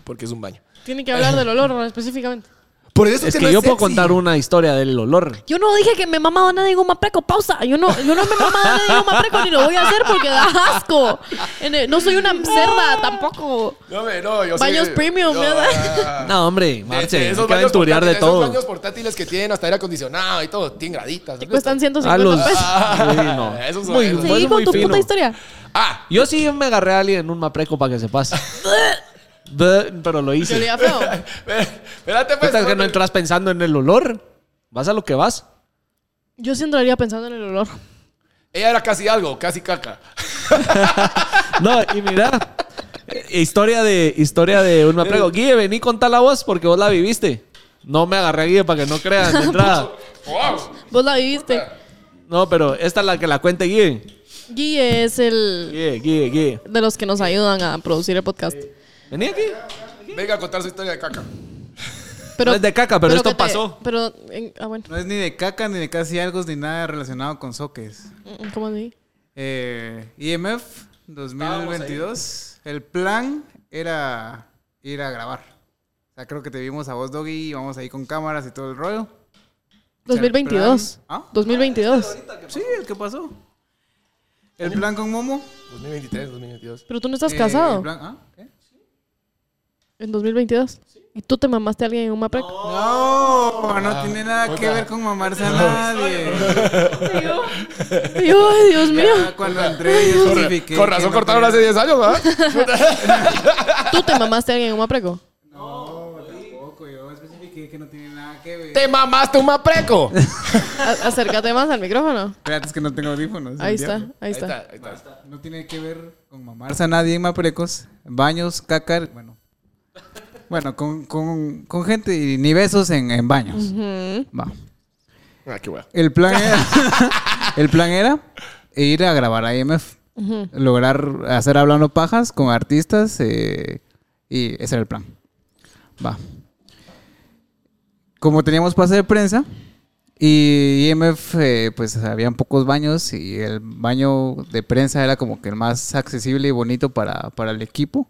Speaker 5: Porque es un baño.
Speaker 6: Tiene que hablar del olor ¿no? específicamente.
Speaker 5: Por eso
Speaker 4: Es que,
Speaker 5: no
Speaker 4: yo puedo
Speaker 5: sexy.
Speaker 4: contar una historia del olor.
Speaker 6: Yo no dije que me mamaba nada de goma preco, pausa. Yo no, yo no me mamaba nada de goma preco ni lo voy a hacer porque da asco. En el- No soy una cerda tampoco.
Speaker 5: No, hombre, no, ah, yo
Speaker 6: Baños premium, ¿verdad?
Speaker 4: No, hombre,
Speaker 5: De- de
Speaker 4: Marce, hay
Speaker 5: Este, esos
Speaker 4: que
Speaker 5: baños
Speaker 4: aventurear Ah. de
Speaker 5: portátiles, esos
Speaker 4: todo.
Speaker 5: baños portátiles que tienen hasta aire acondicionado y todo, tienen graditas.
Speaker 6: Te cuestan
Speaker 4: A
Speaker 6: 150
Speaker 4: los.
Speaker 6: pesos.
Speaker 4: Sí, no.
Speaker 5: Esos son
Speaker 4: Muy,
Speaker 5: esos.
Speaker 4: fue
Speaker 6: Seguí con
Speaker 4: muy
Speaker 6: tu
Speaker 4: fino.
Speaker 6: puta historia.
Speaker 5: Ah,
Speaker 4: Yo sí me agarré a alguien en un mapreco para que se pase. Bleh, Pero lo
Speaker 6: Yo "Ah,
Speaker 4: hice.
Speaker 6: olía feo.
Speaker 5: espérate, pues.
Speaker 4: Puta, es que no
Speaker 5: porque-
Speaker 4: entras pensando en el olor. Vas a lo que vas.
Speaker 6: Yo sí entraría pensando en el olor.
Speaker 5: Ella era casi algo, casi caca.
Speaker 4: No, y mira. eh, Historia de, historia de un mapreco. Guille, vení contar la voz porque vos la viviste. No me agarré a Guille para que no crean de entrada.
Speaker 5: Wow.
Speaker 6: Vos la viviste.
Speaker 4: No, pero esta es la que la cuente Guille.
Speaker 6: Guille es el
Speaker 4: Guille, Guille, Guille.
Speaker 6: de los que nos ayudan a producir el podcast.
Speaker 4: Vení aquí.
Speaker 5: Venga a contar su historia de caca.
Speaker 6: Pero,
Speaker 4: No es de caca, pero esto
Speaker 6: que te-
Speaker 4: pasó.
Speaker 6: Pero, en- ah, bueno,
Speaker 7: No es ni de caca, ni de casi algo, ni nada relacionado con soques.
Speaker 6: mm, ¿cómo así?
Speaker 7: Eh, IMF 2022. El plan era ir a grabar. O sea, creo que te vimos a vos, Doggy, y vamos ahí con cámaras y todo el rollo.
Speaker 6: 2022.
Speaker 7: ¿Ah?
Speaker 6: 2022.
Speaker 7: Sí, el que pasó. El plan con Momo.
Speaker 5: 2023, 2022.
Speaker 6: Pero tú no estás
Speaker 7: eh,
Speaker 6: casado
Speaker 7: el plan- ¿ah? ¿Qué?
Speaker 6: en 2022. ¿Y tú te mamaste a alguien en un mapreco?
Speaker 7: No, no tiene nada que ver con mamarse a nadie.
Speaker 6: Ay, Dios mío.
Speaker 7: Ya Cuando entré, yo justifiqué
Speaker 5: Con
Speaker 7: que
Speaker 5: razón
Speaker 7: no
Speaker 5: cortaron
Speaker 7: tenía-
Speaker 5: hace 10 años, ¿verdad?
Speaker 6: ¿Tú te mamaste a alguien en un mapreco?
Speaker 7: Tampoco, yo especifiqué que no tiene nada que ver.
Speaker 5: Te mamaste un mapreco.
Speaker 6: A- Acércate más al micrófono.
Speaker 7: Espérate, es que no tengo audífonos.
Speaker 6: Ahí
Speaker 7: el
Speaker 6: está,
Speaker 7: diablo.
Speaker 6: ahí está.
Speaker 5: ahí está.
Speaker 7: No tiene que ver con mamarse a nadie en Maprecos. Baños, caca, bueno. Bueno, con, con, con gente y ni besos en, en baños. Va.
Speaker 5: Ah, qué wea.
Speaker 7: El plan era, el plan era ir a grabar a IMF. Lograr hacer hablando pajas con artistas eh, y ese era el plan. Va. Como teníamos pase de prensa y IMF, eh, pues habían pocos baños y el baño de prensa era como que el más accesible y bonito para, para el equipo.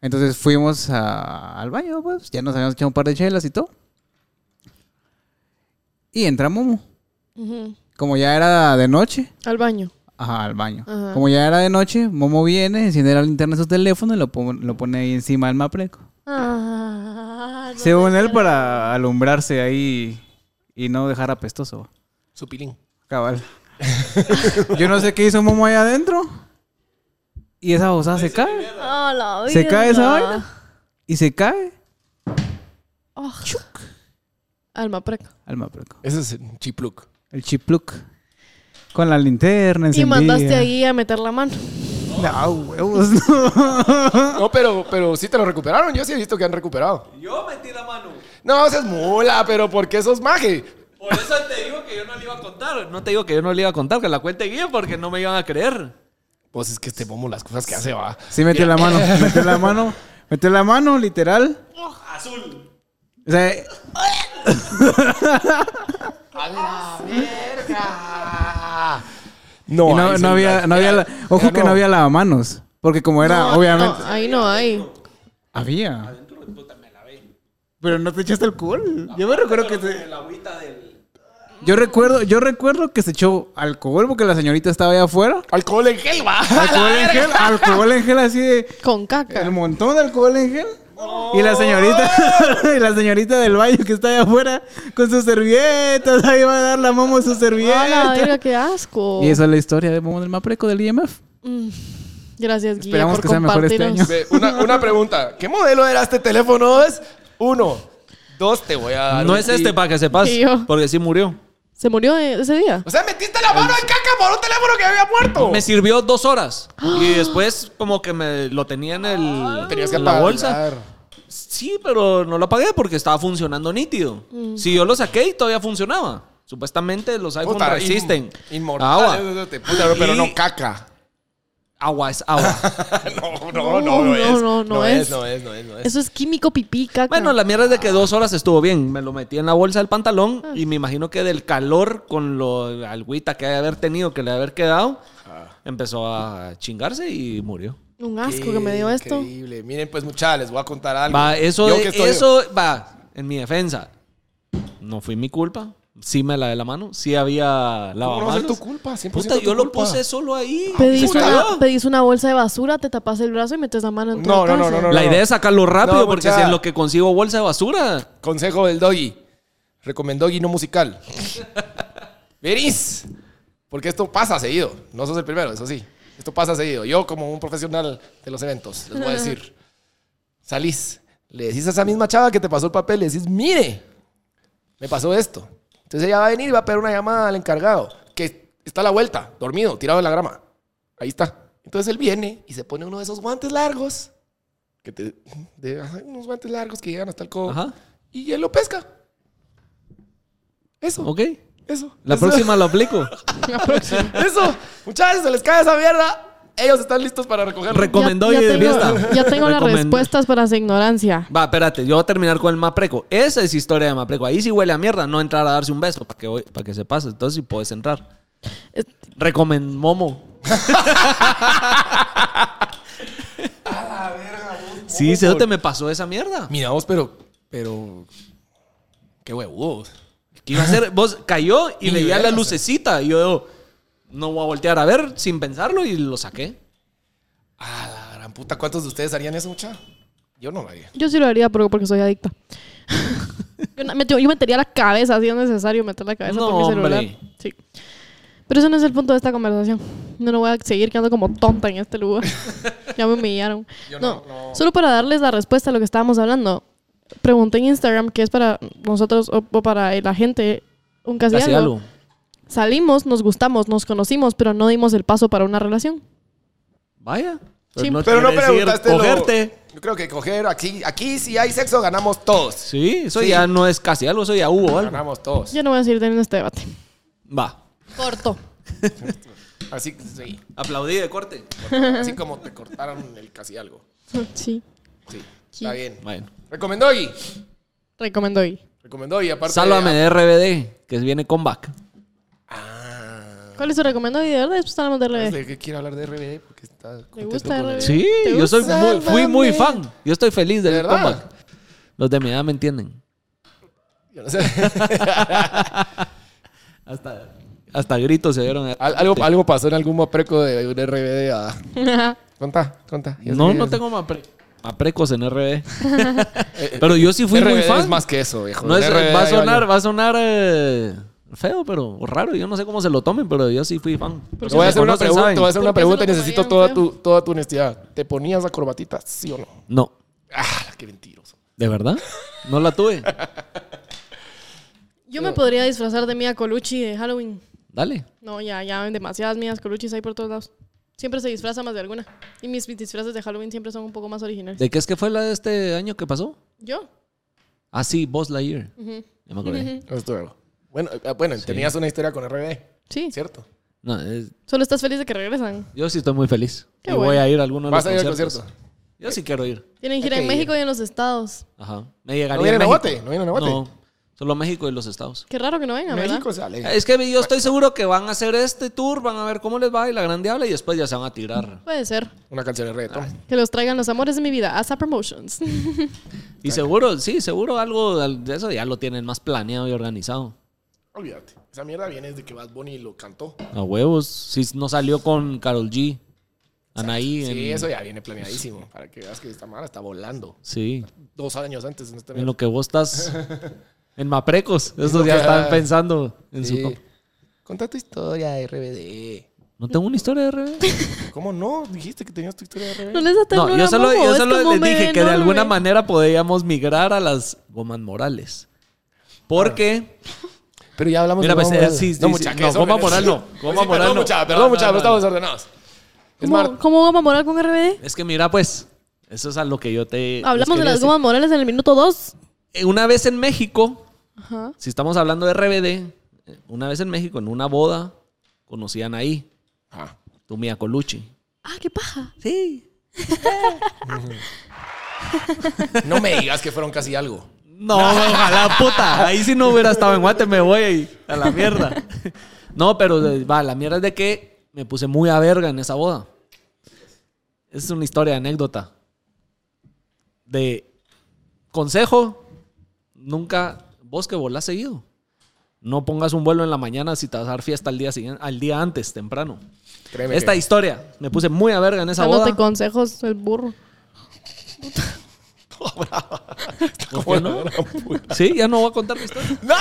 Speaker 7: Entonces fuimos a- al baño, pues ya nos habíamos echado un par de chelas y todo. Y entra Momo. Como ya era de noche,
Speaker 6: Al baño.
Speaker 7: ajá, al baño.
Speaker 6: Ajá.
Speaker 7: Como ya era de noche, Momo viene, enciende la linterna de su teléfono y lo, pon- lo pone ahí encima del mapreco.
Speaker 6: Ah, no
Speaker 7: Según
Speaker 6: te
Speaker 7: él,
Speaker 6: creo.
Speaker 7: para alumbrarse ahí y no dejar apestoso.
Speaker 5: Su pilín.
Speaker 7: Cabal. Yo no sé qué hizo Momo allá adentro. Y esa bozada se cae.
Speaker 6: Ah, la
Speaker 7: Se
Speaker 6: vida.
Speaker 7: cae esa vaina. Y se cae
Speaker 6: Ah. Al mapreco.
Speaker 7: al mapreco.
Speaker 5: Ese es un chipluc.
Speaker 7: El chipluc. Con la
Speaker 6: Y
Speaker 7: linterna encendida.
Speaker 6: mandaste a Guille a meter la mano.
Speaker 7: No, huevos, no.
Speaker 5: No, pero, pero sí te lo recuperaron. Yo sí he visto que han recuperado. Yo metí la mano. No, seas mula, pero ¿por qué sos maje?
Speaker 4: Por eso te digo que yo no le iba a contar. No te digo que yo no le iba a contar, que la cuente Guille porque no me iban a creer.
Speaker 5: Pues es que este momo las cosas que hace va.
Speaker 7: Sí, metió la mano, metió la mano, metió la mano, literal. Azul. O sea,
Speaker 5: No,
Speaker 7: y no,
Speaker 5: ahí
Speaker 7: no
Speaker 5: sí,
Speaker 7: había, no había, la- ojo que no había lavamanos, porque como era,
Speaker 6: No,
Speaker 7: obviamente,
Speaker 6: no, ahí no hay.
Speaker 7: había. Pero no te echaste alcohol. Yo me recuerdo que se- Yo recuerdo, yo recuerdo que se echó alcohol porque la señorita estaba allá afuera.
Speaker 5: Alcohol en gel va.
Speaker 7: Alcohol en gel, alcohol en gel así de
Speaker 6: Con
Speaker 7: el
Speaker 6: caca.
Speaker 7: montón de alcohol en gel. Y la señorita, y la señorita del baño que está allá afuera con sus servilletas, ahí va a dar la momo su
Speaker 6: Ah, la verga,
Speaker 7: servilleta.
Speaker 6: qué asco.
Speaker 7: Y esa es la historia de Momo del Mapreco del IMF.
Speaker 6: Gracias, Guille,
Speaker 7: Esperamos
Speaker 6: por
Speaker 7: que sea mejor este
Speaker 6: compartirnos.
Speaker 7: año.
Speaker 5: Ve, Una, una pregunta. ¿Qué modelo era este teléfono? Es uno. Dos, te voy a dar.
Speaker 4: No
Speaker 5: un
Speaker 4: es
Speaker 5: tip.
Speaker 4: este para que sepas,
Speaker 6: Sí, yo.
Speaker 4: porque sí murió.
Speaker 6: ¿Se murió eh, ese día?
Speaker 5: O sea, metiste la mano en caca por un teléfono que había muerto.
Speaker 4: Me sirvió dos horas y después como que me lo tenía en el
Speaker 5: Tenías que
Speaker 4: en la
Speaker 5: apagar.
Speaker 4: bolsa. Sí, pero no lo apagué porque estaba funcionando nítido. Si yo lo saqué y todavía funcionaba. Supuestamente los iPhone
Speaker 5: Puta,
Speaker 4: resisten.
Speaker 5: in- Inmortal.
Speaker 4: Agua.
Speaker 5: Puta, no, pero
Speaker 4: Y-
Speaker 5: no caca.
Speaker 4: Agua es agua.
Speaker 6: No,
Speaker 5: No, no, no,
Speaker 6: no,
Speaker 5: no es.
Speaker 6: no, no es.
Speaker 5: No es, no es, no es.
Speaker 6: Eso es químico pipí, caca.
Speaker 4: Bueno, la mierda es de que dos horas estuvo bien. Me lo metí en la bolsa del pantalón y me imagino que del calor con lo agüita que ha de haber tenido, que le ha de haber quedado, empezó a chingarse y murió.
Speaker 6: Un asco que me dio esto.
Speaker 5: Increíble. Miren, pues, muchachos, les voy a contar algo.
Speaker 4: Va, eso,
Speaker 5: Yo
Speaker 4: de-
Speaker 5: que estoy-
Speaker 4: eso va en mi defensa. no fue mi culpa. Sí me lavé la mano. Sí había
Speaker 5: ¿Cómo no va a ser
Speaker 4: lavamanos.
Speaker 5: tu culpa? 100%
Speaker 4: Puta,
Speaker 5: tu
Speaker 4: yo lo
Speaker 5: culpa.
Speaker 4: puse solo ahí.
Speaker 6: Pedís
Speaker 4: Se
Speaker 6: una,
Speaker 4: cayó.
Speaker 6: pedís una bolsa de basura, te tapas el brazo y metes la mano en tu
Speaker 5: No, no, no,
Speaker 6: taza.
Speaker 5: no, no.
Speaker 4: La idea es sacarlo rápido
Speaker 5: No,
Speaker 4: porque
Speaker 5: mucha-
Speaker 4: si es lo que consigo bolsa de basura.
Speaker 5: Consejo del doggy. Recomendó no musical. Verís. Porque esto pasa seguido. No sos el primero, eso sí. Esto pasa seguido. Yo, como un profesional de los eventos, les voy a decir. Salís. Le decís a esa misma chava que te pasó el papel, le decís, mire, me pasó esto. Entonces ella va a venir y va a pegar una llamada al encargado, que está a la vuelta, dormido, tirado en la grama. Ahí está. Entonces él viene y se pone uno de esos guantes largos, que te, de- ajá, unos guantes largos que llegan hasta el codo.
Speaker 4: Ajá.
Speaker 5: Y él lo pesca. Eso.
Speaker 4: Ok.
Speaker 5: Eso.
Speaker 4: La
Speaker 5: Eso.
Speaker 4: próxima lo aplico.
Speaker 5: Eso. Muchachos, se les cae esa mierda. Ellos están listos para recogerlo.
Speaker 4: Reco- Recomendó ir de fiesta.
Speaker 6: tengo, ya tengo las
Speaker 4: Recomendó.
Speaker 6: respuestas para esa ignorancia.
Speaker 4: Va, espérate, yo voy a terminar con el Mapreco. Esa es historia de Mapreco. Ahí sí huele a mierda, no entrar a darse un beso para que, hoy- para que se pase. Entonces sí puedes entrar.
Speaker 6: Es-
Speaker 4: Recomen Momo. Sí, se te me pasó esa mierda.
Speaker 5: Mira vos, pero. Pero. Qué huevos.
Speaker 4: ¿Qué iba a hacer? Vos cayó y
Speaker 5: Ni
Speaker 4: veía la
Speaker 5: vergas.
Speaker 4: lucecita. Y yo no voy a voltear a ver sin pensarlo y lo saqué.
Speaker 5: Ah, la gran puta. ¿Cuántos de ustedes harían eso, muchachos? Yo no lo haría.
Speaker 6: Yo sí lo haría, pero porque soy adicta. yo, na- me, yo metería la cabeza, si es necesario meter la cabeza
Speaker 4: No,
Speaker 6: por mi celular.
Speaker 4: hombre.
Speaker 6: Sí. Pero eso no es el punto de esta conversación. No, no voy a seguir quedando como tonta en este lugar. ya me humillaron. no, solo para darles la respuesta a lo que estábamos hablando. Pregunté en Instagram que es para nosotros o, o para la gente un casi,
Speaker 4: Casi
Speaker 6: algo.
Speaker 4: algo.
Speaker 6: Salimos, nos gustamos, nos conocimos, pero no dimos el paso para una relación.
Speaker 4: Vaya. Pues
Speaker 6: Sí.
Speaker 5: Pero no
Speaker 4: quiere decir
Speaker 5: preguntaste. lo-
Speaker 4: Cogerte.
Speaker 5: Yo creo que coger. Aquí, aquí si hay sexo, ganamos todos.
Speaker 4: Sí, eso
Speaker 5: Sí.
Speaker 4: ya no es casi algo, eso ya hubo algo.
Speaker 5: Ganamos todos.
Speaker 6: Ya no voy a seguir teniendo este debate.
Speaker 4: Va.
Speaker 6: Corto.
Speaker 5: Así, sí.
Speaker 4: Aplaudí de corte.
Speaker 5: Así como te cortaron el casi algo.
Speaker 6: Sí.
Speaker 5: Sí. Está bien.
Speaker 4: Bueno.
Speaker 5: Recomendó y.
Speaker 6: Recomendó y.
Speaker 5: Recomendó y aparte.
Speaker 4: Sálvame de RBD, que viene comeback.
Speaker 5: Ah.
Speaker 6: ¿Cuál es su recomendado? Y de verdad, después hablamos de RBD.
Speaker 5: Es que quiero hablar de RBD porque está.
Speaker 6: ¿Te gusta RBD?
Speaker 4: Sí,
Speaker 6: ¿Te
Speaker 4: yo soy
Speaker 6: gusta?
Speaker 4: muy, fui muy
Speaker 6: Sálvame.
Speaker 4: fan. Yo estoy feliz del
Speaker 5: ¿De verdad?
Speaker 4: comeback. Los de mi edad me entienden.
Speaker 5: Yo no sé.
Speaker 4: Hasta, hasta gritos se dieron.
Speaker 5: Al- algo, algo pasó en algún mapreco de, de RBD. a- ah. Contá, contá. Ya
Speaker 4: No,
Speaker 5: sé que
Speaker 4: no
Speaker 5: es-
Speaker 4: tengo mapre- maprecos en RBD. pero yo sí fui
Speaker 5: RBD
Speaker 4: muy fan.
Speaker 5: es más que eso, viejo.
Speaker 4: No es-
Speaker 5: RBD
Speaker 4: va a
Speaker 5: ahí yo.
Speaker 4: sonar, va a sonar eh, feo, pero o raro. Yo no sé cómo se lo tomen, pero yo sí fui fan.
Speaker 5: Te voy a hacer una
Speaker 4: Conocen,
Speaker 5: pregunta,
Speaker 4: saben.
Speaker 5: te voy a hacer
Speaker 6: ¿Por
Speaker 5: una
Speaker 6: qué se
Speaker 5: pregunta y
Speaker 6: lo
Speaker 5: necesito toda
Speaker 6: tomarían
Speaker 5: tu, toda tu honestidad. ¿Te ponías la corbatita, sí o no?
Speaker 4: No,
Speaker 5: Ah, qué mentiroso.
Speaker 4: de verdad. No la tuve.
Speaker 6: Yo me podría disfrazar de Mia Colucci de Halloween.
Speaker 4: Dale.
Speaker 6: No, ya, ya, hay demasiadas Mias Coluchis hay por todos lados. Siempre se disfraza más de alguna. Y mis, mis disfraces de Halloween siempre son un poco más originales.
Speaker 4: ¿De qué es que fue la de este año que pasó?
Speaker 6: ¿Yo?
Speaker 4: Ah, sí, Boss Lightyear. Ya me acordé.
Speaker 5: Eso estuvo. Bueno, eh, bueno tenías una historia con RBD,
Speaker 6: Sí.
Speaker 5: ¿cierto?
Speaker 4: No, es-
Speaker 6: Solo estás feliz de que regresan.
Speaker 4: yo sí estoy muy feliz.
Speaker 6: Qué
Speaker 4: y
Speaker 6: bueno.
Speaker 4: voy a ir a alguno de
Speaker 5: Vas a
Speaker 4: los
Speaker 5: ir al
Speaker 4: conciertos.
Speaker 5: concierto.
Speaker 4: Yo sí quiero ir.
Speaker 6: Tienen gira
Speaker 5: Ok.
Speaker 6: en México y en los estados.
Speaker 4: Ajá. Me llegaría
Speaker 5: ¿No vienen a
Speaker 4: México.
Speaker 5: Guate? ¿No vienen a Guate?
Speaker 4: No, solo México y los estados.
Speaker 6: Qué raro que no vengan, ¿verdad?
Speaker 5: México sale.
Speaker 4: Es que yo estoy seguro que van a hacer este tour, van a ver cómo les va y la gran diabla y después ya se van a tirar.
Speaker 6: Puede ser.
Speaker 5: Una canción de reggaetón.
Speaker 6: Que los traigan los amores de mi vida. Asa Promotions.
Speaker 4: Y seguro, sí, seguro algo de eso ya lo tienen más planeado y organizado.
Speaker 5: Olvídate. Esa mierda viene desde que Bad Bunny lo cantó.
Speaker 4: A huevos. Si no salió con Carol G. Anaí.
Speaker 5: Sí,
Speaker 4: en-
Speaker 5: eso ya viene planeadísimo. Para que veas que esta mala está volando.
Speaker 4: Sí.
Speaker 5: Dos años antes. En este esta
Speaker 4: En
Speaker 5: mierda.
Speaker 4: lo que vos estás en Maprecos. Estos ya están pensando en
Speaker 5: Sí.
Speaker 4: su...
Speaker 5: Contá tu historia de RBD.
Speaker 4: No tengo una historia de revés.
Speaker 5: ¿Cómo no? Dijiste que tenías tu historia de
Speaker 6: no
Speaker 5: RBD.
Speaker 6: les da
Speaker 4: No,
Speaker 6: ternura,
Speaker 4: yo solo,
Speaker 6: Momo,
Speaker 4: yo
Speaker 6: es
Speaker 4: solo
Speaker 6: como
Speaker 4: les
Speaker 6: un
Speaker 4: dije
Speaker 6: bebé
Speaker 4: que de alguna
Speaker 6: enorme.
Speaker 4: manera podíamos migrar a las gomas morales. Porque.
Speaker 5: Pero ya hablamos
Speaker 4: Mira,
Speaker 5: de
Speaker 4: pues,
Speaker 5: Goma
Speaker 4: eh,
Speaker 5: Moral.
Speaker 4: sí, sí,
Speaker 5: no,
Speaker 4: sí.
Speaker 5: mucha, que
Speaker 4: No,
Speaker 5: eso
Speaker 4: Goma
Speaker 5: merece-
Speaker 4: Moral no.
Speaker 5: Pues
Speaker 4: Goma Moral
Speaker 5: sí, perdón,
Speaker 4: no.
Speaker 5: mucha,
Speaker 4: No,
Speaker 5: perdón, mucha,
Speaker 4: no,
Speaker 5: pero
Speaker 4: no.
Speaker 5: estamos desordenados. Es más,
Speaker 6: ¿Cómo, ¿Cómo vamos a morar con RBD?
Speaker 4: Es que mira, pues. Eso es a lo que yo te. les
Speaker 6: Hablamos de
Speaker 4: quería
Speaker 6: las
Speaker 4: decir.
Speaker 6: gomas morales en el minuto 2.
Speaker 4: Eh, Una vez en México,
Speaker 6: Ajá.
Speaker 4: si estamos hablando de RBD, eh, una vez en México, en una boda, conocían ahí,
Speaker 5: ah,
Speaker 4: tu Mia Colucci.
Speaker 6: Ah, qué paja.
Speaker 4: Sí.
Speaker 5: no me digas que fueron casi algo.
Speaker 4: No, ojalá, puta. Ahí si no hubiera estado en Guate, me voy a la mierda. No, pero eh, va, la mierda es de que me puse muy a verga en esa boda. Es una historia, anécdota. De consejo, nunca vos que volás seguido, no pongas un vuelo en la mañana si te vas a dar fiesta al día, siguiente, al día antes, temprano.
Speaker 5: Créeme
Speaker 4: Esta
Speaker 5: que-
Speaker 4: historia, me puse muy a verga en esa boda.
Speaker 6: Dándote consejos el burro.
Speaker 4: ¿Por qué no? Sí, ya no voy a contar mi historia.
Speaker 5: ¡No!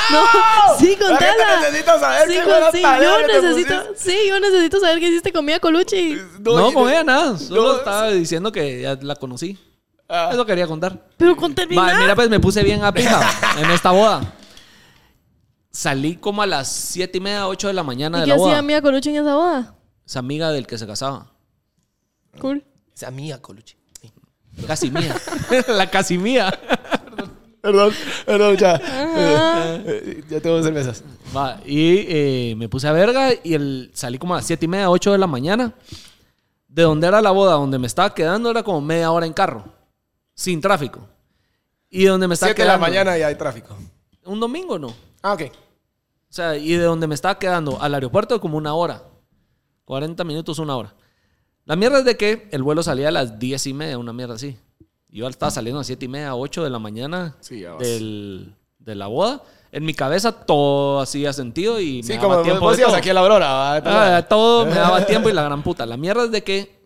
Speaker 6: Sí,
Speaker 5: La gente
Speaker 6: contala.
Speaker 5: necesita saber
Speaker 6: Sí,
Speaker 5: qué
Speaker 6: con-
Speaker 5: buena
Speaker 6: sí,
Speaker 5: tarea
Speaker 6: yo
Speaker 5: que te
Speaker 6: necesito,
Speaker 5: pusiste.
Speaker 6: sí, yo necesito saber qué hiciste con Mia Colucci.
Speaker 4: No,
Speaker 5: y-
Speaker 4: no nada. Solo
Speaker 5: no,
Speaker 4: estaba diciendo que ya la conocí.
Speaker 5: Ah.
Speaker 4: Eso quería contar.
Speaker 6: Pero con
Speaker 4: Ma,
Speaker 6: terminar.
Speaker 4: mira, pues me puse bien a pija en esta boda. Salí como a las siete y media, 8 de la mañana
Speaker 6: ¿Y
Speaker 4: de
Speaker 6: qué
Speaker 4: la
Speaker 6: hacía
Speaker 4: boda.
Speaker 6: Mia Colucci en esa boda?
Speaker 4: Esa amiga del que se casaba.
Speaker 6: Cool.
Speaker 5: Esa mía, Coluche. Sí.
Speaker 4: Casi mía. la casi mía.
Speaker 5: Perdón, perdón, ya.
Speaker 4: Ah.
Speaker 5: Eh, Ya tengo cervezas.
Speaker 4: Va, y eh, me puse a verga y el, salí como a las 7 y media, 8 de la mañana. De donde era la boda, donde me estaba quedando, era como media hora en carro. Sin tráfico. Y donde me estaba
Speaker 5: Siete de la
Speaker 4: quedando-
Speaker 5: mañana y hay tráfico.
Speaker 4: Un domingo no.
Speaker 5: Ah, ok.
Speaker 4: O sea, y de donde me estaba quedando al aeropuerto como una hora. 40 minutos, una hora. La mierda es de que el vuelo salía a las 10 y media, una mierda así. Yo estaba saliendo a las 7 y media, 8 de la mañana
Speaker 5: Sí, ya vas.
Speaker 4: del, de la boda. En mi cabeza todo hacía sentido y me
Speaker 5: Sí,
Speaker 4: daba
Speaker 5: como
Speaker 4: tiempo
Speaker 5: vos
Speaker 4: de
Speaker 5: ibas
Speaker 4: todo.
Speaker 5: aquí a la Aurora. ¿va?
Speaker 4: Ah, todo me daba tiempo y la gran puta. La mierda es de que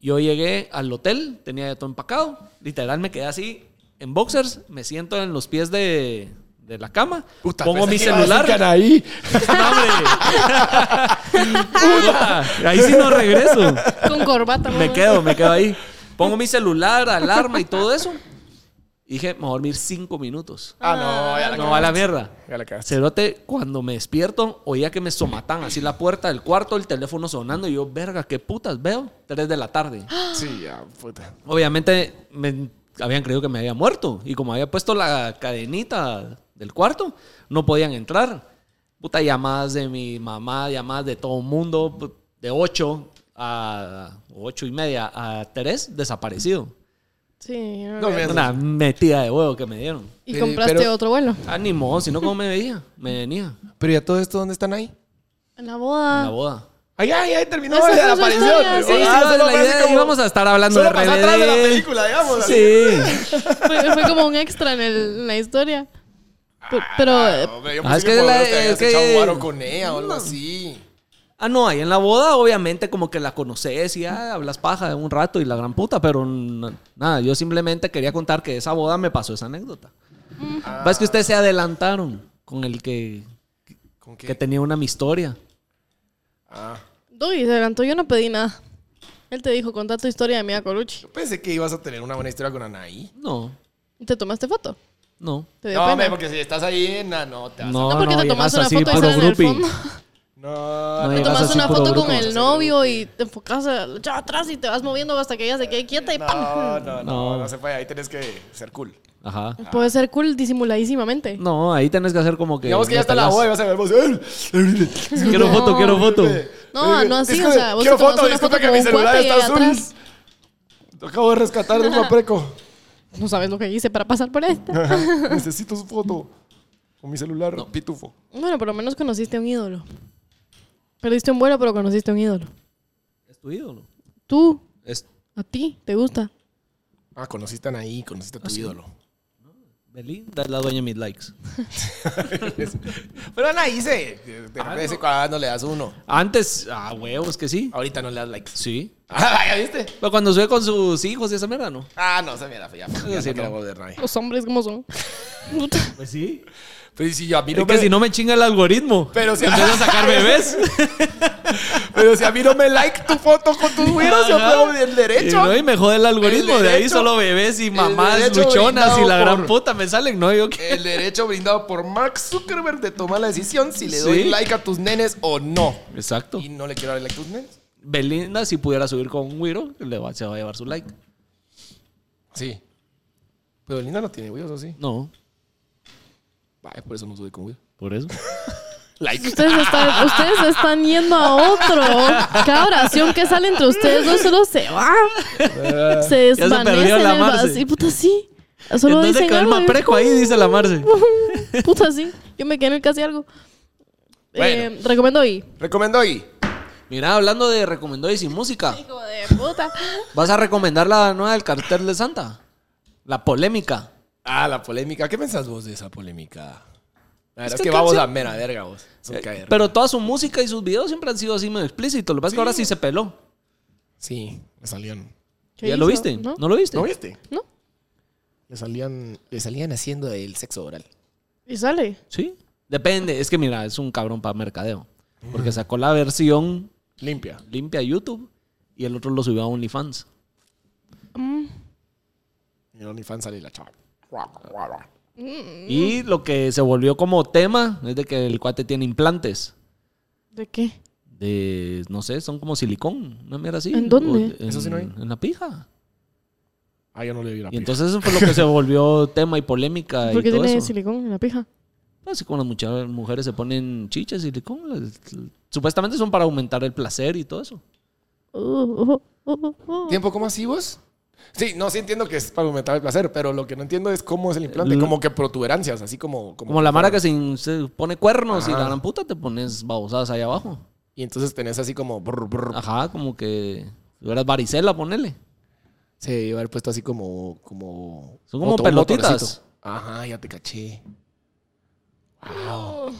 Speaker 4: yo llegué al hotel, tenía ya todo empacado. Literal, me quedé así en boxers, me siento en los pies de, de la cama,
Speaker 5: Puta,
Speaker 4: pongo
Speaker 5: pensé
Speaker 4: mi
Speaker 5: que ibas a decir
Speaker 4: celular.
Speaker 5: que ahí.
Speaker 4: ¡No, hombre! Puta, Ahí sí no regreso.
Speaker 6: Con corbata.
Speaker 4: Me
Speaker 6: mamá.
Speaker 4: quedo, me quedo ahí. Pongo mi celular, alarma y todo eso. Y dije, me voy a dormir cinco minutos.
Speaker 5: Ah, no, ya la
Speaker 4: No, a la mierda.
Speaker 5: Ya la cagaste.
Speaker 4: Cerote, cuando me despierto, oía que me somatan así la puerta del cuarto, el teléfono sonando. Y yo, verga, qué putas veo. Tres de la tarde.
Speaker 5: Sí, ya, puta.
Speaker 4: Obviamente, me habían creído que me había muerto. Y como había puesto la cadenita del cuarto, no podían entrar. Puta, llamadas de mi mamá, llamadas de todo el mundo, pu- de 8 a 8 y media a 3, desaparecido.
Speaker 6: Sí.
Speaker 5: No, mira,
Speaker 4: Una metida de huevo que me dieron.
Speaker 6: y
Speaker 5: Pero-
Speaker 6: compraste
Speaker 5: pero-
Speaker 6: otro vuelo.
Speaker 4: Ánimo, si no, ¿cómo me veía? Me venía
Speaker 5: Pero ya todo esto, ¿dónde están ahí?
Speaker 6: En la
Speaker 4: en
Speaker 6: boda.
Speaker 4: la boda.
Speaker 5: Ahí, ahí, ahí terminó
Speaker 6: Esa
Speaker 5: la
Speaker 6: fue su
Speaker 5: aparición.
Speaker 6: historia,
Speaker 5: güey.
Speaker 6: Ah. sí.
Speaker 4: Esa
Speaker 5: Ah,
Speaker 4: es
Speaker 5: solo
Speaker 4: la
Speaker 5: fue así
Speaker 4: idea,
Speaker 5: como-
Speaker 4: íbamos a estar hablando
Speaker 5: solo
Speaker 4: de
Speaker 5: pasó atrás de la
Speaker 4: RBD.
Speaker 5: película, digamos. así.
Speaker 4: Sí.
Speaker 6: Fue, fue como un extra en, el- en la historia. Pero, eh,
Speaker 5: Ah,
Speaker 6: pero
Speaker 5: hombre, yo
Speaker 4: Ah,
Speaker 5: pensé
Speaker 4: es
Speaker 5: que,
Speaker 4: que
Speaker 5: por
Speaker 4: la-
Speaker 5: lo menos te
Speaker 4: es
Speaker 5: habías
Speaker 4: que-
Speaker 5: echado un guaro con ella o algo así.
Speaker 4: Ah, no, ahí en la boda, obviamente, como que la conoces y ah, hablas paja de un rato y la gran puta, pero n- nada, yo simplemente quería contar que esa boda me pasó esa anécdota. Va, Es que ustedes se adelantaron con el que,
Speaker 5: ¿Con qué?
Speaker 4: que tenía una mi historia.
Speaker 5: Ah.
Speaker 6: Doggy se adelantó, yo no pedí nada. Él te dijo, contá tu historia de Mia Colucci.
Speaker 5: Yo pensé que ibas a tener una buena historia con Anaí.
Speaker 4: No,
Speaker 6: ¿Y ¿Te tomaste foto?
Speaker 4: no.
Speaker 6: ¿Te dio
Speaker 5: No,
Speaker 6: pena?
Speaker 5: hombre, porque si estás ahí, na, no, te vas a-
Speaker 4: No,
Speaker 6: No, porque te
Speaker 4: llegas
Speaker 6: tomaste una
Speaker 4: así,
Speaker 6: foto y
Speaker 4: puro
Speaker 6: sale en el
Speaker 4: groupie.
Speaker 6: fondo.
Speaker 5: No,
Speaker 4: No,
Speaker 6: Te
Speaker 4: llegas
Speaker 6: tomas
Speaker 4: así,
Speaker 6: una
Speaker 4: puro
Speaker 6: foto con
Speaker 4: grupo.
Speaker 6: el novio y te enfocas allá atrás y te vas moviendo hasta que ella se quede quieta y ¡pam!
Speaker 5: no, no, no,
Speaker 4: No.
Speaker 5: no se puede. Ahí tenés que ser cool.
Speaker 4: Ajá.
Speaker 6: Puede ser cool disimuladísimamente.
Speaker 4: No, ahí tenés que hacer como que.
Speaker 5: Digamos que ya
Speaker 4: no
Speaker 5: está
Speaker 4: te
Speaker 5: la
Speaker 4: vas.
Speaker 5: boda y vas a ver vos. "Ay, ay, ay".
Speaker 4: Quiero foto, quiero foto.
Speaker 6: No, no así,
Speaker 5: Eh, Disculpe,
Speaker 6: o sea, vos te
Speaker 5: quiero
Speaker 6: tomas
Speaker 5: foto,
Speaker 6: una
Speaker 5: disculpa
Speaker 6: foto
Speaker 5: que
Speaker 6: con
Speaker 5: mi
Speaker 6: un
Speaker 5: celular
Speaker 6: cuate y
Speaker 5: está
Speaker 6: allá
Speaker 5: azul.
Speaker 6: atrás.
Speaker 5: Lo acabo de rescatar de un mapreco.
Speaker 6: No sabes lo que hice para pasar por esta.
Speaker 5: Necesito su foto. Con mi celular, pitufo.
Speaker 6: Bueno, por lo menos conociste a un ídolo. Perdiste un vuelo, pero conociste a un ídolo.
Speaker 4: Es tu ídolo.
Speaker 6: Tú,
Speaker 4: Es
Speaker 6: a ti, te gusta.
Speaker 5: Ah, conociste a Anaí, conociste a tu ídolo.
Speaker 4: Belinda, es la dueña de mis likes.
Speaker 5: Pero eh, Anaí se. De de vez en cuando ah, le das uno.
Speaker 4: Ah, Antes, ah, huevos que sí.
Speaker 5: Ahorita no le das likes.
Speaker 4: Sí.
Speaker 5: Ah, ¿ya viste?
Speaker 4: Pero cuando sube con sus hijos y esa mierda, ¿no?
Speaker 5: Ah, no, se mira, ya. Ya
Speaker 4: sí,
Speaker 5: no quiero
Speaker 4: no.
Speaker 5: volver, Anaí.
Speaker 6: Los hombres como son. Puta.
Speaker 4: Pues sí.
Speaker 5: Pero si yo a mí
Speaker 4: Es
Speaker 5: no
Speaker 4: que
Speaker 5: me.
Speaker 4: si no me chinga el algoritmo.
Speaker 5: Pero si-
Speaker 4: Empieza a sacar bebés.
Speaker 5: Pero si a mí no me like tu foto con tus güeros, yo
Speaker 4: Ajá.
Speaker 5: puedo el
Speaker 4: Y,
Speaker 5: derecho.
Speaker 4: no, y me jode el algoritmo.
Speaker 5: El
Speaker 4: de ahí
Speaker 5: derecho-
Speaker 4: solo bebés y
Speaker 5: el
Speaker 4: mamás
Speaker 5: derecho
Speaker 4: luchonas y la
Speaker 5: brindado
Speaker 4: gran
Speaker 5: por- Eh,
Speaker 4: puta me salen. No, yo qué.
Speaker 5: El derecho brindado por Mark Zuckerberg de tomar la decisión si le doy
Speaker 4: Sí.
Speaker 5: like a tus nenes o no.
Speaker 4: Exacto.
Speaker 5: Y no le quiero dar like a tus nenes.
Speaker 4: Belinda, si pudiera subir con un güiro, le va, se va a llevar su like.
Speaker 5: Sí. Pero Linda no tiene güeros, ¿o sí?
Speaker 4: No,
Speaker 5: Vaya, por eso no sube con güeros.
Speaker 4: por eso.
Speaker 5: Like.
Speaker 6: Ustedes están, ustedes están yendo a otro. Cada oración que sale entre ustedes dos solo se va. Se
Speaker 4: Ah. se perdió
Speaker 6: desvanece en
Speaker 4: la
Speaker 6: el
Speaker 4: Marce.
Speaker 6: vacío. Puta, sí. Solo
Speaker 4: Entonces
Speaker 6: dicen
Speaker 4: quedó el
Speaker 6: algo y-
Speaker 4: mapreco ahí, dice la Marce.
Speaker 6: Puta, sí. Yo me quedé en el casi algo. Eh,
Speaker 5: Bueno.
Speaker 6: recomiendo y.
Speaker 5: Recomiendo ahí.
Speaker 4: Mira, hablando de recomendó y sin música,
Speaker 6: Hijo de puta.
Speaker 4: ¿vas a recomendar la nueva del cartel de Santa? La polémica.
Speaker 5: Ah, la polémica. ¿Qué pensás vos de esa polémica? La verdad
Speaker 4: Es
Speaker 5: es que,
Speaker 4: que
Speaker 5: vamos
Speaker 4: Cacha-
Speaker 5: a mera verga vos. Es un caer.
Speaker 4: Eh, Pero toda su música y sus videos siempre han sido así medio explícitos. Lo que pasa es que ahora sí se peló.
Speaker 5: Sí, le salían.
Speaker 6: ¿Qué
Speaker 4: ¿Ya lo
Speaker 6: hizo?
Speaker 4: viste? ¿No,
Speaker 6: ¿No?
Speaker 4: lo viste?
Speaker 5: ¿No viste?
Speaker 6: No.
Speaker 5: Le salían, le salían haciendo el sexo oral.
Speaker 6: Y sale.
Speaker 4: Sí. Depende. Es que mira, es un cabrón para mercadeo. Porque sacó la versión
Speaker 5: Limpia.
Speaker 4: limpia a YouTube y el otro lo subió a OnlyFans.
Speaker 5: Y en OnlyFans sale la chava.
Speaker 4: Y lo que se volvió como tema es de que el cuate tiene implantes.
Speaker 6: ¿De qué?
Speaker 4: De, no sé, son como silicón, una mierda así.
Speaker 6: ¿En dónde?
Speaker 4: O en-
Speaker 5: Eso sí no hay.
Speaker 4: En la pija.
Speaker 5: Ah, yo no le vi la
Speaker 4: Y
Speaker 5: pija.
Speaker 4: entonces eso fue lo que se volvió tema y polémica
Speaker 6: Porque
Speaker 4: y todo
Speaker 6: tiene
Speaker 4: eso. Pues
Speaker 6: silicón en la pija.
Speaker 4: Así como las mucha- mujeres se ponen chichas y silicón. las- Supuestamente son para aumentar el placer y todo eso.
Speaker 6: Uh, uh, uh, uh.
Speaker 5: ¿Tiempo cómo así vos? Sí, no, sí entiendo que es para aumentar el placer, pero lo que no entiendo es cómo es el implante.
Speaker 4: Lo-
Speaker 5: Como que protuberancias, así como...
Speaker 4: Como la mara que se, in- se pone cuernos y
Speaker 5: Ajá.
Speaker 4: la gran puta te pones babosadas ahí abajo.
Speaker 5: Y entonces tenés así como... brr, brr.
Speaker 4: Ajá, como que tuvieras varicela, ponele.
Speaker 5: Se iba a haber puesto así como... como
Speaker 4: Son como
Speaker 5: moto- un
Speaker 4: pelotitas.
Speaker 5: motorcito. Ajá, ya te caché. Wow.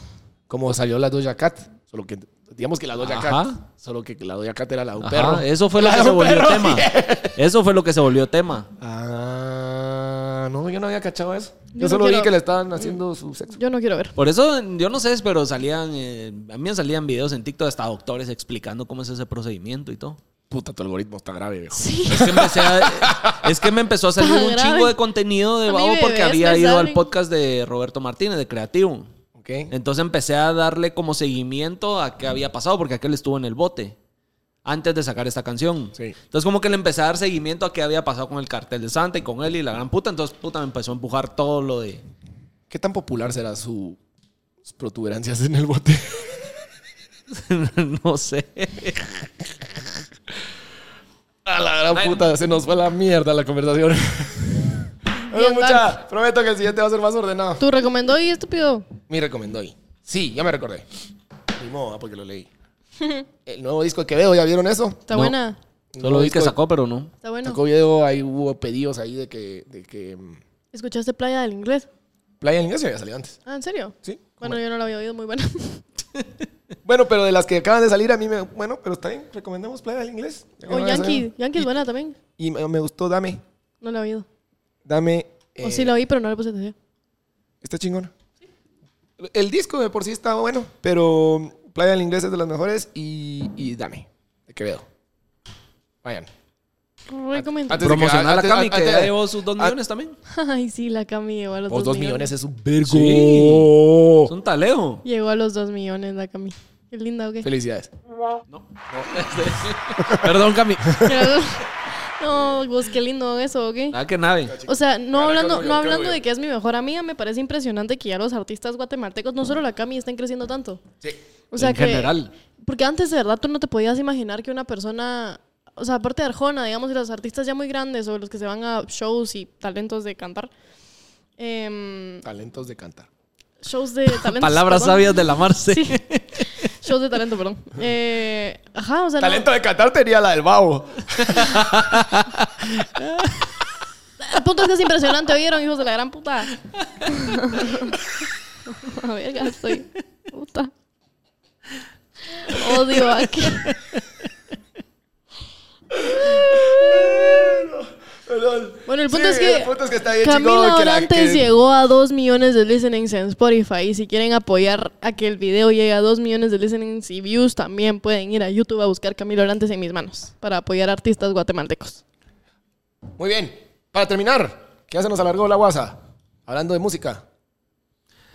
Speaker 5: Como salió la Doja Cat. Solo que... Digamos que la Doja
Speaker 4: Ajá.
Speaker 5: Cat. Solo que la Doja Cat era la de un
Speaker 4: Ajá,
Speaker 5: perro.
Speaker 4: eso fue lo
Speaker 5: La
Speaker 4: que
Speaker 5: de
Speaker 4: se
Speaker 5: un
Speaker 4: volvió
Speaker 5: perro,
Speaker 4: tema. Eso fue lo que se volvió tema.
Speaker 5: Ah, no, yo no había cachado eso. Yo,
Speaker 6: no
Speaker 5: solo vi
Speaker 6: quiero-
Speaker 5: que le estaban haciendo su sexo.
Speaker 6: Yo no quiero ver.
Speaker 4: Por eso, yo no sé, pero salían, eh, a mí me salían videos en TikTok hasta doctores explicando cómo es ese procedimiento y todo.
Speaker 5: Puta, tu algoritmo está grave, viejo.
Speaker 4: Es que, empecé a- es que me empezó a salir
Speaker 6: Está
Speaker 4: un
Speaker 6: grave.
Speaker 4: chingo de contenido de
Speaker 6: A mí
Speaker 4: babo
Speaker 6: me
Speaker 4: porque
Speaker 6: ves,
Speaker 4: había
Speaker 6: me
Speaker 4: ido al
Speaker 6: salen.
Speaker 4: podcast de Roberto Martínez, de Creativo.
Speaker 5: ¿Ok?
Speaker 4: Entonces empecé a darle como seguimiento a qué había pasado, porque aquel estuvo en el bote antes de sacar esta canción.
Speaker 5: Sí.
Speaker 4: Entonces como que le empecé a dar seguimiento a qué había pasado con el cartel de Santa y con él y la gran puta. Entonces puta me empezó a empujar todo lo de...
Speaker 5: ¿Qué tan popular será su sus protuberancias en el bote?
Speaker 4: no sé.
Speaker 5: A la gran puta, se nos fue la mierda la conversación. Bueno, mucha, prometo que el siguiente va a ser más ordenado.
Speaker 6: ¿Tú recomendó y estúpido?
Speaker 5: Me recomendó hoy. Sí, ya me recordé. Ni modo, ah, porque lo leí. El nuevo disco que veo, ¿ya vieron eso?
Speaker 6: Está
Speaker 4: No.
Speaker 6: buena.
Speaker 4: Solo vi que
Speaker 5: Disco-
Speaker 4: sacó, pero no.
Speaker 6: Está bueno.
Speaker 5: Sacó video, ahí hubo pedidos ahí de que, de que mm,
Speaker 6: ¿Escuchaste Playa del Inglés?
Speaker 5: Playa del Inglés ya había salido antes.
Speaker 6: Ah, ¿en serio?
Speaker 5: Sí.
Speaker 6: Bueno, yo no la había oído, muy buena.
Speaker 5: Bueno, pero de las que acaban de salir, a mí me. Bueno, pero está bien, recomendamos Playa del Inglés. Ya que
Speaker 6: o
Speaker 5: no había
Speaker 6: Yankee.
Speaker 5: salido.
Speaker 6: Yankee es buena también.
Speaker 5: Y me me gustó Dame.
Speaker 6: No la he oído.
Speaker 5: Dame.
Speaker 6: O
Speaker 5: eh,
Speaker 6: sí la oí, pero no le puse atención.
Speaker 5: Está chingona. El disco de por sí está bueno, pero Playa del Inglés es de las mejores y, y Dame, de Quevedo. Vayan.
Speaker 6: Recomiendo.
Speaker 5: Antes de Ah. que-
Speaker 4: Promocionar
Speaker 5: antes-
Speaker 4: a Cami, que
Speaker 5: antes-
Speaker 4: ya llevó sus dos
Speaker 5: a-
Speaker 4: millones también.
Speaker 6: Ay, sí, la Cami llegó a los
Speaker 5: Los
Speaker 6: 2
Speaker 5: dos
Speaker 6: millones.
Speaker 5: millones es un vergo.
Speaker 4: Sí. Es un taleo.
Speaker 6: Llegó a los 2 millones la Cami. Qué linda, ¿ok?
Speaker 5: Felicidades.
Speaker 4: Este, Perdón, Cami.
Speaker 6: Pero- no, pues qué lindo eso,
Speaker 5: Ah,
Speaker 6: ¿ok?
Speaker 4: Nada que nave.
Speaker 6: O sea, no
Speaker 5: Ahora, ¿qué
Speaker 6: hablando,
Speaker 5: hago
Speaker 6: no
Speaker 5: yo? ¿Qué
Speaker 6: hablando
Speaker 5: hago yo?
Speaker 6: de que es mi mejor amiga, me parece impresionante que ya los artistas guatemaltecos, no solo la Cami, estén creciendo tanto.
Speaker 5: Sí.
Speaker 6: O sea
Speaker 4: En
Speaker 6: que,
Speaker 4: general.
Speaker 6: Porque antes de verdad tú no te podías imaginar que una persona, o sea, aparte de Arjona, digamos, y los artistas ya muy grandes o los que se van a shows y talentos de cantar, em,
Speaker 5: Talentos de cantar.
Speaker 6: shows de talentos.
Speaker 4: Palabras
Speaker 6: perdón.
Speaker 4: sabias de la Marce.
Speaker 6: Sí. Shows de talento, perdón. Eh, ajá, o sea, no-
Speaker 5: Talento de cantar tenía la del babo.
Speaker 6: el punto es que es impresionante, oyeron, hijos de la gran puta. a ver, ya estoy. Puta. Odio a que. Bueno, el punto
Speaker 5: Sí,
Speaker 6: es que
Speaker 5: el punto es que está bien chingón
Speaker 6: Camila
Speaker 5: que la-
Speaker 6: Orantes
Speaker 5: que-
Speaker 6: llegó a 2 millones de listenings en Spotify. Y si quieren apoyar a que el video llegue a 2 millones de listenings y views, también pueden ir a YouTube a buscar Camila Orantes en mis manos para apoyar a artistas guatemaltecos.
Speaker 5: Muy bien. Para terminar, que ya se nos alargó la guasa. Hablando de música.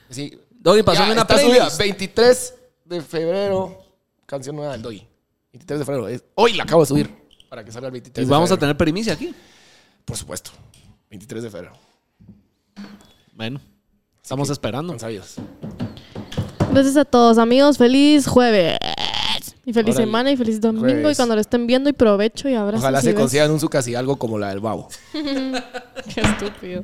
Speaker 5: Sí.
Speaker 4: Doggy, pasame
Speaker 5: Ya,
Speaker 4: una
Speaker 5: está subida,
Speaker 4: playlist.
Speaker 5: 23 de febrero, canción nueva del Doggy. 23 de febrero. es- hoy la acabo de subir para que salga el 23
Speaker 4: Y
Speaker 5: de
Speaker 4: vamos a
Speaker 5: febrero.
Speaker 4: tener primicia aquí.
Speaker 5: Por supuesto. 23 de febrero.
Speaker 4: Bueno, estamos esperando.
Speaker 5: Con sabios.
Speaker 6: Gracias a todos, amigos. Feliz jueves. Y feliz
Speaker 4: Órale.
Speaker 6: semana y feliz domingo.
Speaker 5: Jueves.
Speaker 6: Y cuando lo estén viendo, y provecho y abrazos.
Speaker 5: Ojalá
Speaker 6: y
Speaker 5: se
Speaker 6: besos.
Speaker 5: consigan un Zucasi algo como la del babo.
Speaker 6: Qué estúpido.